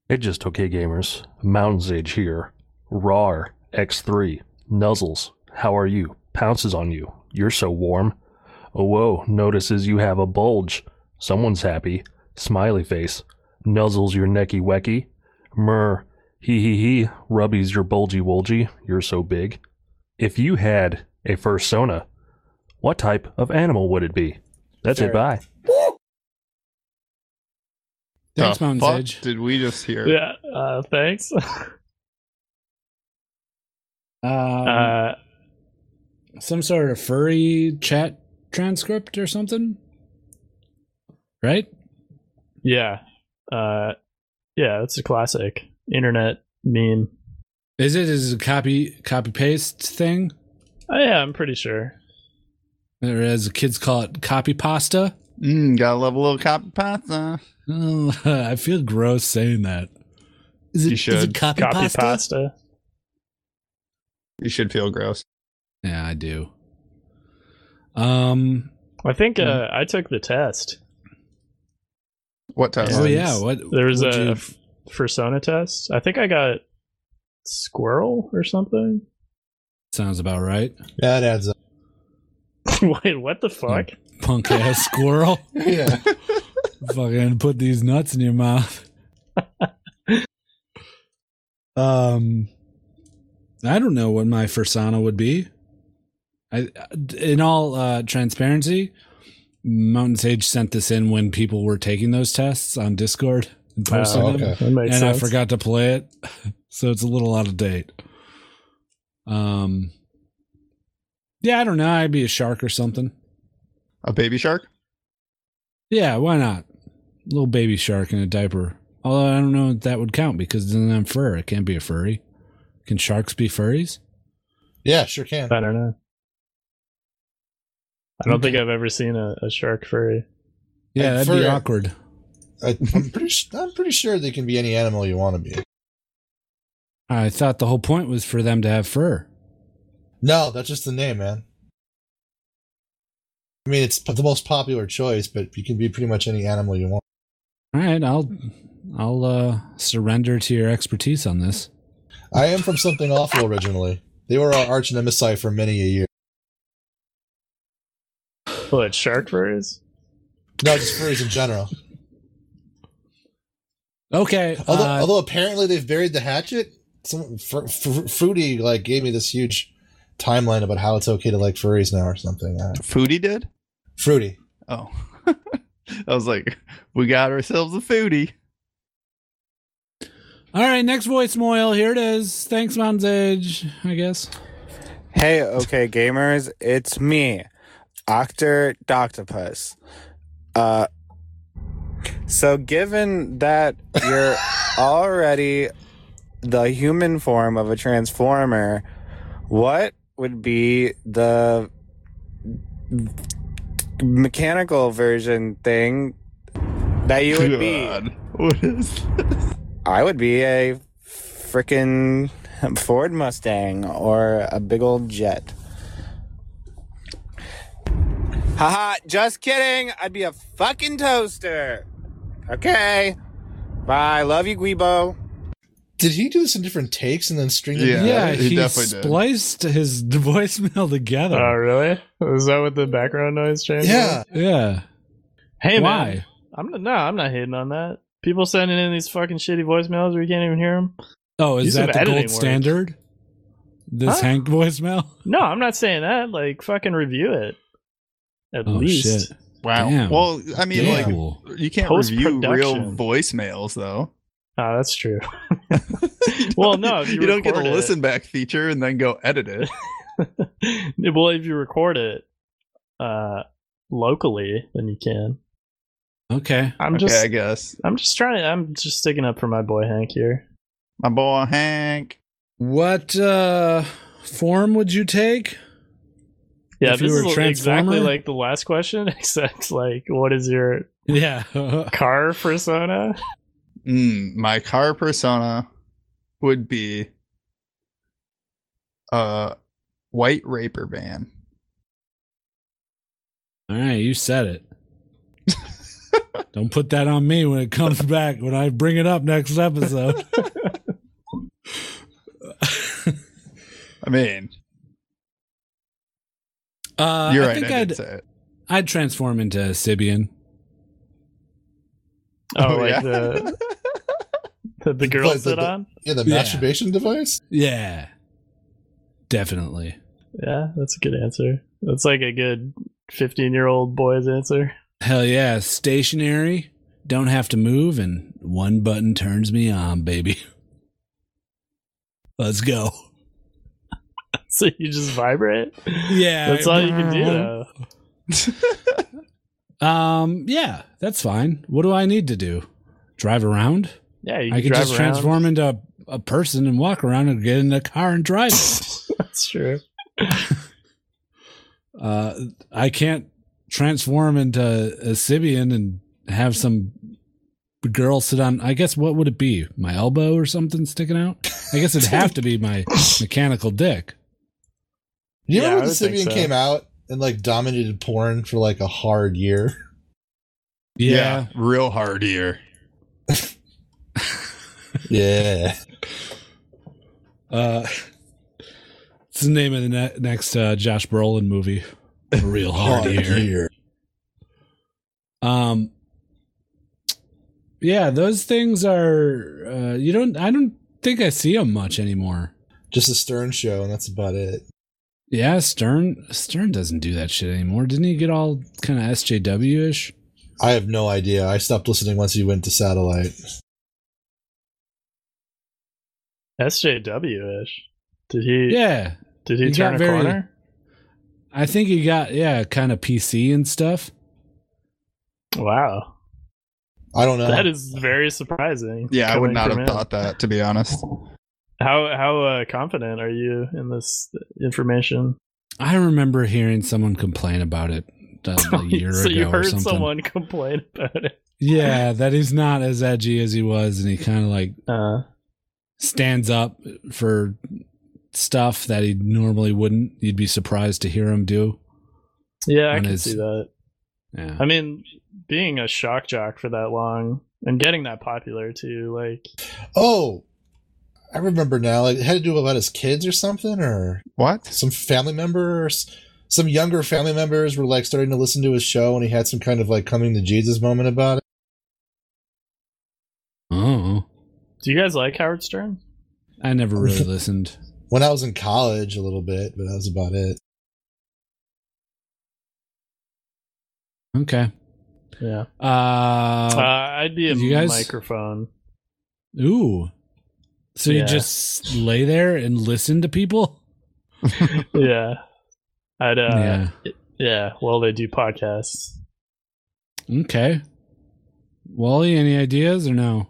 Speaker 11: Hey, just okay, gamers. Mountain's Age here. RAR X3. Nuzzles. How are you? Pounces on you. You're so warm. Oh, whoa. Notices you have a bulge. Someone's happy. Smiley face. Nuzzles your necky wecky. Myrrh. Hee hee hee. Rubbies your bulgy wolgy. You're so big. If you had a fursona, what type of animal would it be? That's it.
Speaker 3: Ferret.
Speaker 11: Bye.
Speaker 1: Thanks,
Speaker 3: The
Speaker 1: Mountain
Speaker 3: fuck
Speaker 1: Sage.
Speaker 3: Did we just hear?
Speaker 2: Yeah. Uh, thanks.
Speaker 1: Um,
Speaker 2: uh,
Speaker 1: some sort of furry chat transcript or something, right?
Speaker 2: yeah. Uh, yeah. It's a classic internet meme.
Speaker 1: Is it is it a copy copy paste thing,
Speaker 2: Oh, yeah, I'm pretty sure.
Speaker 1: or as the kids call it, copy pasta?
Speaker 3: Mm, gotta love a little copy pasta.
Speaker 1: Oh, I feel gross saying that. Is it,
Speaker 3: You
Speaker 1: is
Speaker 3: should.
Speaker 1: it copy,
Speaker 2: Copy
Speaker 1: pasta?
Speaker 2: pasta.
Speaker 3: You should feel gross.
Speaker 1: Yeah, I do. Um.
Speaker 2: I think uh, I took the test.
Speaker 3: What time?
Speaker 1: Oh yeah. What
Speaker 2: There was
Speaker 1: would
Speaker 2: a
Speaker 1: you-
Speaker 2: f- persona test. I think I got squirrel or something.
Speaker 1: sounds about right.
Speaker 4: That adds up.
Speaker 2: Wait, what
Speaker 1: Hmm.
Speaker 2: the fuck?
Speaker 1: Punk ass squirrel.
Speaker 4: Yeah.
Speaker 1: Fucking put these nuts in your mouth. um, I don't know what my persona would be. I, in all uh, transparency, Mountain Sage sent this in when people were taking those tests on Discord and posting
Speaker 2: Oh,
Speaker 1: them,
Speaker 4: okay.
Speaker 2: That makes
Speaker 1: and
Speaker 2: sense.
Speaker 1: I forgot to play it, so it's a little out of date. Um, yeah, I don't know. I'd be a shark or something.
Speaker 3: A baby shark?
Speaker 1: Yeah, why not? Little baby shark in a diaper. Although I don't know if that would count because it doesn't have fur. It can't be a furry. Can sharks be furries?
Speaker 4: Yeah, sure can.
Speaker 2: I don't know. I don't think
Speaker 1: Okay.
Speaker 2: I've ever seen a, a shark furry.
Speaker 1: Yeah,
Speaker 4: Like
Speaker 1: that'd be
Speaker 4: fur-
Speaker 1: awkward.
Speaker 4: I, I'm pretty. s- I'm pretty sure they can be any animal you want to be.
Speaker 1: I thought the whole point was for them to have fur.
Speaker 4: No, that's just the name, man. I mean, it's the most popular choice, but you can be pretty much any animal you want.
Speaker 1: All right, I'll I'll uh, surrender to your expertise on this.
Speaker 4: I am from something awful originally. They were our arch nemesis for many a year.
Speaker 2: What Oh, shark furries?
Speaker 4: No, just furries in general.
Speaker 1: Okay.
Speaker 4: Although,
Speaker 1: uh,
Speaker 4: although apparently they've buried the hatchet. Some fr- fr- fruity like gave me this huge timeline about how it's okay to like furries now or something. Uh,
Speaker 3: Foodie did?
Speaker 4: fruity.
Speaker 3: Oh. I was like, we got ourselves a foodie.
Speaker 1: all right, next voice moil. Here it is. Thanks, Mountain's Edge, I guess.
Speaker 12: Hey, okay, gamers, it's me, Octor Doctopus. Uh, so, given that you're already the human form of a transformer, what would be the mechanical version thing that you would be?
Speaker 3: God, What is this?
Speaker 12: I would be a freaking Ford Mustang or a big old jet. Haha, just kidding. I'd be a fucking toaster. Okay. Bye. Love you, Guibo.
Speaker 4: Did he do this in different takes and then string them?
Speaker 3: Yeah,
Speaker 4: together?
Speaker 1: Yeah,
Speaker 3: he
Speaker 1: he,
Speaker 3: definitely did.
Speaker 1: spliced his voicemail
Speaker 2: Oh,
Speaker 1: together.
Speaker 2: really? Is that what the background noise changed?
Speaker 4: Yeah.
Speaker 1: yeah.
Speaker 2: Hey, man.
Speaker 1: Why?
Speaker 2: I'm not, no, I'm not hating on that. People sending in these fucking shitty voicemails where you can't even hear them.
Speaker 1: Oh,
Speaker 2: Use
Speaker 1: is
Speaker 2: some
Speaker 1: that the
Speaker 2: editing
Speaker 1: gold
Speaker 2: words.
Speaker 1: standard? This
Speaker 2: Huh?
Speaker 1: Hank voicemail?
Speaker 2: No, I'm not saying that. Like, fucking review it. At
Speaker 1: Oh
Speaker 2: least.
Speaker 1: shit!
Speaker 3: Wow.
Speaker 1: Damn.
Speaker 3: Well, I
Speaker 1: Yeah.
Speaker 3: mean,
Speaker 4: Damn.
Speaker 3: like,
Speaker 1: Cool.
Speaker 3: you can't review real
Speaker 2: Post-production.
Speaker 3: voicemails, though.
Speaker 2: Ah, that's true. well, no, if you,
Speaker 3: you don't get
Speaker 2: record
Speaker 3: a
Speaker 2: it-
Speaker 3: listen back feature and then go edit it.
Speaker 2: well, if you record it uh, locally, then you can.
Speaker 1: Okay.
Speaker 2: I'm
Speaker 3: okay,
Speaker 2: just,
Speaker 3: I guess.
Speaker 2: I'm just trying. I'm just sticking up for my boy Hank here.
Speaker 3: My boy Hank.
Speaker 1: What uh form would you take?
Speaker 2: Yeah,
Speaker 1: If you
Speaker 2: this
Speaker 1: were a
Speaker 2: is exactly
Speaker 1: Transformer?
Speaker 2: like the last question, except like, what is your
Speaker 1: Yeah.
Speaker 2: car persona?
Speaker 3: Mm, my car persona would be a white raper van.
Speaker 1: All right, you said it. Don't put that on me when it comes back when I bring it up next episode.
Speaker 3: I mean,
Speaker 1: Uh,
Speaker 3: you're
Speaker 1: I
Speaker 3: right.
Speaker 1: think
Speaker 3: I
Speaker 1: I
Speaker 3: did
Speaker 1: would
Speaker 3: say it.
Speaker 1: I'd transform into a Sibian.
Speaker 2: Oh,
Speaker 3: Oh,
Speaker 2: like
Speaker 3: yeah.
Speaker 2: the the, the girl
Speaker 4: Like the-
Speaker 2: sit
Speaker 4: the-
Speaker 2: on.
Speaker 4: Yeah, the
Speaker 1: Yeah.
Speaker 4: masturbation device.
Speaker 1: Yeah, definitely.
Speaker 2: Yeah, that's a good answer. That's like a good 15 year old boy's answer.
Speaker 1: Hell yeah, stationary, don't have to move, and one button turns me on, baby. Let's go.
Speaker 2: so you just vibrate?
Speaker 1: Yeah.
Speaker 2: That's all you can do, though.
Speaker 1: Um, yeah, that's fine. What do I need to do? Drive around?
Speaker 2: Yeah, you
Speaker 1: I
Speaker 2: can
Speaker 1: could
Speaker 2: drive
Speaker 1: just
Speaker 2: around.
Speaker 1: transform into a, a person and walk around and get in a car and drive.
Speaker 2: that's true.
Speaker 1: uh, I can't transform into a Sibian and have some girl sit on. I guess what would it be? My elbow or something sticking out? I guess it'd have to be my mechanical dick.
Speaker 4: You
Speaker 1: Yeah,
Speaker 4: remember
Speaker 1: I
Speaker 4: when the
Speaker 1: would think so.
Speaker 4: Sibian came out and like dominated porn for like a hard year?
Speaker 1: Yeah.
Speaker 3: real hard here.
Speaker 4: yeah.
Speaker 1: Uh, it's the name of the ne- next uh, Josh Brolin movie. A Real hard,
Speaker 4: Hard
Speaker 1: year. Um. Yeah, those things are. Uh, you don't. I don't think I see them much anymore.
Speaker 4: Just a Stern show, and that's about it.
Speaker 1: Yeah, Stern. Stern doesn't do that shit anymore. Didn't he get all kind of SJW ish?
Speaker 4: I have no idea. I stopped listening once he went to satellite.
Speaker 2: SJW ish. Did he?
Speaker 1: Yeah.
Speaker 2: Did he,
Speaker 1: He
Speaker 2: turn
Speaker 1: got
Speaker 2: a
Speaker 1: very-
Speaker 2: corner?
Speaker 1: I think he got yeah, kind of PC and stuff.
Speaker 2: Wow.
Speaker 4: I
Speaker 1: Uh,
Speaker 4: don't
Speaker 2: That is very surprising.
Speaker 3: Yeah, I would
Speaker 2: coming
Speaker 3: not
Speaker 2: from
Speaker 3: have
Speaker 2: him.
Speaker 3: thought that to be honest.
Speaker 2: How how uh, confident are you in this information?
Speaker 1: I remember hearing someone complain about it uh, a year
Speaker 2: so
Speaker 1: ago
Speaker 2: you
Speaker 1: or
Speaker 2: heard
Speaker 1: something.
Speaker 2: someone complain about it.
Speaker 1: Yeah, that he's not as edgy as he was, and he kind of like
Speaker 2: Uh,
Speaker 1: stands up for stuff that he normally wouldn't. You'd be surprised to hear him do.
Speaker 2: Yeah, I
Speaker 1: on
Speaker 2: can
Speaker 1: his-
Speaker 2: see that.
Speaker 1: Yeah.
Speaker 2: I mean, being a shock jock for that long and getting that popular too, like
Speaker 4: Oh, I remember now. Like, it had to do about his kids or something, or
Speaker 3: what?
Speaker 4: Some family members, some younger family members were like starting to listen to his show, and he had some kind of like coming to Jesus moment about it.
Speaker 1: Oh,
Speaker 2: do you guys like Howard Stern?
Speaker 1: I never really listened.
Speaker 4: When I was in college, a little bit, but that was about it.
Speaker 1: Okay.
Speaker 2: Yeah.
Speaker 1: Uh, uh
Speaker 2: I'd be a
Speaker 1: you guys-
Speaker 2: microphone.
Speaker 1: Ooh. So
Speaker 2: Yeah.
Speaker 1: you just lay there and listen to people?
Speaker 2: yeah. I'd uh
Speaker 1: Yeah.
Speaker 2: yeah. well they do podcasts.
Speaker 1: Okay. Wally, any ideas or no?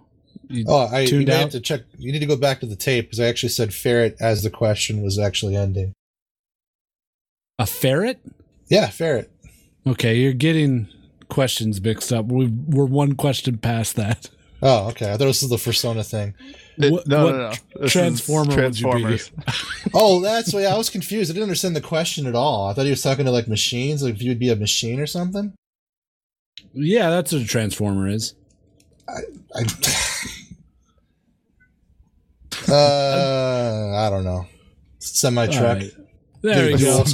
Speaker 1: You
Speaker 4: Oh, I you
Speaker 1: tuned
Speaker 4: may have
Speaker 1: out.
Speaker 4: to check. You need to go back to the tape because I actually said ferret as the question was actually ending.
Speaker 1: A ferret?
Speaker 4: Yeah, ferret.
Speaker 1: Okay, you're getting questions mixed up. We we're one question past that.
Speaker 4: Oh, okay. I thought this was the persona thing.
Speaker 1: What- no, what no, no. This is Transformer would you be? Transformers.
Speaker 4: oh, that's why I was confused. I didn't understand the question at all. I thought he was talking to like machines, like if you would be a machine or something.
Speaker 1: Yeah, that's what a transformer is.
Speaker 4: I, Uh, I don't know. Semi truck.
Speaker 1: All right. There we go.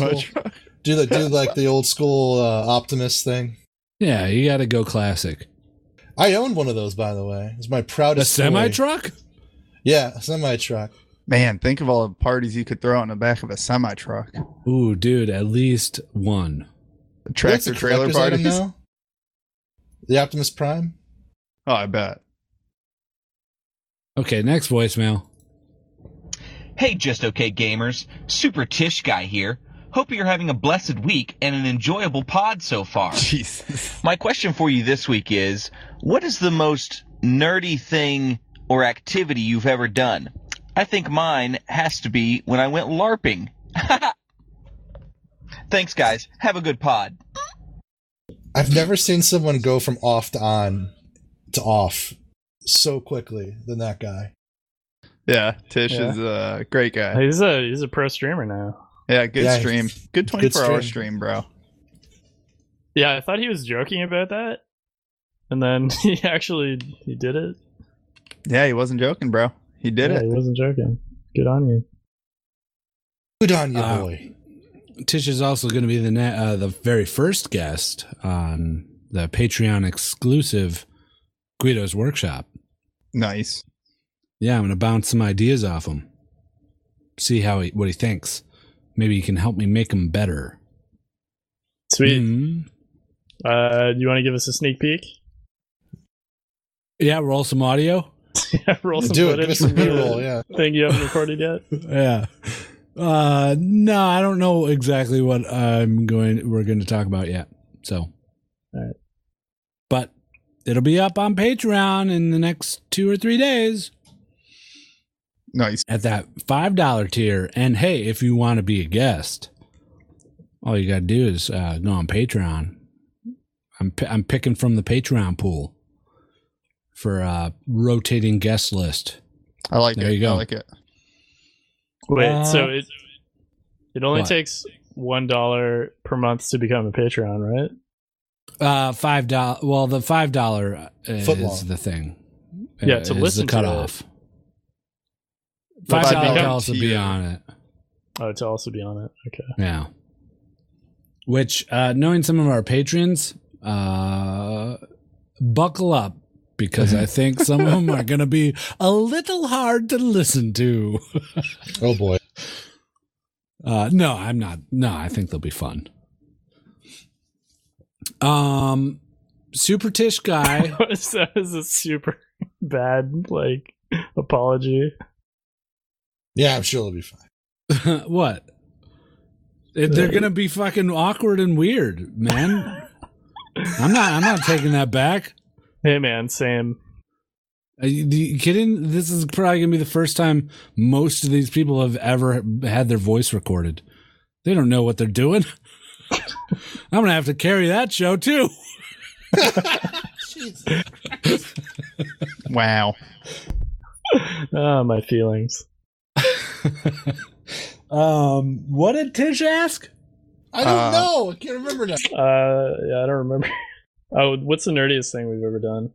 Speaker 4: Do the do like the old school uh, Optimus thing.
Speaker 1: yeah, you got to go classic.
Speaker 4: I owned one of those, by the way. It's my
Speaker 1: A
Speaker 4: proudest. toy.
Speaker 1: semi truck?
Speaker 4: Yeah, a semi truck.
Speaker 3: Man, think of all the parties you could throw out in the back of a semi truck.
Speaker 1: Ooh, dude, at least one.
Speaker 3: Tractor trailer parties.
Speaker 4: The Optimus Prime.
Speaker 3: Oh, I bet.
Speaker 1: Okay, next voicemail.
Speaker 13: Hey, just okay gamers, Super Tish Guy here. Hope you're having a blessed week and an enjoyable pod so far. My question for you this week is, what is the most nerdy thing or activity you've ever done? I think mine has to be when I went LARPing. Thanks guys. Have a good pod.
Speaker 4: I've never seen someone go from off to on to off so quickly than that guy.
Speaker 3: Yeah, Tish
Speaker 4: Yeah.
Speaker 3: is a great guy.
Speaker 2: He's a he's a pro streamer now.
Speaker 3: Yeah, good
Speaker 4: Yeah,
Speaker 3: stream.
Speaker 4: he's-
Speaker 3: Good
Speaker 4: good
Speaker 3: 24 hour
Speaker 4: stream.
Speaker 3: stream, bro.
Speaker 2: Yeah, I thought he was joking about that. And then he actually he did it.
Speaker 3: Yeah, he wasn't joking, bro. He did
Speaker 2: Yeah,
Speaker 3: it.
Speaker 2: He wasn't joking. Good on you.
Speaker 4: Good on you,
Speaker 1: boy. Tish is also going to be the na- uh, the very first guest on the Patreon exclusive Guido's Workshop.
Speaker 3: Nice.
Speaker 1: Yeah, I'm going to bounce some ideas off him. See how he what he thinks. Maybe you can help me make them better.
Speaker 2: Sweet.
Speaker 1: Hmm.
Speaker 2: Uh, you want to give us a sneak peek?
Speaker 1: Yeah, roll some audio.
Speaker 2: yeah, roll some
Speaker 1: Do it.
Speaker 2: footage
Speaker 1: Give us some
Speaker 2: from the
Speaker 1: B-roll, yeah.
Speaker 2: thing you haven't recorded yet.
Speaker 1: Yeah. Uh, no, I don't know exactly what I'm going. We're going to talk about yet. So, but it'll be up on Patreon in the next two or three days.
Speaker 3: Nice
Speaker 1: at that five dollar tier. And hey, if you want to be a guest, all you got to do is uh, go on Patreon. I'm pi- I'm picking from the Patreon pool for uh, rotating guest list.
Speaker 3: I like
Speaker 1: there
Speaker 3: it.
Speaker 1: You go.
Speaker 3: I like it.
Speaker 2: Wait,
Speaker 1: Uh,
Speaker 2: so it it only
Speaker 1: what?
Speaker 2: takes one dollar per month to become a Patreon, right?
Speaker 1: Uh, five dollar. Well, the five dollar uh, is
Speaker 2: Footlong.
Speaker 1: the thing.
Speaker 2: Yeah,
Speaker 1: Uh,
Speaker 2: to
Speaker 1: is
Speaker 2: listen
Speaker 1: the
Speaker 2: to
Speaker 1: cutoff.
Speaker 2: But
Speaker 1: Five
Speaker 2: to
Speaker 1: dollar
Speaker 2: become
Speaker 1: also be
Speaker 2: tier-
Speaker 1: on it.
Speaker 2: Oh, to also be on it. Okay.
Speaker 1: Yeah. Which, uh, knowing some of our patrons, uh, buckle up because I think some of them are going to be a little hard to listen to.
Speaker 4: oh boy.
Speaker 1: Uh, no, I'm not. No, I think they'll be fun. Um, Super Tish guy.
Speaker 2: that is a super bad like apology.
Speaker 4: Yeah, I'm sure it'll be fine.
Speaker 1: what? It- They're gonna be fucking awkward and weird, man. I'm not. I'm not taking that back.
Speaker 2: Hey, man, same.
Speaker 1: Are you, do you kidding? This is probably gonna be the first time most of these people have ever had their voice recorded. They don't know what they're doing. I'm gonna have to carry that show too.
Speaker 3: wow.
Speaker 2: Ah, my feelings.
Speaker 1: um, what did Tish ask?
Speaker 4: I don't know. I can't remember now.
Speaker 2: Uh, yeah, I don't remember. Oh, what's the nerdiest thing we've ever done?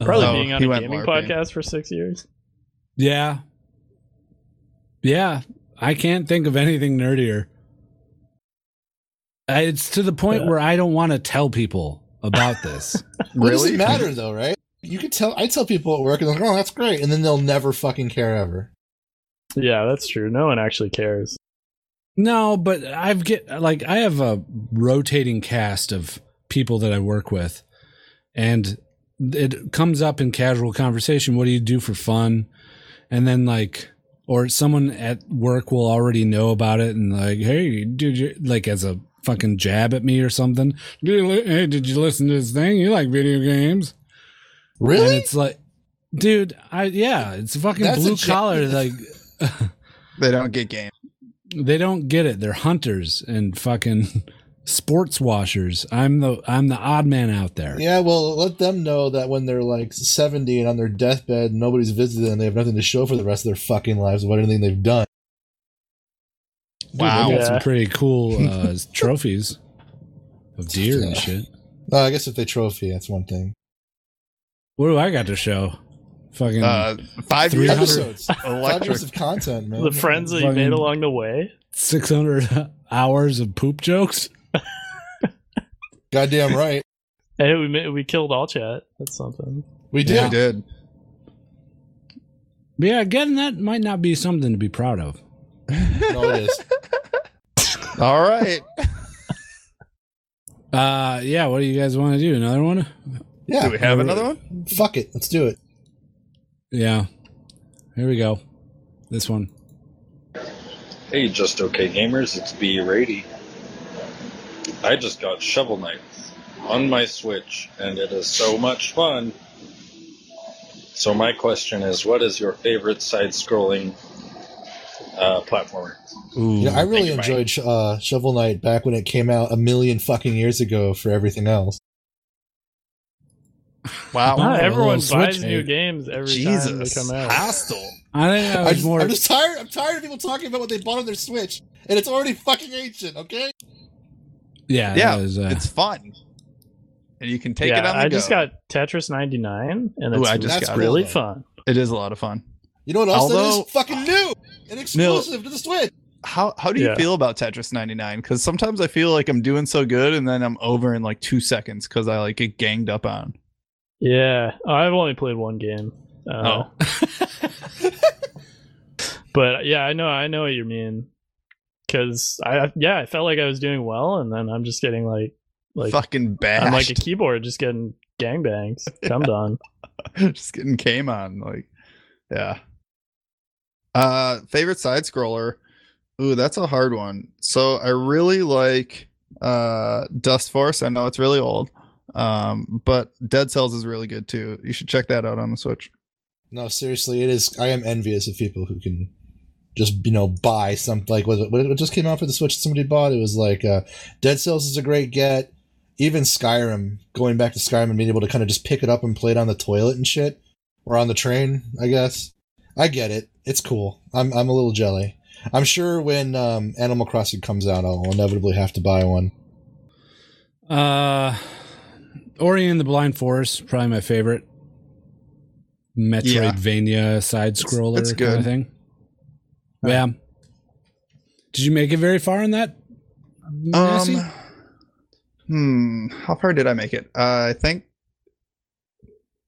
Speaker 2: Probably
Speaker 1: Oh,
Speaker 2: being on
Speaker 1: he
Speaker 2: a
Speaker 1: went
Speaker 2: gaming
Speaker 1: LARPing.
Speaker 2: podcast for six years.
Speaker 1: Yeah. Yeah. I can't think of anything nerdier. Uh, It's to the point where I don't want to tell people about this.
Speaker 4: What does it matter though, right? You could tell. I tell people at work, and they're like, "Oh, that's great," and then they'll never fucking care ever.
Speaker 2: Yeah, that's true. No one actually cares.
Speaker 1: No, but I've get like I have a rotating cast of people that I work with, and it comes up in casual conversation. What do you do for fun? And then like, or someone at work will already know about it, and like, hey, did you like as a fucking jab at me or something? Did you, li- hey, did you listen to this thing? You like video games?
Speaker 4: Really?
Speaker 1: And it's like, dude, I yeah, it's fucking
Speaker 3: That's a
Speaker 1: blue
Speaker 3: jab.
Speaker 1: collar. Like,
Speaker 3: They don't get game.
Speaker 1: they don't get it. They're hunters and fucking sports washers. I'm the I'm the odd man out there.
Speaker 4: Yeah, well, let them know that when they're like 70 and on their deathbed, nobody's visited them, they have nothing to show for the rest of their fucking lives about anything they've done.
Speaker 1: Dude, they got
Speaker 4: Yeah.
Speaker 1: some pretty cool uh, trophies of deer and shit.
Speaker 4: No, I guess if they trophy, that's one thing.
Speaker 1: What do I got to show? Fucking
Speaker 4: Uh,
Speaker 3: five
Speaker 1: 300
Speaker 4: episodes. Five years of content, man.
Speaker 2: The friends that you
Speaker 1: Fucking-
Speaker 2: made along the way.
Speaker 1: 600 hours of poop jokes.
Speaker 4: Goddamn right.
Speaker 2: Hey, we ma- we killed all chat. That's something.
Speaker 4: We did.
Speaker 1: Yeah.
Speaker 3: did.
Speaker 1: But yeah, again, that might not be something to be proud of.
Speaker 4: No, it is.
Speaker 3: All right.
Speaker 1: Uh, yeah. What do you guys want to do? Another one?
Speaker 4: Yeah.
Speaker 1: Do we have another
Speaker 4: one? Fuck it. Let's do it.
Speaker 1: Yeah. Here we go. This one.
Speaker 14: Hey, just okay gamers, it's B Rady. I just got Shovel Knight on my Switch, and it is so much fun. So my question is, what is your favorite side-scrolling uh, platformer?
Speaker 4: Yeah, I
Speaker 14: Thank
Speaker 4: really
Speaker 14: you,
Speaker 4: enjoyed Sh- uh, Shovel Knight back when it came out a million fucking years ago for everything else.
Speaker 3: Wow.
Speaker 2: Not
Speaker 4: Oh,
Speaker 2: everyone
Speaker 4: Switch
Speaker 2: buys
Speaker 4: hate.
Speaker 2: new games every time they
Speaker 4: Jesus.
Speaker 2: come out.
Speaker 4: Hostile.
Speaker 1: I think
Speaker 4: I'm just, I'm just tired. I'm tired of people talking about what they bought on their Switch, and it's already fucking ancient. Okay.
Speaker 1: Yeah.
Speaker 3: Yeah,
Speaker 1: that was, uh,
Speaker 3: it's fun, and you can take
Speaker 2: yeah,
Speaker 3: it on the
Speaker 2: I
Speaker 3: go.
Speaker 2: just got Tetris 99, and
Speaker 3: Ooh,
Speaker 2: it's,
Speaker 3: I just
Speaker 2: it's
Speaker 3: got it.
Speaker 2: really fun.
Speaker 3: It is a lot of fun.
Speaker 4: You know what else
Speaker 3: Although-
Speaker 4: that is fucking new and exclusive to the Switch?
Speaker 3: How how do you
Speaker 4: Yeah.
Speaker 3: feel about Tetris 99? Because sometimes I feel like I'm doing so good, and then I'm over in like two seconds because I like get ganged up on.
Speaker 2: Yeah, I've only played one game. Uh,
Speaker 3: Oh.
Speaker 2: but yeah, I know, I know what you mean. because I yeah, I felt like I was doing well, and then I'm just getting like like
Speaker 3: Fucking
Speaker 2: I'm like a
Speaker 3: bashed.
Speaker 2: keyboard just getting gangbangs, cummed on.
Speaker 3: just getting came on like yeah uh favorite side scroller ooh that's a hard one so i really like uh dust force i know it's really old um but dead cells is really good too you should check that out on the switch
Speaker 4: No, seriously, it is. I am envious of people who can just you know buy something like what, what what just came out for the Switch. Somebody bought it was like uh, Dead Cells is a great get. Even Skyrim, going back to Skyrim and being able to kind of just pick it up and play it on the toilet and shit, or on the train, I guess. I get it. It's cool. I'm I'm a little jelly. I'm sure when um, Animal Crossing comes out, I'll inevitably have to buy one.
Speaker 1: Uh, Ori and the Blind Forest, probably my favorite. Metroidvania side scroller
Speaker 3: it's
Speaker 1: kind
Speaker 3: good.
Speaker 1: of thing. Yeah. Did you make it very far in that? Massey?
Speaker 3: um hmm how far did i make it uh, i think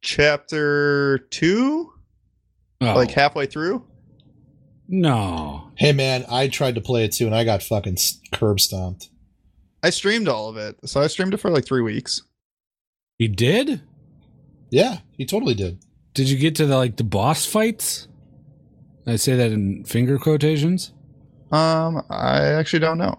Speaker 3: chapter two
Speaker 1: Oh.
Speaker 3: like halfway through
Speaker 1: No.
Speaker 4: Hey man, I tried to play it too, and I got fucking s- curb stomped.
Speaker 3: i streamed all of it so i streamed it for like three weeks
Speaker 1: You did?
Speaker 4: Yeah, he totally did.
Speaker 1: Did you get to the like the boss fights? I say that in finger quotations.
Speaker 3: Um, I actually don't know.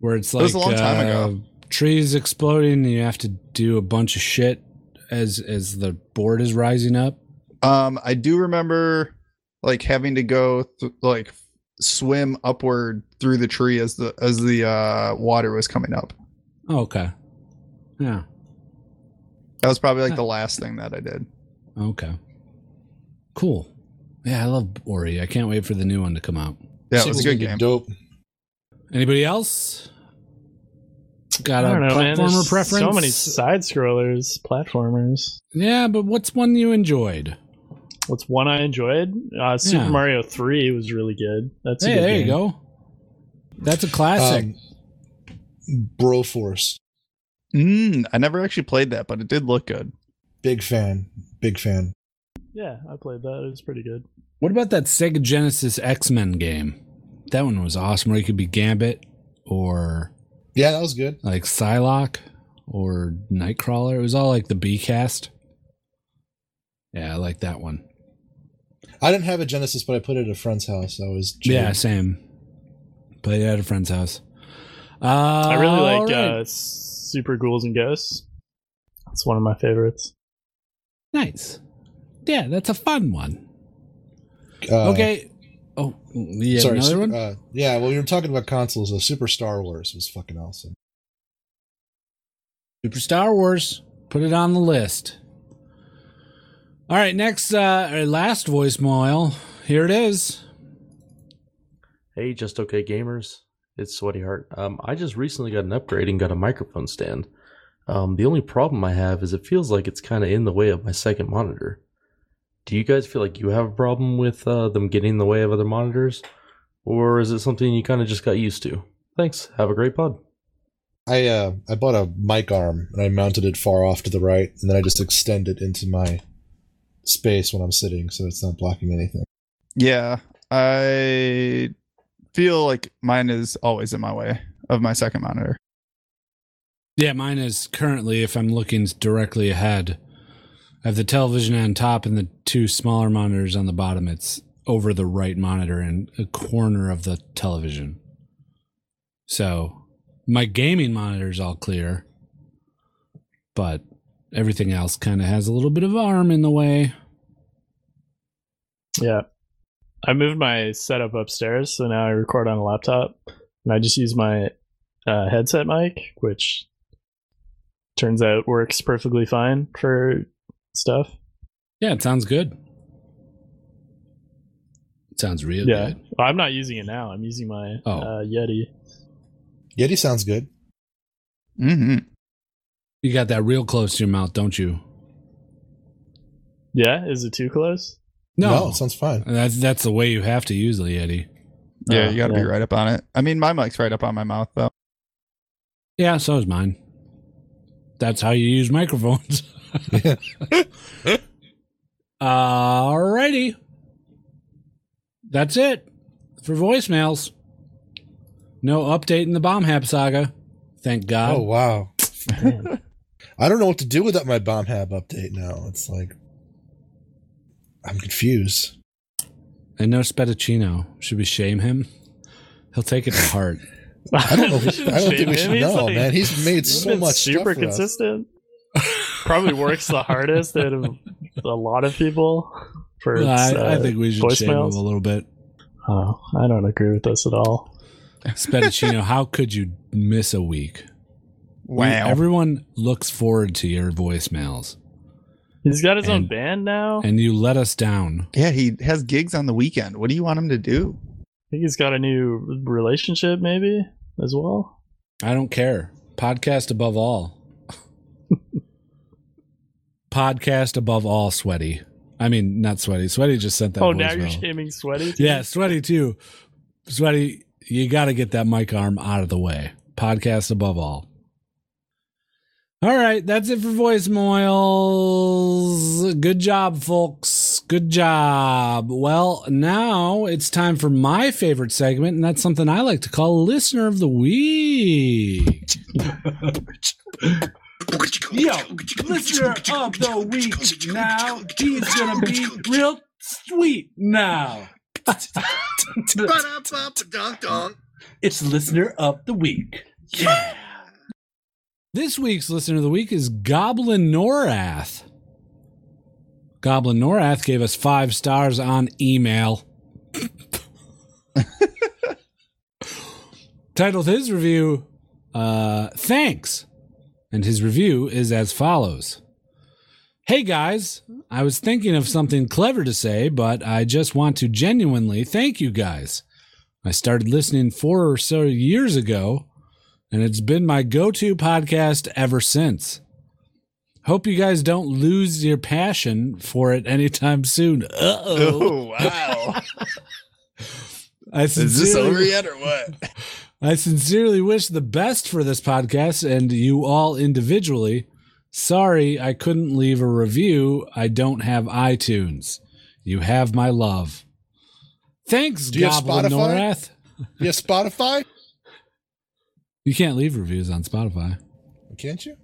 Speaker 1: Where it's
Speaker 3: It
Speaker 1: like
Speaker 3: was a long time
Speaker 1: uh,
Speaker 3: ago.
Speaker 1: trees exploding and you have to do a bunch of shit as as the board is rising up.
Speaker 3: Um, I do remember like having to go th- like swim upward through the tree as the as the uh water was coming up.
Speaker 1: Oh, okay. Yeah.
Speaker 3: That was probably like the last thing that I did.
Speaker 1: Okay. Cool. Yeah, I love Ori. I can't wait for the new one to come out.
Speaker 3: Yeah, it was a good game.
Speaker 4: Dope.
Speaker 1: Anybody else? Got a
Speaker 2: I don't know, man.
Speaker 1: platformer
Speaker 2: There's
Speaker 1: preference?
Speaker 2: So many side scrollers, platformers.
Speaker 1: Yeah, but what's one you enjoyed?
Speaker 2: What's one I enjoyed? Uh, Super
Speaker 1: Yeah.
Speaker 2: Mario Three was really good. That's
Speaker 1: Hey,
Speaker 2: a good
Speaker 1: there you
Speaker 2: game.
Speaker 1: go. That's a classic.
Speaker 4: Um, Bro Force.
Speaker 3: Mm, I never actually played that, but it did look good.
Speaker 4: Big fan. Big fan.
Speaker 2: Yeah, I played that. It was pretty good.
Speaker 1: What about that Sega Genesis X Men game? That one was awesome. Where you could be Gambit or
Speaker 4: yeah, that was good.
Speaker 1: Like Psylocke or Nightcrawler. It was all like the B cast. Yeah, I like that one.
Speaker 4: I didn't have a Genesis, but I put it at a friend's house. I was
Speaker 1: Yeah, same. Played it at a friend's house. Uh, I
Speaker 2: I really like uh, Super Ghouls and Ghosts. That's one of my favorites.
Speaker 1: nice. Yeah, that's a fun one.
Speaker 4: Uh,
Speaker 1: okay. Oh, yeah, another
Speaker 4: su-
Speaker 1: one.
Speaker 4: Uh, yeah, well, you were talking about consoles. Uh, Super Star Wars was fucking awesome.
Speaker 1: Super Star Wars. Put it on the list. All right, next, uh, our last voicemail. Here it is.
Speaker 15: Hey, just okay gamers. It's Sweaty Heart. Um, I just recently got an upgrade and got a microphone stand. Um, the only problem I have is it feels like it's kind of in the way of my second monitor. Do you guys feel like you have a problem with uh, them getting in the way of other monitors, or is it something you kind of just got used to? Thanks. Have a great pod.
Speaker 4: I uh, I bought a mic arm and I mounted it far off to the right, and then I just extend it into my space when I'm sitting, so it's not blocking anything.
Speaker 3: Yeah, I feel like mine is always in my way of my second monitor.
Speaker 1: Yeah, mine is currently, if I'm looking directly ahead, I have the television on top and the two smaller monitors on the bottom. It's over the right monitor and a corner of the television. So my gaming monitor is all clear, but everything else kind of has a little bit of arm in the way.
Speaker 2: Yeah. I moved my setup upstairs, so now I record on a laptop, and I just use my uh, headset mic, which turns out works perfectly fine for stuff.
Speaker 1: Yeah, it sounds good. It sounds real
Speaker 2: yeah,
Speaker 1: good.
Speaker 2: Well, I'm not using it now. I'm using my
Speaker 1: Oh.
Speaker 2: uh, Yeti.
Speaker 4: Yeti sounds good.
Speaker 3: Mm-hmm.
Speaker 1: You got that real close to your mouth, don't you?
Speaker 2: Yeah, is it too close?
Speaker 1: No.
Speaker 4: it sounds fine.
Speaker 1: That's that's the way you have to use the Yeti.
Speaker 3: Yeah,
Speaker 1: Uh,
Speaker 3: you got to
Speaker 1: yeah.
Speaker 3: be right up on it. I mean, my mic's right up on my mouth though.
Speaker 1: Yeah, so is mine. That's how you use microphones. Alrighty. That's it for voicemails. No update in the bomb hab saga. Thank God.
Speaker 4: Oh wow. I don't know what to do without my bomb hab update now. It's like I'm confused.
Speaker 1: And no Spettuccino. Should we shame him? He'll take it to heart.
Speaker 4: I don't know. if- I don't think we should
Speaker 2: He's
Speaker 4: know,
Speaker 2: like-
Speaker 4: man. He's made
Speaker 2: he's
Speaker 4: so
Speaker 2: been
Speaker 4: much
Speaker 2: super
Speaker 4: stuff for us.
Speaker 2: consistent. Probably works the hardest out of a lot of people. For
Speaker 1: No,
Speaker 2: its,
Speaker 1: I, I
Speaker 2: uh,
Speaker 1: think we should shame him a
Speaker 2: voicemails.
Speaker 1: little bit.
Speaker 2: Oh, I don't agree with this at all.
Speaker 1: Spettuccino, how could you miss a week? We-
Speaker 2: Wow.
Speaker 1: everyone looks forward to your voicemails,
Speaker 2: He's got his own
Speaker 1: And-
Speaker 2: band now. I
Speaker 1: and you let us down.
Speaker 3: Yeah, he has gigs on the weekend. What do you want him to do?
Speaker 2: think he's got a new relationship, maybe as well.
Speaker 1: I don't care. Podcast above all. Podcast above all, sweaty. I mean, not sweaty. Sweaty just sent that.
Speaker 2: oh, now
Speaker 1: voicemail.
Speaker 2: you're shaming Sweaty. too?
Speaker 1: Yeah, sweaty too. Sweaty, you got to get that mic arm out of the way. Podcast above all. All right, that's it for voicemails. Good job, folks. Good job. Well, now it's time for my favorite segment, and that's something I like to call Listener of the Week.
Speaker 5: Yo, listener of the week now. He's gonna be real sweet now. It's listener of the week. Yeah.
Speaker 1: This week's listener of the week is Goblin Norath. Goblin Norath gave us five stars on email. Titled his review, uh, Thanks. And his review is as follows Hey guys, I was thinking of something clever to say, but I just want to genuinely thank you guys. I started listening four or so years ago and it's been my go to podcast ever since. Hope you guys don't lose your passion for it anytime soon. Uh oh.
Speaker 3: wow.
Speaker 1: I
Speaker 3: Is this
Speaker 1: sincerely-
Speaker 3: over yet or what?
Speaker 1: I sincerely wish the best for this podcast and you all individually. Sorry, I couldn't leave a review. I don't have iTunes. You have my love. Thanks,
Speaker 4: Do you have
Speaker 1: Goblin
Speaker 4: Spotify?
Speaker 1: Norath.
Speaker 4: You have Spotify?
Speaker 1: You can't leave reviews on Spotify.
Speaker 4: Can't you?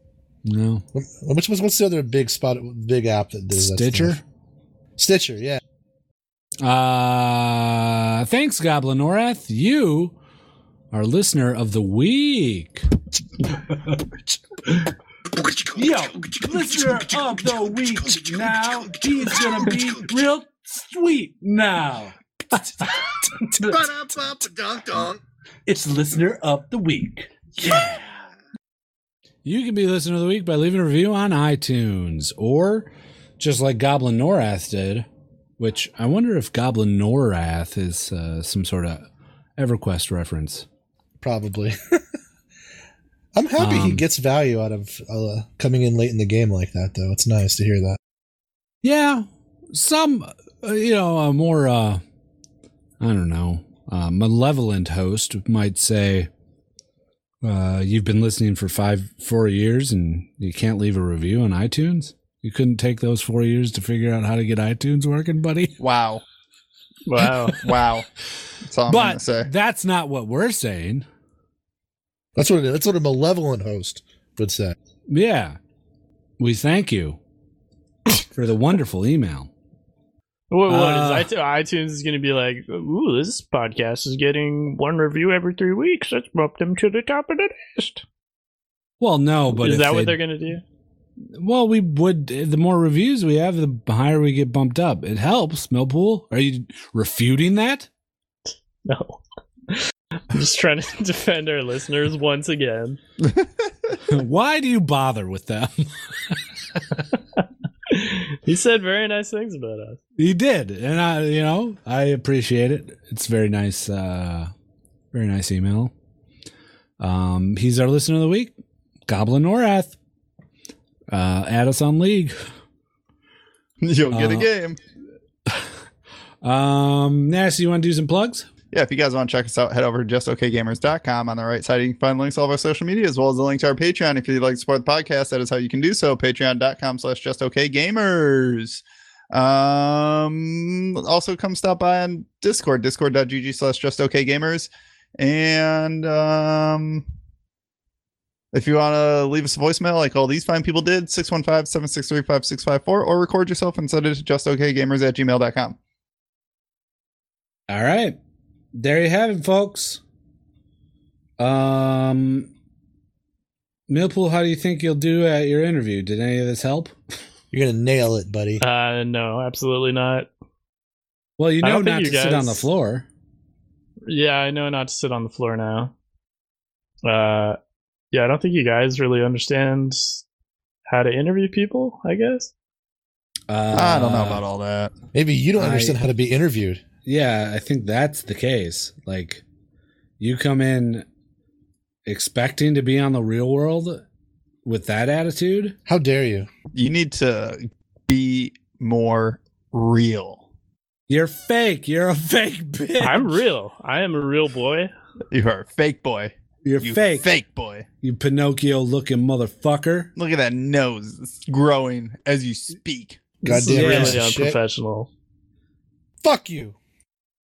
Speaker 1: No.
Speaker 4: What's, what's, what's the other big spot, big app that does that
Speaker 1: Stitcher?
Speaker 4: stuff? Stitcher, yeah.
Speaker 1: Uh, thanks, Goblin Norath. You are listener of the week.
Speaker 5: Yo, listener of the week now. He's gonna be real sweet now. It's listener of the week. Yeah.
Speaker 1: You can be listener of the week by leaving a review on iTunes or just like Goblin Norath did, which I wonder if Goblin Norath is uh, some sort of EverQuest reference.
Speaker 4: Probably. I'm happy
Speaker 2: Um,
Speaker 4: he gets value out of uh, coming in late in the game like that, though. It's nice to hear that.
Speaker 1: Yeah, some uh, you know a more uh, I don't know uh, malevolent host might say, uh, "You've been listening for five four years and you can't leave a review on iTunes. You couldn't take those four years to figure out how to get iTunes working, buddy."
Speaker 3: Wow,
Speaker 2: wow,
Speaker 3: wow. That's all I'm gonna
Speaker 1: but
Speaker 3: say.
Speaker 1: that's not what we're saying.
Speaker 4: That's what it is. that's what a malevolent host would say.
Speaker 1: Yeah. We thank you for the wonderful email.
Speaker 2: What, what is
Speaker 1: Uh,
Speaker 2: iTunes? iTunes is going to be like, ooh, this podcast is getting one review every three weeks. Let's bump them to the top of the list.
Speaker 1: Well, no, Oh, but
Speaker 2: is
Speaker 1: if
Speaker 2: that what
Speaker 1: they-
Speaker 2: they're going to do?
Speaker 1: Well, we would. The more reviews we have, the higher we get bumped up. It helps. Millpool, are you refuting that?
Speaker 2: No. I'm just trying to defend our listeners once again.
Speaker 1: Why do you bother with them?
Speaker 2: He said very nice things about us.
Speaker 1: he did, and I, you know, I appreciate it. It's very nice. uh Very nice email. Um, he's our listener of the week, Goblin Norath. Uh, add us on League.
Speaker 3: You'll get a
Speaker 1: Uh,
Speaker 3: game.
Speaker 1: Um, Nasty, you want to do some plugs?
Speaker 3: Yeah, if you guys want to check us out, head over to justokgamers.com. On the right side, you can find links to all of our social media as well as a link to our Patreon. If you'd like to support the podcast, that is how you can do so. Patreon.com slash justokgamers. Um, also, come stop by on Discord, discord.gg slash justokgamers. And um, if you want to leave us a voicemail like all these fine people did, 615 763 5654, or record yourself and send it to justokgamers at gmail.com.
Speaker 1: All right. There you have it, folks. Um Millpool, how do you think you'll do at your interview? Did any of this help?
Speaker 4: You're gonna nail it, buddy.
Speaker 2: Uh, no, absolutely not.
Speaker 1: Well, you
Speaker 2: I
Speaker 1: know
Speaker 2: don't think
Speaker 1: not
Speaker 2: you
Speaker 1: to sit on
Speaker 2: guys-
Speaker 1: the floor.
Speaker 2: Yeah, I know not to sit on the floor now. Uh, yeah, I don't think you guys really understand how to interview people. I guess.
Speaker 1: Uh,
Speaker 3: I don't know about all that.
Speaker 4: Maybe you don't
Speaker 1: I-
Speaker 4: understand how to be interviewed.
Speaker 1: Yeah, I think that's the case. Like, you come in expecting to be on the real world with that attitude.
Speaker 4: How dare you?
Speaker 3: You need to be more real.
Speaker 1: You're fake. You're a fake bitch.
Speaker 2: I'm real. I am a real boy.
Speaker 3: You are a fake boy.
Speaker 1: You're
Speaker 3: You
Speaker 1: fake.
Speaker 3: Fake boy.
Speaker 1: You Pinocchio looking motherfucker.
Speaker 3: Look at that nose. It's growing as you speak.
Speaker 2: This is really unprofessional.
Speaker 4: Fuck you.